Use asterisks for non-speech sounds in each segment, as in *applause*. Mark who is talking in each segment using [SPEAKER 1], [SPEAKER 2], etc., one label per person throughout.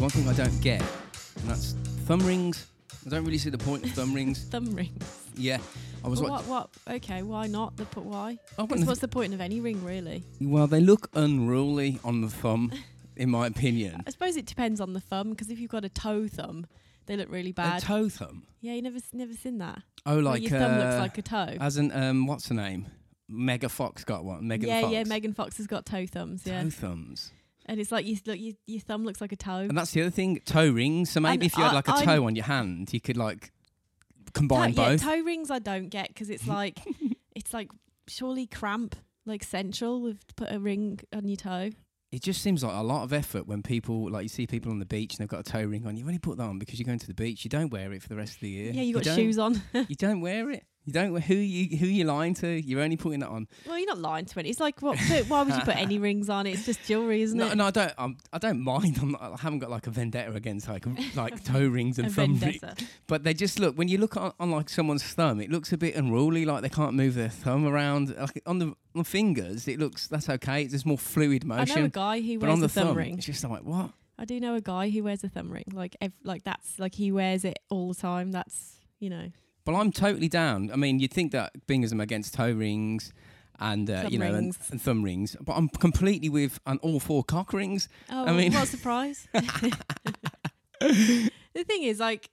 [SPEAKER 1] one thing I don't get, and that's thumb rings. I don't really see the point of thumb rings.
[SPEAKER 2] Thumb ring.
[SPEAKER 1] Yeah, I was.
[SPEAKER 2] Well,
[SPEAKER 1] wa-
[SPEAKER 2] what? What? Okay. Why not? The
[SPEAKER 1] *laughs*
[SPEAKER 2] put why?
[SPEAKER 1] I wouldn't
[SPEAKER 2] Because
[SPEAKER 1] have-
[SPEAKER 2] what's the point of any ring really?
[SPEAKER 1] well, they look unruly on the thumb, in my
[SPEAKER 2] *laughs*
[SPEAKER 1] opinion.
[SPEAKER 2] I suppose it depends on the thumb. Because if you've got a toe thumb, they look really
[SPEAKER 1] A
[SPEAKER 2] bad.
[SPEAKER 1] toe thumb.
[SPEAKER 2] yeah, you never s- never seen that.
[SPEAKER 1] Oh,
[SPEAKER 2] Where
[SPEAKER 1] like
[SPEAKER 2] your thumb looks
[SPEAKER 1] uh,
[SPEAKER 2] like a toe.
[SPEAKER 1] hasn't um what's her name? Mega Fox got one. Megan
[SPEAKER 2] yeah,
[SPEAKER 1] Fox.
[SPEAKER 2] yeah. Megan Fox has got toe thumbs. Yeah,
[SPEAKER 1] Toe thumbs.
[SPEAKER 2] and it's like you s- look, your, your thumb looks like a toe.
[SPEAKER 1] And that's the other thing, toe rings. So maybe
[SPEAKER 2] And
[SPEAKER 1] if you had
[SPEAKER 2] I-
[SPEAKER 1] like a
[SPEAKER 2] I'm-
[SPEAKER 1] toe on your hand, you could like
[SPEAKER 2] toe,
[SPEAKER 1] combine
[SPEAKER 2] yeah,
[SPEAKER 1] both.
[SPEAKER 2] toe rings I don't get because
[SPEAKER 1] *laughs*
[SPEAKER 2] it's like it's like surely cramp like central with put a ring on your toe.
[SPEAKER 1] it just seems like a lot of effort when people like you see people on the beach and they've got a toe ring on. You only put that on because you're going to the beach. You don't wear it for the rest of the year.
[SPEAKER 2] Yeah, you got
[SPEAKER 1] don't-
[SPEAKER 2] shoes on. *laughs*
[SPEAKER 1] You don't wear it. You don't who you who you lying to. You're only putting that on.
[SPEAKER 2] well, you're not lying to it. It's like what? But why would you
[SPEAKER 1] *laughs*
[SPEAKER 2] put any rings on? It's just jewelry, isn't
[SPEAKER 1] no,
[SPEAKER 2] it?
[SPEAKER 1] no, I don't. I'm, I don't mind. I'm not, I haven't got like a vendetta against like
[SPEAKER 2] *laughs*
[SPEAKER 1] like toe rings
[SPEAKER 2] A
[SPEAKER 1] and thumb rings.
[SPEAKER 2] vendetta.
[SPEAKER 1] But they just look when you look on, on like someone's thumb, it looks a bit unruly, like they can't move their thumb around. Like on the on the fingers, it looks that's okay. It's just more fluid
[SPEAKER 2] I know a
[SPEAKER 1] motion.
[SPEAKER 2] guy who
[SPEAKER 1] But
[SPEAKER 2] wears
[SPEAKER 1] on the
[SPEAKER 2] a thumb,
[SPEAKER 1] thumb,
[SPEAKER 2] ring.
[SPEAKER 1] it's just like what?
[SPEAKER 2] I do know a guy who wears a thumb ring. Like, ev- like that's like he wears it all the time. That's you know,
[SPEAKER 1] But I'm totally down. I mean, you'd think that being as I'm against toe rings and uh,
[SPEAKER 2] Thumb
[SPEAKER 1] you know and,
[SPEAKER 2] rings.
[SPEAKER 1] and thumb rings, but I'm completely with and all four cock
[SPEAKER 2] *laughs*
[SPEAKER 1] rings.
[SPEAKER 2] Oh,
[SPEAKER 1] I mean-
[SPEAKER 2] what a
[SPEAKER 1] *laughs*
[SPEAKER 2] surprise! *laughs* the thing is, like,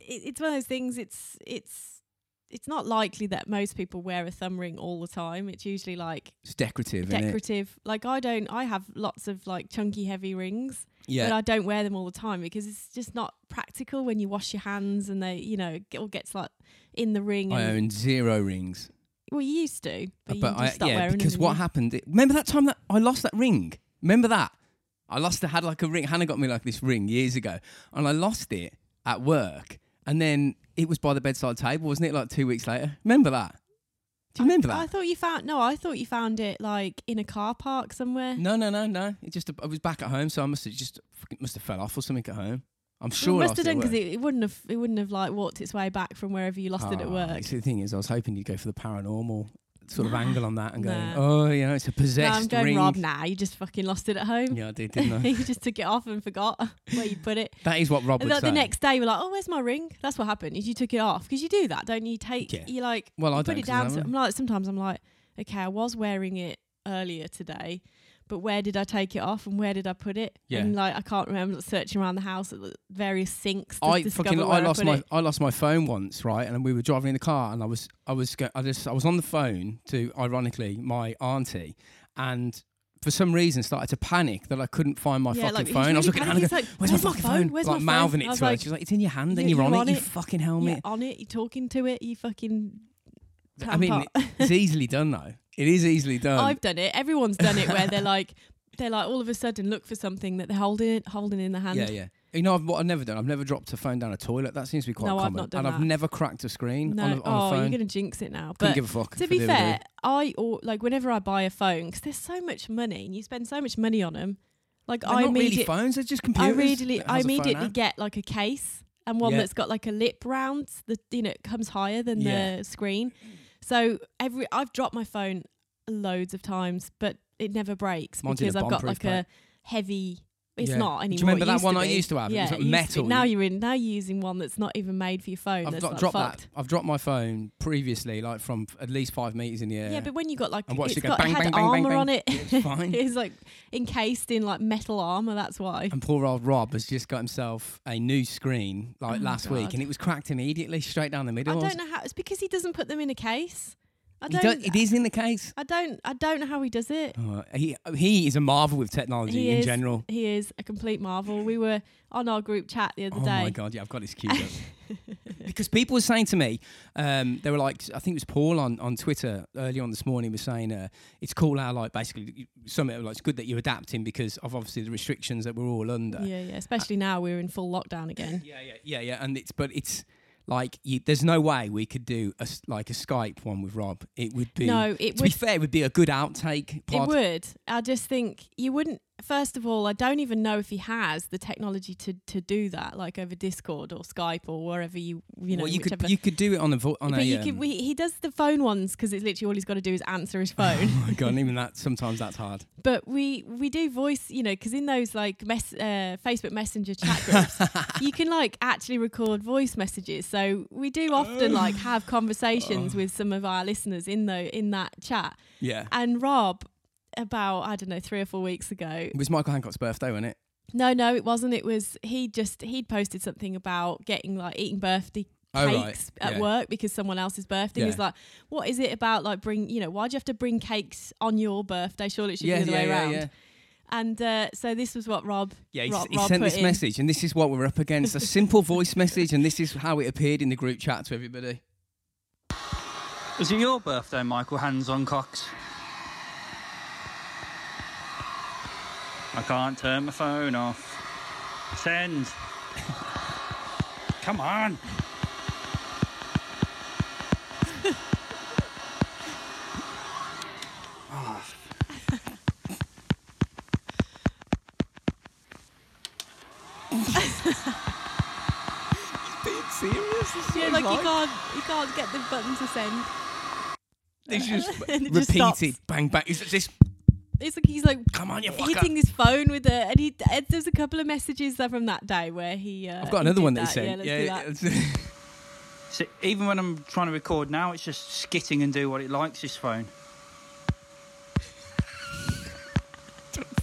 [SPEAKER 2] it, it's one of those things. It's it's it's not likely that most people wear a thumb ring all the time. It's usually like
[SPEAKER 1] It's decorative, isn't it?
[SPEAKER 2] decorative. Like I don't. I have lots of like chunky, heavy rings, but
[SPEAKER 1] Yeah,
[SPEAKER 2] I don't wear them all the time because it's just not practical when you wash your hands and they, you know, it all gets like in the ring.
[SPEAKER 1] I
[SPEAKER 2] And,
[SPEAKER 1] own zero rings.
[SPEAKER 2] well, you used to, but, you
[SPEAKER 1] I,
[SPEAKER 2] just stop wearing
[SPEAKER 1] because
[SPEAKER 2] them.
[SPEAKER 1] what
[SPEAKER 2] you-
[SPEAKER 1] happened? it- remember that time that I lost that ring? Remember that? I lost. I had like a ring. Hannah got me like this ring years ago, and I lost it at work. And then it was by the bedside table, wasn't it? Like two weeks later. Remember that? Do you remember
[SPEAKER 2] I
[SPEAKER 1] that?
[SPEAKER 2] thought you found no. I thought you found it like in a car park somewhere.
[SPEAKER 1] No, no, no, no. It just I was back at home, so I must have just fucking- must have fell off or something at home. I'm sure.
[SPEAKER 2] Well,
[SPEAKER 1] I
[SPEAKER 2] it must
[SPEAKER 1] lost
[SPEAKER 2] have done
[SPEAKER 1] it at
[SPEAKER 2] because
[SPEAKER 1] work.
[SPEAKER 2] it, it wouldn't have it wouldn't have like walked its way back from wherever you lost it at
[SPEAKER 1] Ah,
[SPEAKER 2] work.
[SPEAKER 1] See, the thing is, I was hoping you'd go for the paranormal sort of
[SPEAKER 2] Nah,
[SPEAKER 1] angle on that and go,
[SPEAKER 2] *laughs* nah.
[SPEAKER 1] oh, you know, it's a
[SPEAKER 2] No,
[SPEAKER 1] possessed
[SPEAKER 2] I'm going
[SPEAKER 1] ring.
[SPEAKER 2] Rob now. you just fucking lost it at home.
[SPEAKER 1] Yeah, I did, didn't I?
[SPEAKER 2] *laughs* you just took it off and forgot *laughs* where you put it.
[SPEAKER 1] that is what Rob
[SPEAKER 2] And
[SPEAKER 1] would
[SPEAKER 2] like
[SPEAKER 1] say.
[SPEAKER 2] the next day, we're like, "Oh, where's my ring?" That's what happened. Is you took it off because you do that, don't you? You Take
[SPEAKER 1] Yeah.
[SPEAKER 2] you like
[SPEAKER 1] Well, I
[SPEAKER 2] you put
[SPEAKER 1] don't
[SPEAKER 2] it
[SPEAKER 1] 'cause I
[SPEAKER 2] down.
[SPEAKER 1] don't
[SPEAKER 2] so-
[SPEAKER 1] know.
[SPEAKER 2] I'm like sometimes I'm like, okay, I was wearing it earlier today, but where did I take it off and where did I put it?
[SPEAKER 1] Yeah.
[SPEAKER 2] And like I can't remember searching around the house at the various sinks. To
[SPEAKER 1] I
[SPEAKER 2] discover
[SPEAKER 1] fucking
[SPEAKER 2] where
[SPEAKER 1] I lost
[SPEAKER 2] put
[SPEAKER 1] my
[SPEAKER 2] it.
[SPEAKER 1] I lost my phone once, right? And we were driving in the car, and I was I was go- I just I was on the phone to ironically my auntie, and for some reason started to panic that I couldn't find my fucking
[SPEAKER 2] like, he's
[SPEAKER 1] phone. I was
[SPEAKER 2] really
[SPEAKER 1] looking at
[SPEAKER 2] panicked.
[SPEAKER 1] Hannah,
[SPEAKER 2] He's
[SPEAKER 1] going,
[SPEAKER 2] like,
[SPEAKER 1] "Where's, my fucking phone?"
[SPEAKER 2] Where's
[SPEAKER 1] like
[SPEAKER 2] my phone?
[SPEAKER 1] mouthing
[SPEAKER 2] I
[SPEAKER 1] it
[SPEAKER 2] was
[SPEAKER 1] to her.
[SPEAKER 2] like,
[SPEAKER 1] She was like, "It's in your hand, and
[SPEAKER 2] "You-
[SPEAKER 1] you're, on, it, You
[SPEAKER 2] it.
[SPEAKER 1] fucking helmet."
[SPEAKER 2] You're on it. You're talking to it. You fucking.
[SPEAKER 1] I mean,
[SPEAKER 2] tampon. *laughs*
[SPEAKER 1] it's easily done though. It is easily done.
[SPEAKER 2] I've done it. Everyone's done it where they're like, *laughs* they're like all of a sudden look for something that they're holding it, holding in the hand.
[SPEAKER 1] yeah, yeah. You know I've, what I've never done? I've never dropped a phone down a toilet. That seems to be quite
[SPEAKER 2] No, I've
[SPEAKER 1] common.
[SPEAKER 2] not done
[SPEAKER 1] and I've
[SPEAKER 2] that.
[SPEAKER 1] never cracked a screen
[SPEAKER 2] No,
[SPEAKER 1] on a, on
[SPEAKER 2] oh,
[SPEAKER 1] a phone.
[SPEAKER 2] you're gonna jinx it now.
[SPEAKER 1] Couldn't
[SPEAKER 2] But
[SPEAKER 1] give a fuck.
[SPEAKER 2] to
[SPEAKER 1] if I
[SPEAKER 2] be
[SPEAKER 1] did, I did.
[SPEAKER 2] fair, I or like whenever I buy a phone, because there's so much money and you spend so much money on them. Like
[SPEAKER 1] They're
[SPEAKER 2] I
[SPEAKER 1] not really
[SPEAKER 2] immediately,
[SPEAKER 1] phones. They're just
[SPEAKER 2] I
[SPEAKER 1] computers.
[SPEAKER 2] immediately,
[SPEAKER 1] that
[SPEAKER 2] I
[SPEAKER 1] has a phone
[SPEAKER 2] immediately
[SPEAKER 1] app.
[SPEAKER 2] get like a case and one
[SPEAKER 1] Yeah.
[SPEAKER 2] that's got like a lip round. The you know it comes higher than
[SPEAKER 1] Yeah.
[SPEAKER 2] the screen. So every I've dropped my phone loads of times, but it never breaks
[SPEAKER 1] Mine did a
[SPEAKER 2] because I've got
[SPEAKER 1] bomb-proof
[SPEAKER 2] like a heavy. It's
[SPEAKER 1] Yeah.
[SPEAKER 2] not
[SPEAKER 1] Do you
[SPEAKER 2] anymore.
[SPEAKER 1] remember
[SPEAKER 2] it
[SPEAKER 1] that
[SPEAKER 2] used
[SPEAKER 1] one
[SPEAKER 2] to
[SPEAKER 1] I
[SPEAKER 2] be.
[SPEAKER 1] used to have? It
[SPEAKER 2] Yeah,
[SPEAKER 1] was like
[SPEAKER 2] it used to
[SPEAKER 1] metal.
[SPEAKER 2] be. Now you're in. Now you're using one that's not even made for your phone.
[SPEAKER 1] I've
[SPEAKER 2] that's
[SPEAKER 1] got,
[SPEAKER 2] like
[SPEAKER 1] dropped
[SPEAKER 2] fucked.
[SPEAKER 1] that. I've dropped my phone previously, like from f- at least five meters in the air.
[SPEAKER 2] Yeah, but when you got like
[SPEAKER 1] And watched
[SPEAKER 2] it's
[SPEAKER 1] it go
[SPEAKER 2] got
[SPEAKER 1] bang,
[SPEAKER 2] had
[SPEAKER 1] bang, bang, bang,
[SPEAKER 2] armor
[SPEAKER 1] bang.
[SPEAKER 2] on it,
[SPEAKER 1] It's fine.
[SPEAKER 2] *laughs* it's like encased in like metal armor. That's why.
[SPEAKER 1] and poor old Rob has just got himself a new screen like
[SPEAKER 2] Oh,
[SPEAKER 1] last
[SPEAKER 2] God.
[SPEAKER 1] week, and it was cracked immediately, straight down the
[SPEAKER 2] I
[SPEAKER 1] middle.
[SPEAKER 2] don't know how. It's because he doesn't put them in a case. I
[SPEAKER 1] He
[SPEAKER 2] don't.
[SPEAKER 1] do- it is in the case.
[SPEAKER 2] I don't. I don't know how he does it.
[SPEAKER 1] Oh, he he is a marvel with technology
[SPEAKER 2] He
[SPEAKER 1] in
[SPEAKER 2] is.
[SPEAKER 1] general.
[SPEAKER 2] He is a complete marvel. We were on our group chat the other
[SPEAKER 1] Oh
[SPEAKER 2] day.
[SPEAKER 1] my god, yeah, I've got this queued up.
[SPEAKER 2] *laughs*
[SPEAKER 1] because people were saying to me, um, they were like, I think it was Paul on, on Twitter early on this morning was saying, uh, it's cool how like basically you- some like it's good that you're adapting because of obviously the restrictions that we're all under.
[SPEAKER 2] Yeah, yeah. Especially now we're in full lockdown again.
[SPEAKER 1] yeah, yeah, yeah, yeah. And it's but it's like you, there's no way we could do a s like a Skype one with Rob. It would be
[SPEAKER 2] no, it
[SPEAKER 1] to be
[SPEAKER 2] would.
[SPEAKER 1] fair, it would be a good outtake.
[SPEAKER 2] It
[SPEAKER 1] Pod.
[SPEAKER 2] would. I just think you wouldn't. first of all, I don't even know if he has the technology to to do that, like over Discord or Skype or wherever you you know.
[SPEAKER 1] well, you
[SPEAKER 2] whichever.
[SPEAKER 1] could you could do it on a vo- on
[SPEAKER 2] but
[SPEAKER 1] a.
[SPEAKER 2] you
[SPEAKER 1] um,
[SPEAKER 2] could, we, he does the phone ones because it's literally all he's got to do is answer his phone.
[SPEAKER 1] oh my
[SPEAKER 2] *laughs*
[SPEAKER 1] god! Even that sometimes that's hard.
[SPEAKER 2] but we we do voice, you know, because in those like mess, uh, Facebook
[SPEAKER 1] *laughs*
[SPEAKER 2] Messenger chat groups, you can like actually record voice messages. So we do often
[SPEAKER 1] Oh.
[SPEAKER 2] like have conversations with some of our listeners in the in that chat.
[SPEAKER 1] Yeah,
[SPEAKER 2] And Rob, about I don't know three or four weeks ago,
[SPEAKER 1] it was Michael Hancock's birthday, wasn't it?
[SPEAKER 2] No, no, it wasn't. It was he just he'd posted something about getting like eating birthday
[SPEAKER 1] Oh,
[SPEAKER 2] cakes
[SPEAKER 1] right.
[SPEAKER 2] at
[SPEAKER 1] Yeah.
[SPEAKER 2] work because someone else's birthday. He's
[SPEAKER 1] Yeah.
[SPEAKER 2] like, what is it about like bring you know why do you have to bring cakes on your birthday? Surely it should
[SPEAKER 1] yeah,
[SPEAKER 2] be the
[SPEAKER 1] yeah,
[SPEAKER 2] other way
[SPEAKER 1] yeah,
[SPEAKER 2] around.
[SPEAKER 1] yeah.
[SPEAKER 2] And uh, so this was what Rob
[SPEAKER 1] Yeah, he,
[SPEAKER 2] Rob-
[SPEAKER 1] s- he
[SPEAKER 2] Rob
[SPEAKER 1] sent
[SPEAKER 2] put
[SPEAKER 1] this
[SPEAKER 2] in.
[SPEAKER 1] message, and this is what we're up against. A simple voice message, and this is how it appeared in the group chat to everybody.
[SPEAKER 3] Was it your birthday, Michael Hands on Cox? I can't turn my phone off. Send. Come on. Ah.
[SPEAKER 1] Being serious?
[SPEAKER 2] Yeah, like you can't you can't get the button to send.
[SPEAKER 1] It's just
[SPEAKER 2] *laughs* And it just
[SPEAKER 1] repeated,
[SPEAKER 2] stops.
[SPEAKER 1] bang, bang. It's just,
[SPEAKER 2] It's like he's like
[SPEAKER 1] come on, you fucker.
[SPEAKER 2] hitting his phone with the and he and there's a couple of messages there from that day where he. Uh,
[SPEAKER 1] I've got
[SPEAKER 2] he
[SPEAKER 1] another
[SPEAKER 2] did
[SPEAKER 1] one that he
[SPEAKER 2] that.
[SPEAKER 1] sent.
[SPEAKER 2] Yeah, let's do that. *laughs*
[SPEAKER 1] it's-
[SPEAKER 3] So even when I'm trying to record now, it's just skitting and do what it likes, this phone.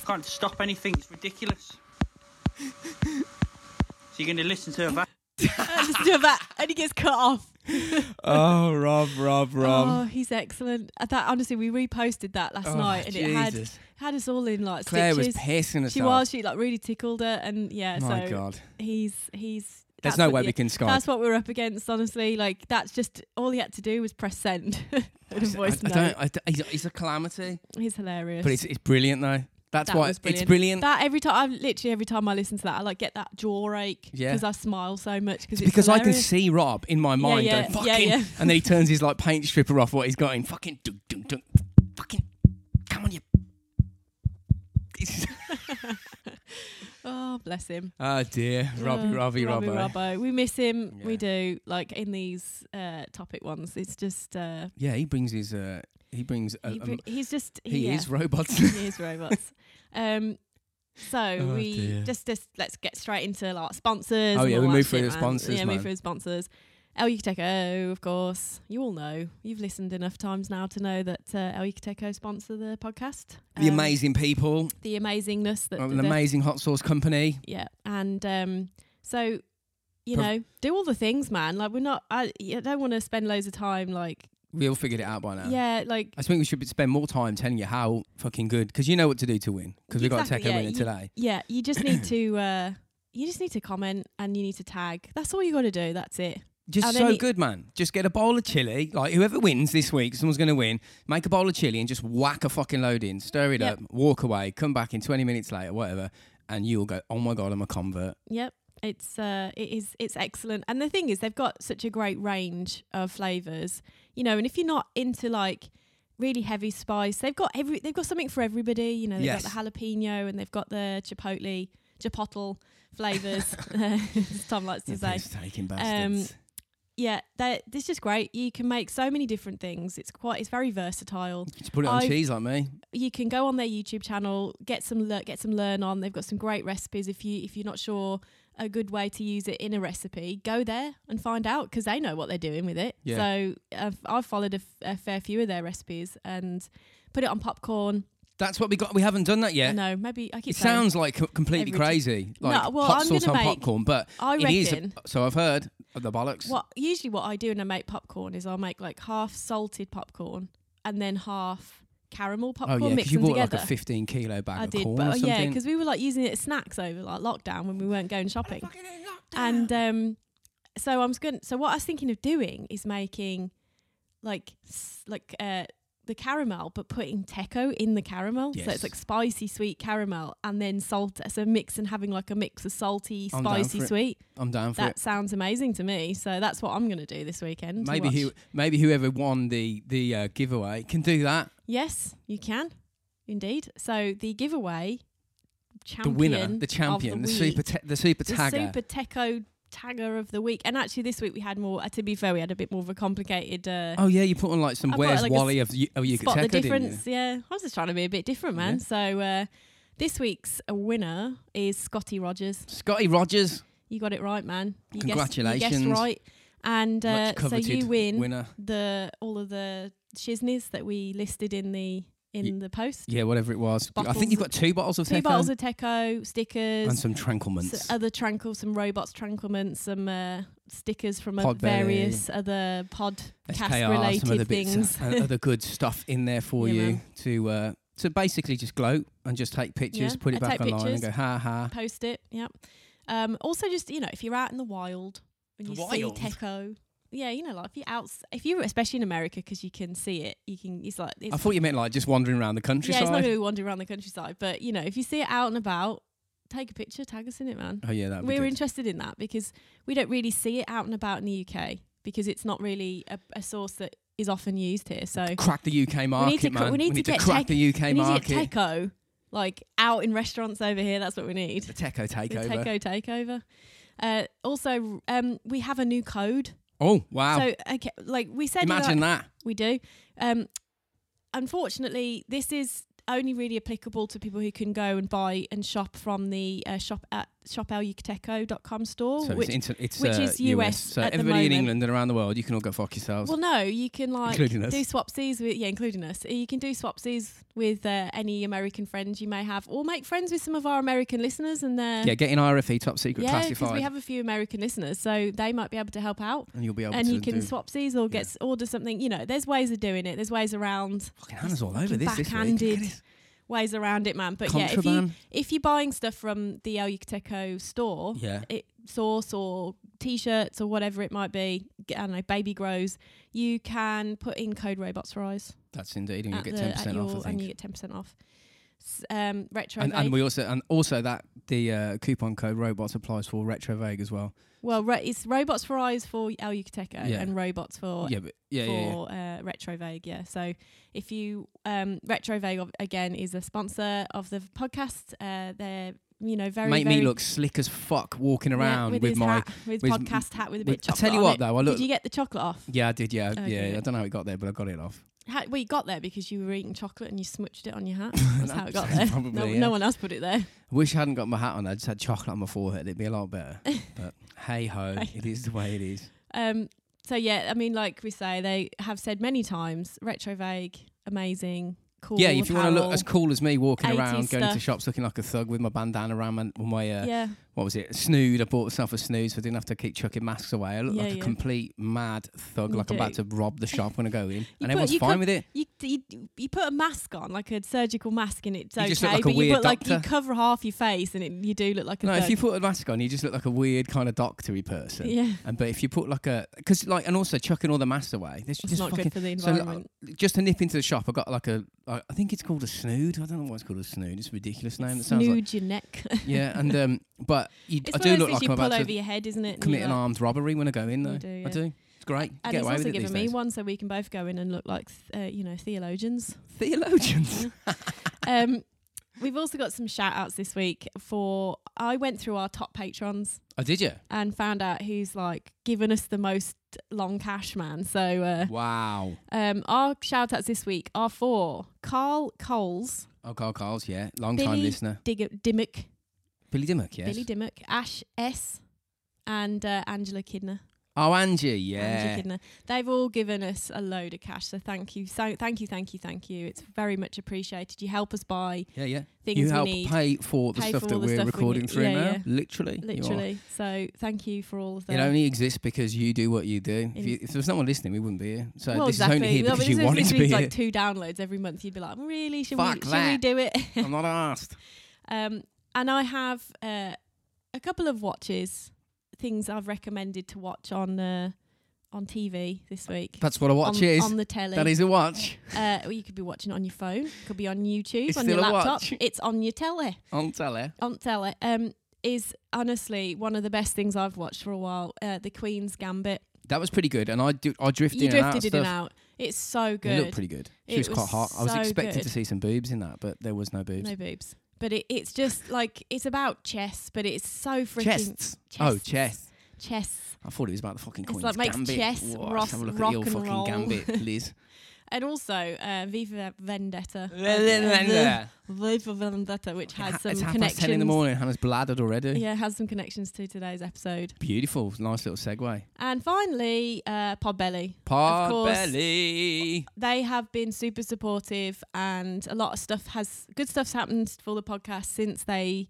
[SPEAKER 3] Can't stop anything, it's ridiculous. So you're going to listen to a va-
[SPEAKER 2] And just do that, and he gets cut off.
[SPEAKER 1] *laughs* oh, Rob, Rob,
[SPEAKER 2] Oh,
[SPEAKER 1] Rob.
[SPEAKER 2] he's excellent. Uh, That honestly, we reposted that last
[SPEAKER 1] Oh,
[SPEAKER 2] night, and it had
[SPEAKER 1] Jesus.
[SPEAKER 2] had us all in like
[SPEAKER 1] Claire was
[SPEAKER 2] stitches.
[SPEAKER 1] pissing herself.
[SPEAKER 2] she was. She like really tickled her, and yeah.
[SPEAKER 1] My
[SPEAKER 2] so
[SPEAKER 1] God.
[SPEAKER 2] he's he's.
[SPEAKER 1] There's
[SPEAKER 2] that's
[SPEAKER 1] no
[SPEAKER 2] what
[SPEAKER 1] way
[SPEAKER 2] the-
[SPEAKER 1] we can Skype.
[SPEAKER 2] That's what we're up against, honestly. Like that's just all he had to do was press send. *laughs* and a voice
[SPEAKER 1] I, I
[SPEAKER 2] note.
[SPEAKER 1] don't, I, d- he's, he's a calamity,
[SPEAKER 2] he's hilarious.
[SPEAKER 1] but it's, it's brilliant, though. That's
[SPEAKER 2] That
[SPEAKER 1] why
[SPEAKER 2] was
[SPEAKER 1] it's brilliant.
[SPEAKER 2] that every time, I literally every time I listen to that, I like get that jaw ache
[SPEAKER 1] Yeah.
[SPEAKER 2] because I smile so much because
[SPEAKER 1] It's
[SPEAKER 2] it's
[SPEAKER 1] because I can
[SPEAKER 2] hilarious.
[SPEAKER 1] see Rob in my mind
[SPEAKER 2] yeah,
[SPEAKER 1] going,
[SPEAKER 2] yeah,
[SPEAKER 1] fucking.
[SPEAKER 2] yeah.
[SPEAKER 1] And then he turns his like paint stripper off what he's got in. Fucking. Dunk, dunk, dunk, fucking. Come on, you. *laughs*
[SPEAKER 2] *laughs* Oh, bless him.
[SPEAKER 1] oh, dear. Robbie,
[SPEAKER 2] Oh,
[SPEAKER 1] Robbie, Robbie.
[SPEAKER 2] Robbo. We miss him.
[SPEAKER 1] Yeah.
[SPEAKER 2] We do. Like in these uh, topic ones, it's just uh,
[SPEAKER 1] Yeah, he brings his. Uh, he brings. A,
[SPEAKER 2] he,
[SPEAKER 1] a-
[SPEAKER 2] br- he's just
[SPEAKER 1] he
[SPEAKER 2] yeah.
[SPEAKER 1] is
[SPEAKER 2] *laughs*
[SPEAKER 1] robots.
[SPEAKER 2] he is robots. um, so
[SPEAKER 1] Oh,
[SPEAKER 2] we
[SPEAKER 1] dear.
[SPEAKER 2] just just let's get straight into like sponsors.
[SPEAKER 1] Oh,
[SPEAKER 2] and
[SPEAKER 1] yeah,
[SPEAKER 2] all
[SPEAKER 1] we
[SPEAKER 2] that
[SPEAKER 1] move through
[SPEAKER 2] shit,
[SPEAKER 1] the
[SPEAKER 2] man.
[SPEAKER 1] sponsors,
[SPEAKER 2] Yeah,
[SPEAKER 1] man.
[SPEAKER 2] move through the sponsors. El Yucateco, of course. You all know. You've listened enough times now to know that uh, El Yucateco sponsor the podcast.
[SPEAKER 1] *laughs* the
[SPEAKER 2] Um,
[SPEAKER 1] amazing people.
[SPEAKER 2] the amazingness that
[SPEAKER 1] An
[SPEAKER 2] that-
[SPEAKER 1] amazing hot sauce company.
[SPEAKER 2] Yeah, and um, so you
[SPEAKER 1] Prov-
[SPEAKER 2] know, do all the things, man. Like we're not. I, I don't want to spend loads of time. Like
[SPEAKER 1] We all figured it out by now.
[SPEAKER 2] yeah, like
[SPEAKER 1] I think we should spend more time telling you how fucking good, because you know what to do to win, because we got a Tekken
[SPEAKER 2] Exactly, yeah,
[SPEAKER 1] winner
[SPEAKER 2] you-
[SPEAKER 1] today.
[SPEAKER 2] yeah. You just need to. Uh, you just need to comment and you need to tag. That's all you got to do. That's it.
[SPEAKER 1] Just
[SPEAKER 2] And
[SPEAKER 1] so
[SPEAKER 2] then you-
[SPEAKER 1] good, man. Just get a bowl of chili. Like whoever wins this week, someone's going to win. Make a bowl of chili and just whack a fucking load in, stir it
[SPEAKER 2] Yep.
[SPEAKER 1] up, walk away, come back in 20 minutes later, whatever, and you'll go, oh my God, I'm a convert.
[SPEAKER 2] Yep. It's uh, it is it's excellent. And the thing is, they've got such a great range of flavors. You know, and if you're not into like really heavy spice, they've got every they've got something for everybody. You know, they've
[SPEAKER 1] Yes.
[SPEAKER 2] got the jalapeno and they've got the chipotle chipotle flavors. *laughs* as Tom likes to say.
[SPEAKER 1] Taking bastards.
[SPEAKER 2] Yeah, they this is just great. You can make so many different things. It's quite it's very versatile.
[SPEAKER 1] just put it on
[SPEAKER 2] I've-
[SPEAKER 1] cheese like me.
[SPEAKER 2] You can go on their YouTube channel, get some lear- get some learn on. They've got some great recipes. If you if you're not sure a good way to use it in a recipe, go there and find out because they know what they're doing with it.
[SPEAKER 1] Yeah.
[SPEAKER 2] So I've, I've followed a, f- a fair few of their recipes and put it on popcorn.
[SPEAKER 1] That's what we got. We haven't done that
[SPEAKER 2] I
[SPEAKER 1] yet.
[SPEAKER 2] know maybe I keep
[SPEAKER 1] It
[SPEAKER 2] saying,
[SPEAKER 1] sounds like co- completely
[SPEAKER 2] Every-
[SPEAKER 1] crazy, like
[SPEAKER 2] No, well,
[SPEAKER 1] hot
[SPEAKER 2] I'm
[SPEAKER 1] sauce on
[SPEAKER 2] gonna make-
[SPEAKER 1] popcorn, but
[SPEAKER 2] I
[SPEAKER 1] it is.
[SPEAKER 2] reckon.
[SPEAKER 1] so I've heard of the bollocks.
[SPEAKER 2] What usually what I do when I make popcorn is I'll make like half salted popcorn and then half caramel
[SPEAKER 1] Oh
[SPEAKER 2] popcorn.
[SPEAKER 1] yeah,
[SPEAKER 2] mix
[SPEAKER 1] because you
[SPEAKER 2] them
[SPEAKER 1] bought
[SPEAKER 2] together.
[SPEAKER 1] like a 15 kilo bag
[SPEAKER 2] I
[SPEAKER 1] of
[SPEAKER 2] did,
[SPEAKER 1] corn
[SPEAKER 2] but
[SPEAKER 1] or
[SPEAKER 2] uh,
[SPEAKER 1] something.
[SPEAKER 2] yeah, because we were like using it as snacks over like lockdown when we weren't going shopping. And um, so I'm going. So what I was thinking of doing is making like s- like uh, the caramel, but putting teco in the caramel. So
[SPEAKER 1] Yes.
[SPEAKER 2] it's like spicy sweet caramel, and then salt. So mix and having like a mix of salty,
[SPEAKER 1] I'm down
[SPEAKER 2] spicy,
[SPEAKER 1] for it.
[SPEAKER 2] sweet.
[SPEAKER 1] I'm down for
[SPEAKER 2] That
[SPEAKER 1] it.
[SPEAKER 2] sounds amazing to me. So that's what I'm going to do this weekend. to
[SPEAKER 1] Maybe
[SPEAKER 2] watch.
[SPEAKER 1] who, maybe whoever won the the uh, giveaway can do that.
[SPEAKER 2] Yes, you can. Indeed. So the giveaway
[SPEAKER 1] the
[SPEAKER 2] champion,
[SPEAKER 1] winner, the
[SPEAKER 2] of
[SPEAKER 1] champion, the,
[SPEAKER 2] week.
[SPEAKER 1] super, te- the super
[SPEAKER 2] the
[SPEAKER 1] tagger.
[SPEAKER 2] super techo tagger of the week. And actually, this week we had more. Uh, to be fair, we had a bit more of a complicated. Uh,
[SPEAKER 1] oh yeah, you put on like some
[SPEAKER 2] I got,
[SPEAKER 1] Where's
[SPEAKER 2] like, a
[SPEAKER 1] Wally of you, of you
[SPEAKER 2] spot the
[SPEAKER 1] Yucateca, didn't you?
[SPEAKER 2] difference. Yeah, I was just trying to be a bit different, man.
[SPEAKER 1] Yeah.
[SPEAKER 2] So uh, this week's winner is Scotty Rogers.
[SPEAKER 1] Scotty Rogers,
[SPEAKER 2] You got it right, man. You guessed- you
[SPEAKER 1] Congratulations.
[SPEAKER 2] guessed right. And uh,
[SPEAKER 1] much
[SPEAKER 2] so
[SPEAKER 1] coveted
[SPEAKER 2] you win
[SPEAKER 1] winner.
[SPEAKER 2] the all of the shiznies that we listed in the in
[SPEAKER 1] Ye-
[SPEAKER 2] the post.
[SPEAKER 1] Yeah, whatever it was. I
[SPEAKER 2] Bottles-
[SPEAKER 1] think you've got two bottles of
[SPEAKER 2] Two
[SPEAKER 1] Teco
[SPEAKER 2] bottles of Teco stickers,
[SPEAKER 1] and some Tranquilments.
[SPEAKER 2] S- other Trankle, some robots Tranquilments, some uh, stickers from uh,
[SPEAKER 1] Podbelly.
[SPEAKER 2] various other podcast
[SPEAKER 1] SKR, some other
[SPEAKER 2] related
[SPEAKER 1] bits
[SPEAKER 2] things.
[SPEAKER 1] *laughs* and other good stuff in
[SPEAKER 2] *laughs*
[SPEAKER 1] there for
[SPEAKER 2] Yeah,
[SPEAKER 1] you
[SPEAKER 2] man.
[SPEAKER 1] to uh, to basically just gloat and just take pictures,
[SPEAKER 2] Yeah,
[SPEAKER 1] put it
[SPEAKER 2] I
[SPEAKER 1] back
[SPEAKER 2] take
[SPEAKER 1] online and
[SPEAKER 2] pictures.
[SPEAKER 1] go ha ha.
[SPEAKER 2] Post it, yep. Um, also, just you know, if you're out in the wild and
[SPEAKER 1] The
[SPEAKER 2] you
[SPEAKER 1] wild?
[SPEAKER 2] see Teco, yeah, you know, like if you out, if you especially in America because you can see it, you can. It's like it's
[SPEAKER 1] I thought you meant like just wandering around the
[SPEAKER 2] yeah, it's not
[SPEAKER 1] countryside.
[SPEAKER 2] going to be wandering around the countryside, but you know, if you see it out and about, take a picture, tag us in it, man.
[SPEAKER 1] oh yeah, that
[SPEAKER 2] We're
[SPEAKER 1] good.
[SPEAKER 2] interested in that because we don't really see it out and about in the UK because it's not really a, a source that is often used here. So
[SPEAKER 1] crack the UK market,
[SPEAKER 2] to cr-
[SPEAKER 1] man.
[SPEAKER 2] we need to get
[SPEAKER 1] crack
[SPEAKER 2] tech-
[SPEAKER 1] the UK
[SPEAKER 2] we need to
[SPEAKER 1] market.
[SPEAKER 2] get Teco like out in restaurants over here. That's what we need.
[SPEAKER 1] the Teco
[SPEAKER 2] The
[SPEAKER 1] takeover.
[SPEAKER 2] Teco takeover. Uh, also, um, we have a new code.
[SPEAKER 1] oh wow!
[SPEAKER 2] So okay, like we said, like,
[SPEAKER 1] Imagine that.
[SPEAKER 2] we do. Um, unfortunately, this is only really applicable to people who can go and buy and shop from the uh, shop at shopelucateco.com store.
[SPEAKER 1] So
[SPEAKER 2] Oh, which,
[SPEAKER 1] it's, inter- it's
[SPEAKER 2] which
[SPEAKER 1] uh,
[SPEAKER 2] is
[SPEAKER 1] US.
[SPEAKER 2] US
[SPEAKER 1] So
[SPEAKER 2] at the
[SPEAKER 1] everybody in
[SPEAKER 2] moment.
[SPEAKER 1] England and around the world, you can all go fuck yourselves.
[SPEAKER 2] well, no, you can like
[SPEAKER 1] Including us.
[SPEAKER 2] do swapsies with yeah, including us. You can do swapsies with uh, any American friends you may have, or make friends with some of our American listeners and their
[SPEAKER 1] yeah, get in RFE top secret
[SPEAKER 2] yeah, because
[SPEAKER 1] classified,
[SPEAKER 2] we have a few American listeners, so they might be able to help out.
[SPEAKER 1] and you'll be able
[SPEAKER 2] And
[SPEAKER 1] to
[SPEAKER 2] you can
[SPEAKER 1] do.
[SPEAKER 2] swap swapsies or get s order something. You know, there's ways of doing it. There's ways around.
[SPEAKER 1] fucking Hannah's all over
[SPEAKER 2] fucking
[SPEAKER 1] this this week. Look at
[SPEAKER 2] backhanded
[SPEAKER 1] this.
[SPEAKER 2] ways around it, man. But yeah, if
[SPEAKER 1] Contraband.
[SPEAKER 2] you if you're buying stuff from the El Yucateco store,
[SPEAKER 1] Yeah.
[SPEAKER 2] Oh, it, source or t-shirts or whatever it might be, g- I don't know, baby grows, you can put in code robots rise
[SPEAKER 1] That's indeed, and you
[SPEAKER 2] at
[SPEAKER 1] get
[SPEAKER 2] the-
[SPEAKER 1] ten
[SPEAKER 2] at
[SPEAKER 1] percent off. I
[SPEAKER 2] your-
[SPEAKER 1] think.
[SPEAKER 2] and you get ten percent off. S- Um, retro
[SPEAKER 1] and, and we also and also that the uh, coupon code robots applies for retro vague as well.
[SPEAKER 2] well, re- it's robots for eyes for El Yucateco
[SPEAKER 1] Yeah.
[SPEAKER 2] and robots for
[SPEAKER 1] yeah, but yeah, yeah, yeah.
[SPEAKER 2] for uh, Retrovague. Yeah. So if you um, Retrovague ob- again is a sponsor of the podcast. Uh, they're you know very
[SPEAKER 1] Make
[SPEAKER 2] very
[SPEAKER 1] me look slick as fuck walking
[SPEAKER 2] yeah,
[SPEAKER 1] around with,
[SPEAKER 2] his
[SPEAKER 1] my.
[SPEAKER 2] hat, with
[SPEAKER 1] with-
[SPEAKER 2] podcast hat with a bit.
[SPEAKER 1] with- I
[SPEAKER 2] of chocolate
[SPEAKER 1] tell you
[SPEAKER 2] on
[SPEAKER 1] what,
[SPEAKER 2] it.
[SPEAKER 1] though, I look-
[SPEAKER 2] Did you Oh, get the chocolate off?
[SPEAKER 1] Yeah, I did. Yeah,
[SPEAKER 2] Okay,
[SPEAKER 1] yeah,
[SPEAKER 2] yeah.
[SPEAKER 1] I don't know how it got there, but I got it off.
[SPEAKER 2] How, well, you got there because you were eating chocolate and you smudged it on
[SPEAKER 1] *laughs*
[SPEAKER 2] your hat. That's how it got there.
[SPEAKER 1] Probably,
[SPEAKER 2] no,
[SPEAKER 1] yeah.
[SPEAKER 2] no one else put it there.
[SPEAKER 1] I wish I hadn't got my hat on. I just had chocolate on my forehead. It'd be a lot
[SPEAKER 2] *laughs*
[SPEAKER 1] better. but hey ho,
[SPEAKER 2] Hey.
[SPEAKER 1] it is the way it is.
[SPEAKER 2] Um, so yeah, I mean, like we say, they have said many times, Retrovague, amazing, cool.
[SPEAKER 1] yeah, if you want to look as
[SPEAKER 2] apparel.
[SPEAKER 1] cool as me walking
[SPEAKER 2] 80s
[SPEAKER 1] around, going into
[SPEAKER 2] stuff.
[SPEAKER 1] shops looking like a thug with my bandana around my, with my uh,
[SPEAKER 2] yeah,
[SPEAKER 1] what was it? A snood. I bought myself a snood, so I didn't have to keep chucking masks away. I looked
[SPEAKER 2] Yeah,
[SPEAKER 1] like a
[SPEAKER 2] yeah.
[SPEAKER 1] complete mad thug,
[SPEAKER 2] You
[SPEAKER 1] like I'm about to
[SPEAKER 2] do.
[SPEAKER 1] rob the shop when I go in, and
[SPEAKER 2] put-
[SPEAKER 1] everyone's
[SPEAKER 2] *laughs* you
[SPEAKER 1] fine
[SPEAKER 2] cut-
[SPEAKER 1] with it.
[SPEAKER 2] you, you you put a mask on, like a surgical mask, and it's
[SPEAKER 1] You
[SPEAKER 2] okay,
[SPEAKER 1] just look like a
[SPEAKER 2] but you
[SPEAKER 1] weird
[SPEAKER 2] put like you
[SPEAKER 1] doctor.
[SPEAKER 2] cover half your face, and it, you do look like a
[SPEAKER 1] No,
[SPEAKER 2] thug.
[SPEAKER 1] if
[SPEAKER 2] *laughs*
[SPEAKER 1] you put a mask on, you just look like a weird kind of doctory person.
[SPEAKER 2] yeah,
[SPEAKER 1] And but if you put like a because like and also chucking all the masks away, there's
[SPEAKER 2] it's
[SPEAKER 1] just
[SPEAKER 2] not
[SPEAKER 1] fucking
[SPEAKER 2] good for the
[SPEAKER 1] So, like,
[SPEAKER 2] environment.
[SPEAKER 1] just to nip into the shop, I got like a, I I think it's called a snood. I don't know what it's called a snood. It's a ridiculous name. It sounds
[SPEAKER 2] Snood your neck.
[SPEAKER 1] like yeah. And um, but you,
[SPEAKER 2] It's
[SPEAKER 1] I
[SPEAKER 2] one
[SPEAKER 1] do
[SPEAKER 2] of those
[SPEAKER 1] look
[SPEAKER 2] things
[SPEAKER 1] like
[SPEAKER 2] you
[SPEAKER 1] I'm
[SPEAKER 2] pull
[SPEAKER 1] about
[SPEAKER 2] over
[SPEAKER 1] to
[SPEAKER 2] your head, isn't it? And
[SPEAKER 1] commit
[SPEAKER 2] you're
[SPEAKER 1] an
[SPEAKER 2] like-
[SPEAKER 1] armed robbery when I go in.
[SPEAKER 2] You
[SPEAKER 1] Though
[SPEAKER 2] do,
[SPEAKER 1] I
[SPEAKER 2] yeah.
[SPEAKER 1] do. It's great. You
[SPEAKER 2] And
[SPEAKER 1] Get
[SPEAKER 2] he's
[SPEAKER 1] away
[SPEAKER 2] also
[SPEAKER 1] with it these
[SPEAKER 2] given me
[SPEAKER 1] days.
[SPEAKER 2] one so we can both go in and look like, th- uh, you know, theologians. *laughs*
[SPEAKER 1] Theologians.
[SPEAKER 2] um, *laughs* we've also got some shout outs this week for. I went through our top patrons
[SPEAKER 1] Oh, did you?
[SPEAKER 2] and found out who's like given us the most long cash, man. So uh,
[SPEAKER 1] Wow.
[SPEAKER 2] Um, our shout outs this week are for Carl Coles,
[SPEAKER 1] Oh, Carl Carl's, yeah, long time
[SPEAKER 2] Billy-
[SPEAKER 1] listener.
[SPEAKER 2] Dig- Dimmock,
[SPEAKER 1] Billy Dimmock, yes.
[SPEAKER 2] Billy Dimmock, Ash S, and uh, Angela Kidner.
[SPEAKER 1] oh, Angie, yeah.
[SPEAKER 2] Angie Kidner. They've all given us a load of cash, so thank you, so thank you, thank you, thank you. It's very much appreciated. You help us buy
[SPEAKER 1] Yeah, yeah.
[SPEAKER 2] things
[SPEAKER 1] You
[SPEAKER 2] we
[SPEAKER 1] help
[SPEAKER 2] need,
[SPEAKER 1] pay for the
[SPEAKER 2] pay
[SPEAKER 1] stuff
[SPEAKER 2] for
[SPEAKER 1] that
[SPEAKER 2] all the
[SPEAKER 1] we're
[SPEAKER 2] stuff we
[SPEAKER 1] recording
[SPEAKER 2] need.
[SPEAKER 1] through
[SPEAKER 2] Yeah,
[SPEAKER 1] now.
[SPEAKER 2] yeah.
[SPEAKER 1] Literally. you are.
[SPEAKER 2] literally. So thank you for all of
[SPEAKER 1] It
[SPEAKER 2] that.
[SPEAKER 1] only exists because you do what you do. If,
[SPEAKER 2] In-
[SPEAKER 1] you, if there was no one listening, we wouldn't be here. So
[SPEAKER 2] well,
[SPEAKER 1] this
[SPEAKER 2] exactly.
[SPEAKER 1] is only here
[SPEAKER 2] Well,
[SPEAKER 1] because
[SPEAKER 2] this
[SPEAKER 1] you wanted
[SPEAKER 2] is
[SPEAKER 1] to be
[SPEAKER 2] like
[SPEAKER 1] here.
[SPEAKER 2] two downloads every month. You'd be like, really? Should
[SPEAKER 1] Fuck
[SPEAKER 2] we?
[SPEAKER 1] that.
[SPEAKER 2] Should we do it?
[SPEAKER 1] I'm not asked.
[SPEAKER 2] *laughs* Um, and I have uh, a couple of watches, things I've recommended to watch on uh, on TV this week.
[SPEAKER 1] That's what a watch
[SPEAKER 2] on,
[SPEAKER 1] is.
[SPEAKER 2] on the telly.
[SPEAKER 1] that is a watch
[SPEAKER 2] uh, well, you could be watching it on your phone. It could be on YouTube.
[SPEAKER 1] It's
[SPEAKER 2] on your
[SPEAKER 1] still a
[SPEAKER 2] laptop.
[SPEAKER 1] watch. *laughs*
[SPEAKER 2] It's on your telly.
[SPEAKER 1] on telly.
[SPEAKER 2] On telly. Um, is honestly one of the best things I've watched for a while. Uh, the Queen's Gambit.
[SPEAKER 1] That was pretty good, and I do, I drifted
[SPEAKER 2] you
[SPEAKER 1] in and out
[SPEAKER 2] drifted
[SPEAKER 1] of
[SPEAKER 2] it
[SPEAKER 1] stuff.
[SPEAKER 2] in out. It's so
[SPEAKER 1] They looked
[SPEAKER 2] good.
[SPEAKER 1] pretty good. She
[SPEAKER 2] It
[SPEAKER 1] was, quite
[SPEAKER 2] was
[SPEAKER 1] hot. I was
[SPEAKER 2] so
[SPEAKER 1] expecting
[SPEAKER 2] good.
[SPEAKER 1] to see some boobs in that, but there was no boobs.
[SPEAKER 2] No boobs. But it, it's just like it's about chess, but it's so freaking
[SPEAKER 1] Chests. Oh, chess.
[SPEAKER 2] chess.
[SPEAKER 1] I thought it was about the fucking
[SPEAKER 2] It's
[SPEAKER 1] Queen's
[SPEAKER 2] like makes
[SPEAKER 1] Gambit.
[SPEAKER 2] chess,
[SPEAKER 1] Whoa,
[SPEAKER 2] Ross-
[SPEAKER 1] let's have a look
[SPEAKER 2] rock
[SPEAKER 1] at your
[SPEAKER 2] and
[SPEAKER 1] fucking
[SPEAKER 2] roll. *laughs*
[SPEAKER 1] gambit, Liz.
[SPEAKER 2] And also, uh, Viva Vendetta.
[SPEAKER 1] Vendetta.
[SPEAKER 2] Viva Vendetta, which
[SPEAKER 1] Ha-
[SPEAKER 2] has some
[SPEAKER 1] it's half past
[SPEAKER 2] connections.
[SPEAKER 1] ten in the morning. Hannah's bladdered already.
[SPEAKER 2] Yeah, has some connections to today's episode.
[SPEAKER 1] Beautiful. Nice little segue.
[SPEAKER 2] And finally, uh, Podbelly. Of
[SPEAKER 1] Pod
[SPEAKER 2] course.
[SPEAKER 1] belly.
[SPEAKER 2] They have been super supportive, and a lot of stuff has good stuff's happened for the podcast since they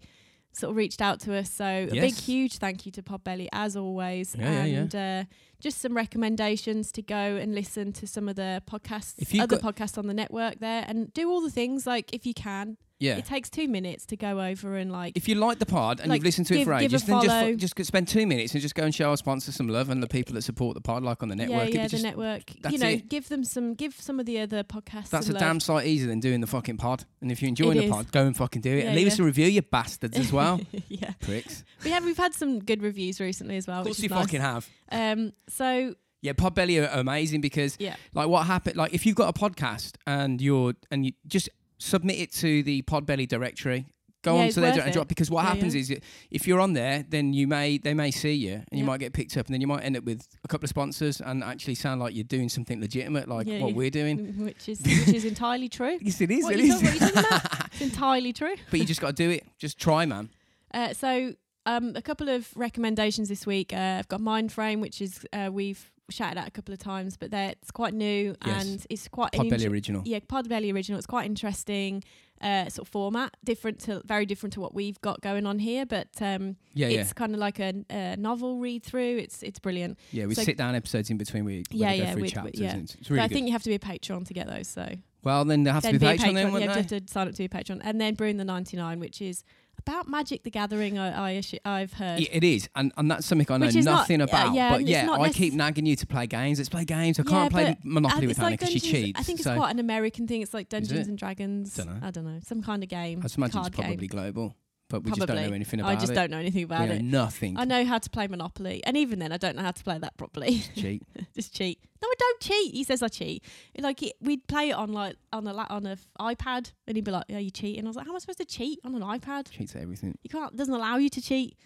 [SPEAKER 2] sort of reached out to us. So a big,
[SPEAKER 1] Yes.
[SPEAKER 2] huge thank you to Podbelly as always,
[SPEAKER 1] Yeah, yeah,
[SPEAKER 2] and Uh, just some recommendations to go and listen to some of the podcasts,
[SPEAKER 1] If you've
[SPEAKER 2] other
[SPEAKER 1] got-
[SPEAKER 2] podcasts on the network there, and do all the things like if you can.
[SPEAKER 1] Yeah.
[SPEAKER 2] It takes two minutes to go over and like
[SPEAKER 1] If you like the pod and
[SPEAKER 2] Like,
[SPEAKER 1] you've listened to it
[SPEAKER 2] give-
[SPEAKER 1] for
[SPEAKER 2] give a
[SPEAKER 1] ages, then just,
[SPEAKER 2] follow.
[SPEAKER 1] fo- just go- spend two minutes and just go and show our sponsors some love and the people that support the pod, like on the network. If
[SPEAKER 2] Yeah, yeah,
[SPEAKER 1] you
[SPEAKER 2] the
[SPEAKER 1] just-
[SPEAKER 2] network.
[SPEAKER 1] that's
[SPEAKER 2] You know,
[SPEAKER 1] it.
[SPEAKER 2] give them some, give some of the other podcasts.
[SPEAKER 1] That's a
[SPEAKER 2] some love.
[SPEAKER 1] damn sight easier than doing the fucking pod. And if you're enjoying
[SPEAKER 2] It
[SPEAKER 1] the
[SPEAKER 2] is.
[SPEAKER 1] pod, go and fucking do it.
[SPEAKER 2] Yeah,
[SPEAKER 1] and leave
[SPEAKER 2] yeah.
[SPEAKER 1] us a review, you bastards, as
[SPEAKER 2] *laughs*
[SPEAKER 1] well.
[SPEAKER 2] yeah,
[SPEAKER 1] Pricks.
[SPEAKER 2] we have we've had some good reviews recently as well.
[SPEAKER 1] Of course
[SPEAKER 2] Oh, which
[SPEAKER 1] you
[SPEAKER 2] is nice.
[SPEAKER 1] fucking have.
[SPEAKER 2] Um, so
[SPEAKER 1] Yeah, Podbelly are amazing because
[SPEAKER 2] yeah,
[SPEAKER 1] like what happened like if you've got a podcast and you're and you just submit it to the podbelly directory go
[SPEAKER 2] Yeah,
[SPEAKER 1] on
[SPEAKER 2] it's
[SPEAKER 1] to their
[SPEAKER 2] worth
[SPEAKER 1] direct- and
[SPEAKER 2] it.
[SPEAKER 1] drop because what
[SPEAKER 2] Yeah,
[SPEAKER 1] happens
[SPEAKER 2] yeah.
[SPEAKER 1] is it- if you're on there then you may they may see you and you
[SPEAKER 2] Yeah.
[SPEAKER 1] might get picked up and then you might end up with a couple of sponsors and actually sound like you're doing something legitimate like
[SPEAKER 2] Yeah,
[SPEAKER 1] what
[SPEAKER 2] yeah.
[SPEAKER 1] we're
[SPEAKER 2] *laughs*
[SPEAKER 1] doing *laughs*
[SPEAKER 2] which is which is entirely true.
[SPEAKER 1] yes it is
[SPEAKER 2] What
[SPEAKER 1] it
[SPEAKER 2] you
[SPEAKER 1] is.
[SPEAKER 2] talk- what you talking
[SPEAKER 1] *laughs*
[SPEAKER 2] about? It's entirely true.
[SPEAKER 1] but you just got to do it just try man
[SPEAKER 2] Uh, so um, a couple of recommendations this week. Uh, I've got Mind Frame, which is uh, we've shouted out a couple of times, but they're, it's quite new
[SPEAKER 1] Yes.
[SPEAKER 2] and it's quite an
[SPEAKER 1] podbelly original
[SPEAKER 2] yeah, Podbelly original. It's quite interesting uh, sort of format, different to very different to what we've got going on here. But um,
[SPEAKER 1] yeah yeah
[SPEAKER 2] it's kind of like a, a novel read through. It's it's brilliant.
[SPEAKER 1] yeah we
[SPEAKER 2] so-
[SPEAKER 1] sit down episodes in between we, we
[SPEAKER 2] Yeah,
[SPEAKER 1] go
[SPEAKER 2] yeah,
[SPEAKER 1] through
[SPEAKER 2] we- we-
[SPEAKER 1] chapters
[SPEAKER 2] yeah.
[SPEAKER 1] and it's- it's really
[SPEAKER 2] but I
[SPEAKER 1] good
[SPEAKER 2] think you have to be a patron to get those. So
[SPEAKER 1] well then they have to be patron then
[SPEAKER 2] Yeah,
[SPEAKER 1] wouldn't
[SPEAKER 2] just
[SPEAKER 1] they
[SPEAKER 2] to sign up to be a patron, and then Brewing the Ninety Nine, which is about Magic the Gathering. I, I assu- I've heard.
[SPEAKER 1] Yeah, it is, and and that's something I know
[SPEAKER 2] Which is not-
[SPEAKER 1] nothing
[SPEAKER 2] uh,
[SPEAKER 1] about.
[SPEAKER 2] yeah,
[SPEAKER 1] but
[SPEAKER 2] and it's
[SPEAKER 1] yeah,
[SPEAKER 2] not
[SPEAKER 1] I
[SPEAKER 2] necess-
[SPEAKER 1] keep nagging you to play games. Let's play games. I
[SPEAKER 2] Yeah,
[SPEAKER 1] can't play
[SPEAKER 2] but,
[SPEAKER 1] Monopoly
[SPEAKER 2] And
[SPEAKER 1] with
[SPEAKER 2] it's
[SPEAKER 1] Hannah
[SPEAKER 2] like
[SPEAKER 1] because she
[SPEAKER 2] Dungeons-
[SPEAKER 1] cheats.
[SPEAKER 2] I think it's
[SPEAKER 1] so
[SPEAKER 2] quite an American thing. It's like Dungeons
[SPEAKER 1] it?
[SPEAKER 2] and Dragons.
[SPEAKER 1] Dunno.
[SPEAKER 2] I don't know, some kind of game.
[SPEAKER 1] I just imagine it's
[SPEAKER 2] card game.
[SPEAKER 1] probably global, but we just don't know
[SPEAKER 2] Probably.
[SPEAKER 1] anything about
[SPEAKER 2] I just
[SPEAKER 1] it.
[SPEAKER 2] don't know anything about
[SPEAKER 1] we
[SPEAKER 2] it.
[SPEAKER 1] know nothing. *laughs*
[SPEAKER 2] I know how to play Monopoly, and even then, I don't know how to play that properly.
[SPEAKER 1] Cheat.
[SPEAKER 2] Just cheat. No, I don't cheat. He says I cheat. Like it, we'd play it on like on a la- on a f- iPad, and he'd be like, "Are you cheating?" I was like, "How am I supposed to cheat on an iPad?
[SPEAKER 1] Cheats at everything.
[SPEAKER 2] You can't. Doesn't allow you to cheat."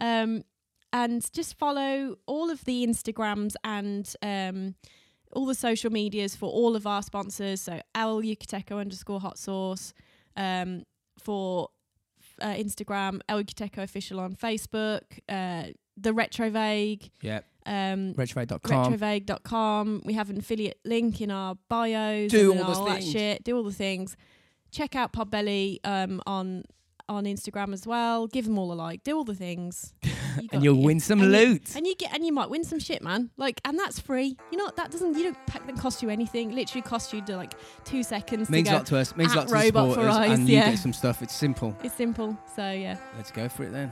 [SPEAKER 2] Um, and just follow all of the Instagrams and um, all the social medias for all of our sponsors. So Al Yucateco underscore Hot Sauce um, for uh, Instagram, El Yucateco official on Facebook, uh, the Retrovague.
[SPEAKER 1] Yeah.
[SPEAKER 2] Um,
[SPEAKER 1] Retrograde.com.
[SPEAKER 2] retrovague.com. We have an affiliate link in our bios.
[SPEAKER 1] Do
[SPEAKER 2] and
[SPEAKER 1] all those
[SPEAKER 2] all that
[SPEAKER 1] things.
[SPEAKER 2] shit. Do all the things. Check out Podbelly um, on on Instagram as well. Give them all a like. Do all the
[SPEAKER 1] *laughs*
[SPEAKER 2] things, You got-
[SPEAKER 1] and you'll win some
[SPEAKER 2] and you-
[SPEAKER 1] loot.
[SPEAKER 2] And you get and you might win some shit, man. Like, and that's free. You know that doesn't you don't that doesn't cost you anything. Literally cost you to like two seconds
[SPEAKER 1] Means a
[SPEAKER 2] to go.
[SPEAKER 1] lot to us. Means a
[SPEAKER 2] at
[SPEAKER 1] lot to the
[SPEAKER 2] Robot for
[SPEAKER 1] supporters.
[SPEAKER 2] Eyes,
[SPEAKER 1] And you
[SPEAKER 2] yeah.
[SPEAKER 1] get some stuff. It's simple.
[SPEAKER 2] It's simple. So yeah.
[SPEAKER 1] Let's go for it then.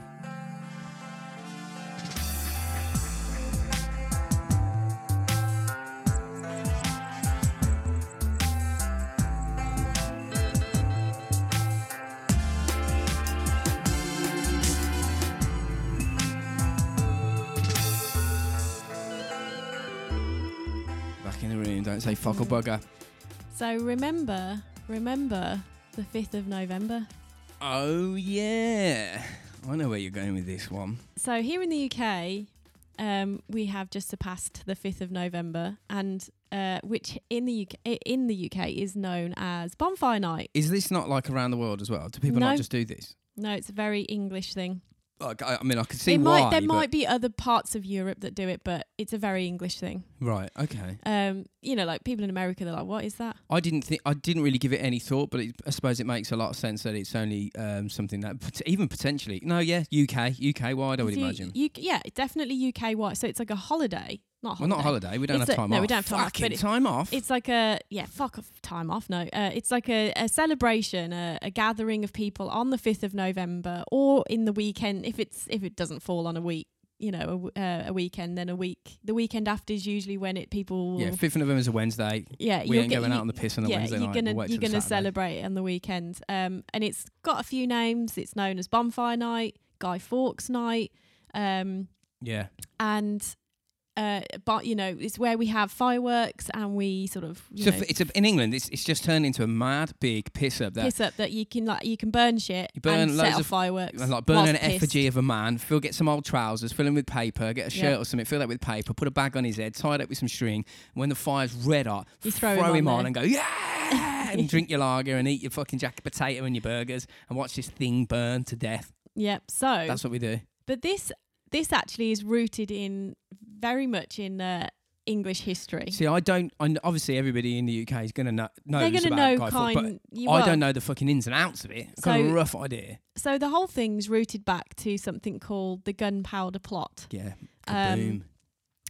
[SPEAKER 1] Back in the room. Don't say fuck or bugger.
[SPEAKER 2] So remember, remember the fifth of November.
[SPEAKER 1] Oh yeah. I know where you're going with this one.
[SPEAKER 2] So here in the UK, um, we have just surpassed the fifth of November, and uh, which in the UK i- in the UK is known as Bonfire Night.
[SPEAKER 1] Is this not like around the world as well? Do people not
[SPEAKER 2] No.
[SPEAKER 1] just do this?
[SPEAKER 2] No, it's a very English thing.
[SPEAKER 1] Like, I, I mean, I could see
[SPEAKER 2] it
[SPEAKER 1] why.
[SPEAKER 2] might there
[SPEAKER 1] but-
[SPEAKER 2] might be other parts of Europe that do it, but it's a very English thing.
[SPEAKER 1] Right. Okay.
[SPEAKER 2] Um, you know, like people in America, they're like, "What is that?"
[SPEAKER 1] I didn't think I didn't really give it any thought, but it, I suppose it makes a lot of sense that it's only um, something that pot- even potentially. No, yeah, UK, UK wide. I would
[SPEAKER 2] It's u-
[SPEAKER 1] imagine.
[SPEAKER 2] U- yeah, definitely UK wide. So it's like a holiday, not
[SPEAKER 1] well,
[SPEAKER 2] holiday.
[SPEAKER 1] not holiday. We don't
[SPEAKER 2] It's
[SPEAKER 1] have
[SPEAKER 2] a-
[SPEAKER 1] time
[SPEAKER 2] no,
[SPEAKER 1] off.
[SPEAKER 2] we don't have time off,
[SPEAKER 1] Fucking
[SPEAKER 2] but it-
[SPEAKER 1] time off.
[SPEAKER 2] It's like a yeah, fuck off time off. No, uh, it's like a, a celebration, a, a gathering of people on the fifth of November or in the weekend if it's if it doesn't fall on a week, you know, a, w- uh, a weekend. Then a week, the weekend after is usually when it people will,
[SPEAKER 1] yeah, fifth of November is a Wednesday.
[SPEAKER 2] yeah,
[SPEAKER 1] We
[SPEAKER 2] you'll
[SPEAKER 1] ain't
[SPEAKER 2] get-
[SPEAKER 1] going
[SPEAKER 2] you-
[SPEAKER 1] out on the piss on the
[SPEAKER 2] yeah,
[SPEAKER 1] Wednesday
[SPEAKER 2] you're
[SPEAKER 1] night.
[SPEAKER 2] gonna
[SPEAKER 1] We'll wait
[SPEAKER 2] you're
[SPEAKER 1] till
[SPEAKER 2] gonna
[SPEAKER 1] Saturday.
[SPEAKER 2] celebrate on the weekend, um, and it's got a few names. It's known as Bonfire Night, Guy Fawkes Night, um,
[SPEAKER 1] Yeah,
[SPEAKER 2] and uh, but you know, it's where we have fireworks and we sort of you
[SPEAKER 1] So
[SPEAKER 2] know,
[SPEAKER 1] f- it's a, in England. It's it's just turned into a mad big piss up. That
[SPEAKER 2] piss up that you can like you can burn shit
[SPEAKER 1] You burn
[SPEAKER 2] and
[SPEAKER 1] loads
[SPEAKER 2] set off
[SPEAKER 1] of-
[SPEAKER 2] fireworks.
[SPEAKER 1] And, like burn
[SPEAKER 2] whilst
[SPEAKER 1] an
[SPEAKER 2] pissed.
[SPEAKER 1] effigy of a man, fill get some old trousers, fill him with paper, get a shirt
[SPEAKER 2] Yeah.
[SPEAKER 1] or something, fill that with paper, put a bag on his head, tie it up with some string. When the fire's red hot,
[SPEAKER 2] You throw him on
[SPEAKER 1] him on,
[SPEAKER 2] there.
[SPEAKER 1] and go yeah, and drink your lager and eat your fucking jacket potato and your burgers and watch this thing burn to death.
[SPEAKER 2] Yep. So,
[SPEAKER 1] That's what we do.
[SPEAKER 2] but this this actually is rooted in very much in uh, English history.
[SPEAKER 1] See, I don't. I, kn- obviously, everybody in the UK is gonna know.
[SPEAKER 2] They're
[SPEAKER 1] knows
[SPEAKER 2] gonna
[SPEAKER 1] about
[SPEAKER 2] know
[SPEAKER 1] Guy Fawkes,
[SPEAKER 2] kind.
[SPEAKER 1] but
[SPEAKER 2] You
[SPEAKER 1] I
[SPEAKER 2] are.
[SPEAKER 1] don't know the fucking ins and outs of it. I've got a
[SPEAKER 2] So-
[SPEAKER 1] rough idea.
[SPEAKER 2] So the whole thing's rooted back to something called the Gunpowder Plot,
[SPEAKER 1] Yeah.
[SPEAKER 2] Um,
[SPEAKER 1] Kaboom.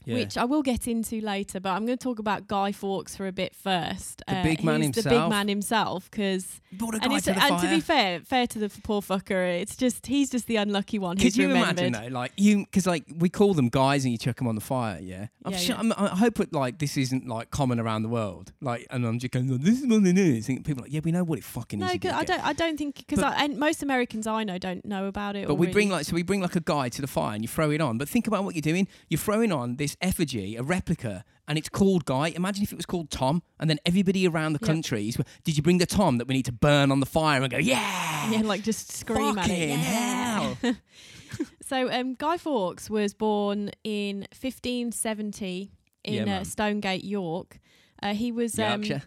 [SPEAKER 1] yeah.
[SPEAKER 2] which I will get into later. But I'm going to talk about Guy Fawkes for a bit first.
[SPEAKER 1] The big man
[SPEAKER 2] who's The big
[SPEAKER 1] himself.
[SPEAKER 2] man himself, because
[SPEAKER 1] Brought a
[SPEAKER 2] and,
[SPEAKER 1] guy
[SPEAKER 2] it's,
[SPEAKER 1] to the
[SPEAKER 2] and to
[SPEAKER 1] fire.
[SPEAKER 2] be fair, fair to the f- poor fucker, it's just he's just the unlucky one.
[SPEAKER 1] Could
[SPEAKER 2] who's
[SPEAKER 1] you
[SPEAKER 2] remembered.
[SPEAKER 1] imagine though, like you, because like we call them guys and you chuck them on the fire, yeah. I'm
[SPEAKER 2] Yeah,
[SPEAKER 1] sure,
[SPEAKER 2] yeah.
[SPEAKER 1] I'm, I hope it, like this isn't like common around the world, like, and I'm just going, this is what they do. Thinking people are like, yeah, we know what it fucking
[SPEAKER 2] No,
[SPEAKER 1] is. you
[SPEAKER 2] 'cause I
[SPEAKER 1] dickhead."
[SPEAKER 2] don't. I don't think because
[SPEAKER 1] But-
[SPEAKER 2] and most Americans I know don't know about it.
[SPEAKER 1] But
[SPEAKER 2] or
[SPEAKER 1] we bring
[SPEAKER 2] really-
[SPEAKER 1] like so we bring like a guy to the fire and you throw it on. But think about what you're doing. You're throwing on this effigy, a replica, and it's called Guy. Imagine if it was called Tom, and then everybody around the
[SPEAKER 2] Yeah.
[SPEAKER 1] country is, did you bring the Tom that we need to burn on the fire and go, yeah,
[SPEAKER 2] *laughs* yeah, like just scream at
[SPEAKER 1] fucking
[SPEAKER 2] it. Yeah. *laughs*
[SPEAKER 1] hell.
[SPEAKER 2] So um, Guy Fawkes was born in 1570
[SPEAKER 1] Yeah,
[SPEAKER 2] in uh,
[SPEAKER 1] man.
[SPEAKER 2] Stonegate, York. Uh, he was um,
[SPEAKER 1] Yorkshire.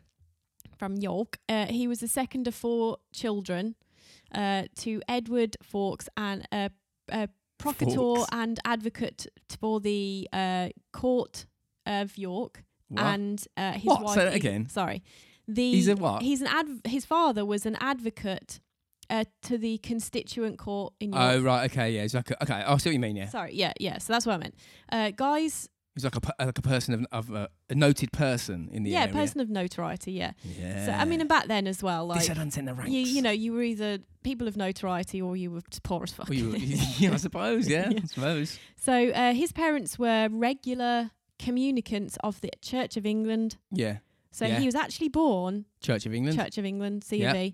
[SPEAKER 2] from York. Uh, he was the second of four children uh, to Edward Fawkes and a, a procurator
[SPEAKER 1] Fawkes.
[SPEAKER 2] and advocate for the uh, court of York.
[SPEAKER 1] What?
[SPEAKER 2] and uh, his
[SPEAKER 1] What?
[SPEAKER 2] wife.
[SPEAKER 1] Say that
[SPEAKER 2] he-
[SPEAKER 1] again.
[SPEAKER 2] Sorry, the
[SPEAKER 1] He's a what?
[SPEAKER 2] He's an adv- His father was an advocate uh, to the constituent court in York.
[SPEAKER 1] Oh right, okay, yeah, it's like a, okay. I see what you mean. Yeah,
[SPEAKER 2] Sorry, yeah, yeah. So that's what I meant. Uh, guys,
[SPEAKER 1] He's like a per- like a person of, of uh, a noted person in the
[SPEAKER 2] yeah,
[SPEAKER 1] area.
[SPEAKER 2] person of notoriety, yeah.
[SPEAKER 1] Yeah.
[SPEAKER 2] So I mean, and back then as well, like
[SPEAKER 1] dissidents in the ranks.
[SPEAKER 2] you, you know, you were either people of notoriety or you were just poor as fuck.
[SPEAKER 1] Well,
[SPEAKER 2] *laughs*
[SPEAKER 1] you- *laughs* yeah, I suppose. Yeah,
[SPEAKER 2] Yeah.
[SPEAKER 1] I suppose.
[SPEAKER 2] so uh, his parents were regular communicants of the Church of England.
[SPEAKER 1] Yeah,
[SPEAKER 2] So
[SPEAKER 1] Yeah.
[SPEAKER 2] he was actually born
[SPEAKER 1] Church of England.
[SPEAKER 2] Church of England, CUB,
[SPEAKER 1] Yeah.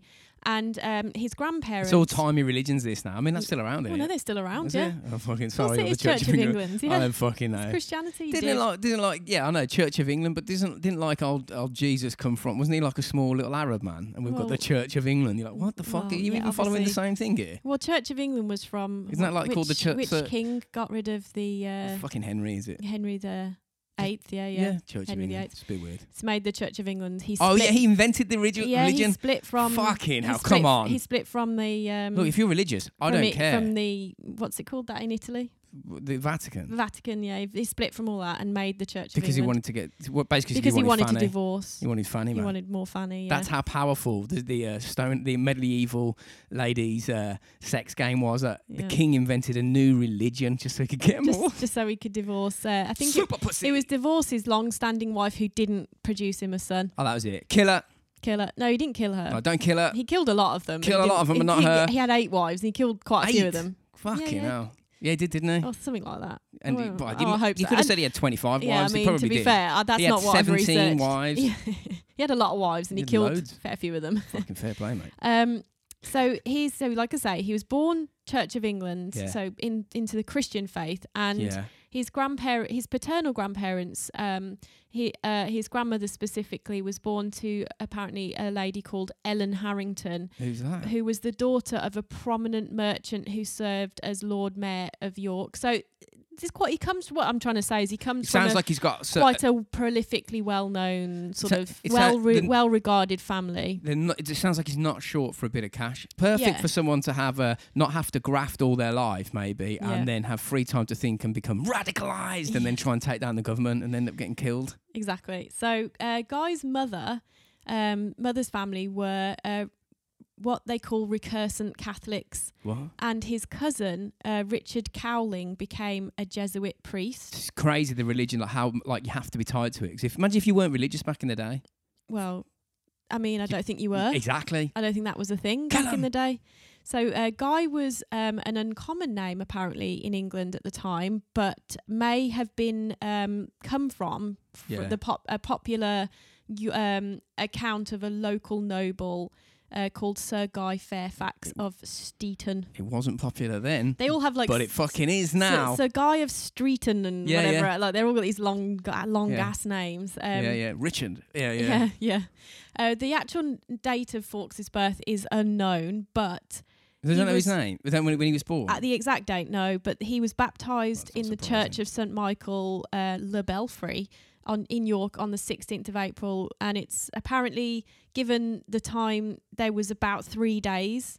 [SPEAKER 2] and um, his grandparents.
[SPEAKER 1] It's all timey religions. This now. I mean, that's still around.
[SPEAKER 2] Well,
[SPEAKER 1] isn't
[SPEAKER 2] no,
[SPEAKER 1] it?
[SPEAKER 2] they're still around,
[SPEAKER 1] Is
[SPEAKER 2] yeah.
[SPEAKER 1] it? I'm fucking
[SPEAKER 2] Of course
[SPEAKER 1] sorry.
[SPEAKER 2] it
[SPEAKER 1] I'm the
[SPEAKER 2] is Church of England,
[SPEAKER 1] I
[SPEAKER 2] yeah.
[SPEAKER 1] don't fucking know.
[SPEAKER 2] Christianity
[SPEAKER 1] Didn't it
[SPEAKER 2] did.
[SPEAKER 1] like? Didn't like? Yeah, I know. Church of England, but doesn't didn't like old old Jesus come from? Wasn't he like a small little Arab man? And we've got the
[SPEAKER 2] Well-
[SPEAKER 1] Church of England. You're like, what the fuck?
[SPEAKER 2] Well,
[SPEAKER 1] Are you
[SPEAKER 2] yeah,
[SPEAKER 1] even following the
[SPEAKER 2] obviously.
[SPEAKER 1] same thing here?
[SPEAKER 2] Well, Church of England was from.
[SPEAKER 1] Isn't that, Oh, like,
[SPEAKER 2] which,
[SPEAKER 1] called the Church-
[SPEAKER 2] Which
[SPEAKER 1] so-
[SPEAKER 2] king got rid of the uh,
[SPEAKER 1] Fucking Henry, is it?
[SPEAKER 2] Henry the Eighth? Yeah, yeah.
[SPEAKER 1] Church
[SPEAKER 2] Henry
[SPEAKER 1] of
[SPEAKER 2] the
[SPEAKER 1] England.
[SPEAKER 2] Eighth.
[SPEAKER 1] It's a bit weird.
[SPEAKER 2] It's made the Church of England. He
[SPEAKER 1] Oh
[SPEAKER 2] split,
[SPEAKER 1] yeah, he invented the origi-
[SPEAKER 2] yeah, he
[SPEAKER 1] religion.
[SPEAKER 2] split from.
[SPEAKER 1] Fucking
[SPEAKER 2] he
[SPEAKER 1] hell,
[SPEAKER 2] split-
[SPEAKER 1] come on.
[SPEAKER 2] He split from the. Um,
[SPEAKER 1] Look, if you're religious, I
[SPEAKER 2] from
[SPEAKER 1] don't
[SPEAKER 2] it-
[SPEAKER 1] care.
[SPEAKER 2] From the what's it called that in Italy?
[SPEAKER 1] the Vatican,
[SPEAKER 2] Vatican. Yeah, he- he split from all that and made the Church
[SPEAKER 1] because
[SPEAKER 2] of
[SPEAKER 1] he
[SPEAKER 2] England.
[SPEAKER 1] wanted to get well, basically
[SPEAKER 2] because he wanted
[SPEAKER 1] fanny.
[SPEAKER 2] to divorce.
[SPEAKER 1] He wanted fanny,
[SPEAKER 2] He
[SPEAKER 1] man.
[SPEAKER 2] wanted more Fanny. Yeah.
[SPEAKER 1] That's how powerful the, the uh, stone, the medieval ladies' uh, sex game was. Uh,
[SPEAKER 2] Yeah.
[SPEAKER 1] The king invented a new religion just so he could get more.
[SPEAKER 2] just, just so he could divorce. Uh, I think it,
[SPEAKER 1] Super pussy.
[SPEAKER 2] it was divorce his long-standing wife who didn't produce him a son.
[SPEAKER 1] oh, that was it. Kill her.
[SPEAKER 2] Kill her. No, he didn't kill her.
[SPEAKER 1] No, don't kill her.
[SPEAKER 2] Uh, He killed a lot of them.
[SPEAKER 1] Killed
[SPEAKER 2] He
[SPEAKER 1] a lot of them,
[SPEAKER 2] didn't-
[SPEAKER 1] but
[SPEAKER 2] he,
[SPEAKER 1] not
[SPEAKER 2] he- He had eight wives and he killed quite a few
[SPEAKER 1] Eight?
[SPEAKER 2] of them.
[SPEAKER 1] Fucking
[SPEAKER 2] yeah.
[SPEAKER 1] hell. Yeah, he did, didn't he?
[SPEAKER 2] Or something like that.
[SPEAKER 1] and
[SPEAKER 2] well,
[SPEAKER 1] he, well, he
[SPEAKER 2] oh,
[SPEAKER 1] didn't-
[SPEAKER 2] I hope
[SPEAKER 1] he
[SPEAKER 2] so.
[SPEAKER 1] could have
[SPEAKER 2] And-
[SPEAKER 1] said he had 25
[SPEAKER 2] yeah,
[SPEAKER 1] wives.
[SPEAKER 2] I mean,
[SPEAKER 1] he probably
[SPEAKER 2] to be
[SPEAKER 1] did.
[SPEAKER 2] fair, uh, that's
[SPEAKER 1] he had
[SPEAKER 2] not what I've
[SPEAKER 1] 17
[SPEAKER 2] researched.
[SPEAKER 1] wives.
[SPEAKER 2] Yeah. *laughs* he had a lot of wives and
[SPEAKER 1] He
[SPEAKER 2] he,
[SPEAKER 1] had
[SPEAKER 2] killed
[SPEAKER 1] loads.
[SPEAKER 2] a fair few of them.
[SPEAKER 1] Fucking fair play, mate.
[SPEAKER 2] Um, so he's so like I say, he was born Church of England,
[SPEAKER 1] Yeah.
[SPEAKER 2] so in into the Christian faith, and
[SPEAKER 1] yeah.
[SPEAKER 2] his grandparent, his paternal grandparents, um, he uh, his grandmother specifically was born to apparently a lady called Ellen Harrington,
[SPEAKER 1] Who's that?
[SPEAKER 2] who was the daughter of a prominent merchant who served as Lord Mayor of York. So this is quite he comes what I'm trying to say is he comes
[SPEAKER 1] It
[SPEAKER 2] from
[SPEAKER 1] sounds
[SPEAKER 2] a,
[SPEAKER 1] like he's got so, uh,
[SPEAKER 2] quite a prolifically well known sort
[SPEAKER 1] So-
[SPEAKER 2] of
[SPEAKER 1] it sou-
[SPEAKER 2] well re-
[SPEAKER 1] the-
[SPEAKER 2] well regarded family.
[SPEAKER 1] They're not, it just sounds like he's not short for a bit of cash. Perfect
[SPEAKER 2] Yeah.
[SPEAKER 1] for someone to have a not have to graft all their life, maybe,
[SPEAKER 2] Yeah.
[SPEAKER 1] and then have free time to think and become radicalized, and then try and take down the government and end up getting killed.
[SPEAKER 2] Exactly. So uh, Guy's mother, um, mother's family were uh, what they call recursant Catholics.
[SPEAKER 1] What?
[SPEAKER 2] and his cousin uh, Richard Cowling became a Jesuit priest.
[SPEAKER 1] It's crazy the religion, like how like you have to be tied to it. 'Cause if imagine if you weren't religious back in the day,
[SPEAKER 2] Well, I mean, I don't think you were.
[SPEAKER 1] exactly.
[SPEAKER 2] I don't think that was a thing
[SPEAKER 1] Kill
[SPEAKER 2] back in
[SPEAKER 1] him.
[SPEAKER 2] the day. So uh, Guy was um, an uncommon name apparently in England at the time, but may have been um, come from fr-
[SPEAKER 1] Yeah.
[SPEAKER 2] the pop- a popular you- um, account of a local noble. uh, called Sir Guy Fairfax of Steeton.
[SPEAKER 1] It wasn't popular then,
[SPEAKER 2] They all have like
[SPEAKER 1] Mm. but it fucking is now.
[SPEAKER 2] So, so Guy of Streeton and
[SPEAKER 1] Yeah,
[SPEAKER 2] whatever,
[SPEAKER 1] yeah.
[SPEAKER 2] like they're all got these long, ga- long
[SPEAKER 1] Yeah.
[SPEAKER 2] ass names. Um,
[SPEAKER 1] yeah, yeah, Richard. Yeah, yeah.
[SPEAKER 2] *laughs* yeah, yeah. Uh, the actual n- date of Fawkes' birth is unknown, but
[SPEAKER 1] They don't
[SPEAKER 2] He
[SPEAKER 1] know his
[SPEAKER 2] was-
[SPEAKER 1] name. They don't know when he was born.
[SPEAKER 2] at the exact date, no. But he was baptized
[SPEAKER 1] That's not
[SPEAKER 2] in the
[SPEAKER 1] surprising.
[SPEAKER 2] Church of St Michael uh, Le Belfry on in York on the 16th of April, and it's apparently given the time there was about three days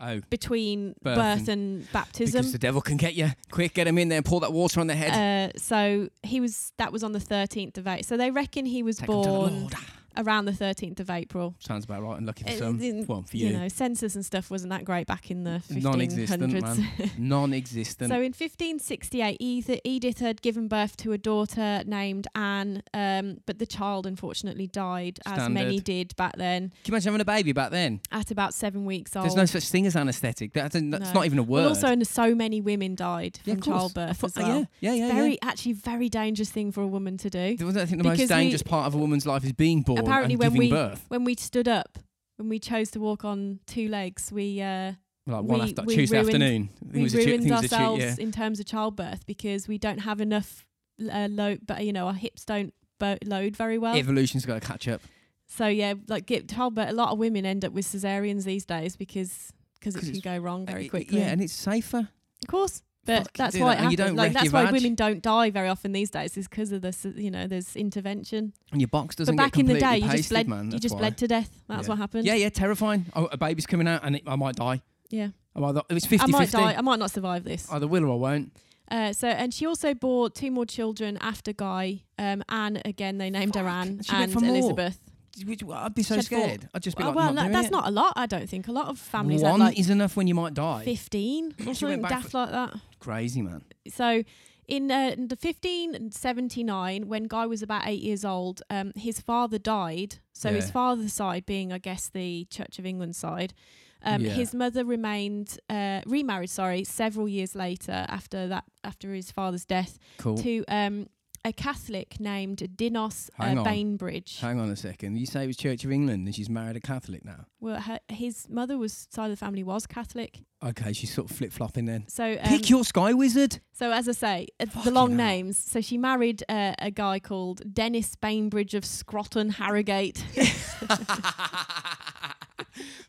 [SPEAKER 1] oh,
[SPEAKER 2] between
[SPEAKER 1] Birth
[SPEAKER 2] birth,
[SPEAKER 1] and-
[SPEAKER 2] and, baptism.
[SPEAKER 1] because the devil can get you. Quick, get him in there. Pour that water on their head.
[SPEAKER 2] Uh, so he was that was on the 13th of April. So they reckon he was
[SPEAKER 1] Take 'em to the
[SPEAKER 2] born
[SPEAKER 1] Lord. Ah,
[SPEAKER 2] around the 13th of April.
[SPEAKER 1] Sounds about right. And lucky for
[SPEAKER 2] It
[SPEAKER 1] some,
[SPEAKER 2] didn't-
[SPEAKER 1] well, for
[SPEAKER 2] you.
[SPEAKER 1] you,
[SPEAKER 2] know, census and stuff wasn't that great back in the 1500s.
[SPEAKER 1] Non-existent,
[SPEAKER 2] *laughs*
[SPEAKER 1] non-existent.
[SPEAKER 2] So in 1568, Edith, Edith had given birth to a daughter named Anne, um, but the child unfortunately died, as many
[SPEAKER 1] Standard.
[SPEAKER 2] did back then,
[SPEAKER 1] Can you imagine having a baby back then?
[SPEAKER 2] at about seven weeks old.
[SPEAKER 1] There's no such thing as anaesthetic. That's, that's
[SPEAKER 2] Oh. No.
[SPEAKER 1] not even a word.
[SPEAKER 2] well, also, and so many women died
[SPEAKER 1] Yeah,
[SPEAKER 2] from
[SPEAKER 1] of course. I
[SPEAKER 2] childbirth
[SPEAKER 1] thought-
[SPEAKER 2] as well.
[SPEAKER 1] Yeah, yeah, yeah.
[SPEAKER 2] very,
[SPEAKER 1] yeah.
[SPEAKER 2] actually, very dangerous thing for a woman to do.
[SPEAKER 1] The- I think the most
[SPEAKER 2] because we-
[SPEAKER 1] dangerous part of a woman's life is being born
[SPEAKER 2] Apparently,
[SPEAKER 1] and
[SPEAKER 2] when
[SPEAKER 1] giving
[SPEAKER 2] we
[SPEAKER 1] birth.
[SPEAKER 2] when we stood up, when we chose to walk on two legs, we uh,
[SPEAKER 1] Like one
[SPEAKER 2] we-
[SPEAKER 1] after,
[SPEAKER 2] we
[SPEAKER 1] Tuesday
[SPEAKER 2] ruined-
[SPEAKER 1] afternoon. I think it
[SPEAKER 2] we
[SPEAKER 1] was a tu- I
[SPEAKER 2] ruined
[SPEAKER 1] think it was a tu-
[SPEAKER 2] ourselves
[SPEAKER 1] yeah.
[SPEAKER 2] in terms of childbirth because we don't have enough uh, load, but you know our hips don't bo- load very well.
[SPEAKER 1] Evolution's got to catch up.
[SPEAKER 2] so yeah, like get childbirth. A lot of women end up with cesareans these days because because it
[SPEAKER 1] 'Cause
[SPEAKER 2] can
[SPEAKER 1] it's-
[SPEAKER 2] go wrong
[SPEAKER 1] Uh,
[SPEAKER 2] very
[SPEAKER 1] y-
[SPEAKER 2] quickly.
[SPEAKER 1] Yeah, and it's safer.
[SPEAKER 2] of course. But
[SPEAKER 1] Fucking
[SPEAKER 2] that's
[SPEAKER 1] do
[SPEAKER 2] why
[SPEAKER 1] that
[SPEAKER 2] it
[SPEAKER 1] and you
[SPEAKER 2] happens.
[SPEAKER 1] don't
[SPEAKER 2] like
[SPEAKER 1] wreck
[SPEAKER 2] that's
[SPEAKER 1] your
[SPEAKER 2] why
[SPEAKER 1] vag.
[SPEAKER 2] women don't die very often these days is because of this. You know, there's intervention.
[SPEAKER 1] And your box doesn't
[SPEAKER 2] But back
[SPEAKER 1] get
[SPEAKER 2] in the
[SPEAKER 1] completely
[SPEAKER 2] day, you
[SPEAKER 1] pasted,
[SPEAKER 2] just bled.
[SPEAKER 1] man.
[SPEAKER 2] you
[SPEAKER 1] that's
[SPEAKER 2] just
[SPEAKER 1] why.
[SPEAKER 2] bled to death. That's
[SPEAKER 1] Yeah.
[SPEAKER 2] what happened.
[SPEAKER 1] Yeah, yeah, terrifying. Oh, a baby's coming out and it, I might die.
[SPEAKER 2] Yeah.
[SPEAKER 1] I might, die. it's 50
[SPEAKER 2] I might die. I might not survive this.
[SPEAKER 1] Either will or I won't.
[SPEAKER 2] Uh, so, and she also bore two more children after Guy. Um, Anne again, they named her
[SPEAKER 1] Fuck.
[SPEAKER 2] Anne
[SPEAKER 1] She went
[SPEAKER 2] and
[SPEAKER 1] for more.
[SPEAKER 2] Elizabeth.
[SPEAKER 1] Which- I'd be so
[SPEAKER 2] Shed four.
[SPEAKER 1] scared. I'd just be
[SPEAKER 2] Well,
[SPEAKER 1] like,
[SPEAKER 2] well,
[SPEAKER 1] not
[SPEAKER 2] no,
[SPEAKER 1] doing
[SPEAKER 2] that's
[SPEAKER 1] it.
[SPEAKER 2] not a lot, I don't think. A lot of families
[SPEAKER 1] One
[SPEAKER 2] have like
[SPEAKER 1] is enough when you might die.
[SPEAKER 2] fifteen or
[SPEAKER 1] She
[SPEAKER 2] something
[SPEAKER 1] went back
[SPEAKER 2] daft like that.
[SPEAKER 1] Crazy, man.
[SPEAKER 2] So, in uh, the fifteen seventy nine, when Guy was about eight years old, um, his father died. So his
[SPEAKER 1] Yeah.
[SPEAKER 2] father's side being, I guess, the Church of England side. Um,
[SPEAKER 1] Yeah.
[SPEAKER 2] His mother remained uh, remarried. Sorry, several years later after that, after his father's death.
[SPEAKER 1] Cool.
[SPEAKER 2] to um, a Catholic named Dinos
[SPEAKER 1] Hang
[SPEAKER 2] uh,
[SPEAKER 1] on.
[SPEAKER 2] Bainbridge.
[SPEAKER 1] Hang on a second. You say it was Church of England and she's married a Catholic now.
[SPEAKER 2] Well, her, his mother was side of the family was Catholic.
[SPEAKER 1] Okay, she's sort of flip flopping then.
[SPEAKER 2] So, um,
[SPEAKER 1] Pick your sky
[SPEAKER 2] *laughs*
[SPEAKER 1] wizard.
[SPEAKER 2] so as I say, uh, the
[SPEAKER 1] Fucking
[SPEAKER 2] long
[SPEAKER 1] hell.
[SPEAKER 2] names. So she married uh, a guy called Dennis Bainbridge of Scroton
[SPEAKER 1] *laughs*
[SPEAKER 2] Harrogate.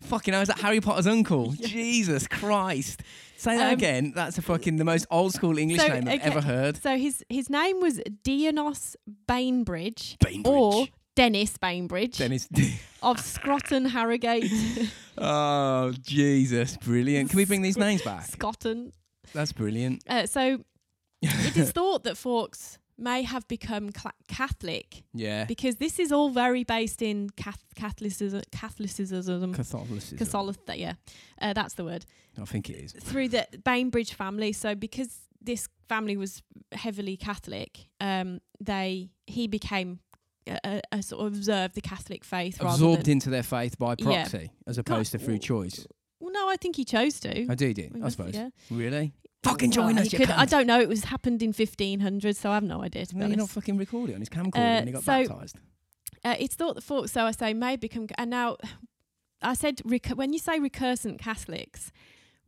[SPEAKER 1] fucking hell, is that Harry Potter's
[SPEAKER 2] *laughs*
[SPEAKER 1] uncle? Jesus Christ. Say that
[SPEAKER 2] Um,
[SPEAKER 1] again. That's a fucking the most old school English
[SPEAKER 2] so,
[SPEAKER 1] name I've
[SPEAKER 2] okay.
[SPEAKER 1] ever heard.
[SPEAKER 2] so his his name was Dinos Bainbridge,
[SPEAKER 1] Bainbridge.
[SPEAKER 2] or Dennis Bainbridge
[SPEAKER 1] Dennis.
[SPEAKER 2] of Scroton Harrogate.
[SPEAKER 1] *laughs* oh, Jesus. Brilliant. Can we bring these names back?
[SPEAKER 2] Scotton.
[SPEAKER 1] That's brilliant.
[SPEAKER 2] Uh, so
[SPEAKER 1] *laughs*
[SPEAKER 2] it is thought that Fawkes may have become cla Catholic
[SPEAKER 1] Yeah.
[SPEAKER 2] because this is all very based in cath- Catholicism, Catholicism,
[SPEAKER 1] Catholicism.
[SPEAKER 2] Catholic, yeah, uh, that's the word.
[SPEAKER 1] I think it is.
[SPEAKER 2] Through the Bainbridge family, so because this family was heavily Catholic, um, they he became uh, uh, uh, sort of observed the Catholic faith rather
[SPEAKER 1] Absorbed
[SPEAKER 2] than.
[SPEAKER 1] into their faith by
[SPEAKER 2] Yeah.
[SPEAKER 1] proxy as opposed to through
[SPEAKER 2] Well,
[SPEAKER 1] choice.
[SPEAKER 2] Well, no, I think he chose to.
[SPEAKER 1] I do, do.
[SPEAKER 2] mean,
[SPEAKER 1] I
[SPEAKER 2] that's-
[SPEAKER 1] suppose.
[SPEAKER 2] yeah.
[SPEAKER 1] Really?
[SPEAKER 2] Well, he could- I don't know. It was happened in 1500, so I have no idea. To be
[SPEAKER 1] No, you're
[SPEAKER 2] honest.
[SPEAKER 1] not fucking recording on his camcorder
[SPEAKER 2] Uh,
[SPEAKER 1] when he got
[SPEAKER 2] so-
[SPEAKER 1] baptised.
[SPEAKER 2] Uh, it's thought that forks, so I say, may become. And now, I said recur- when you say recursant Catholics,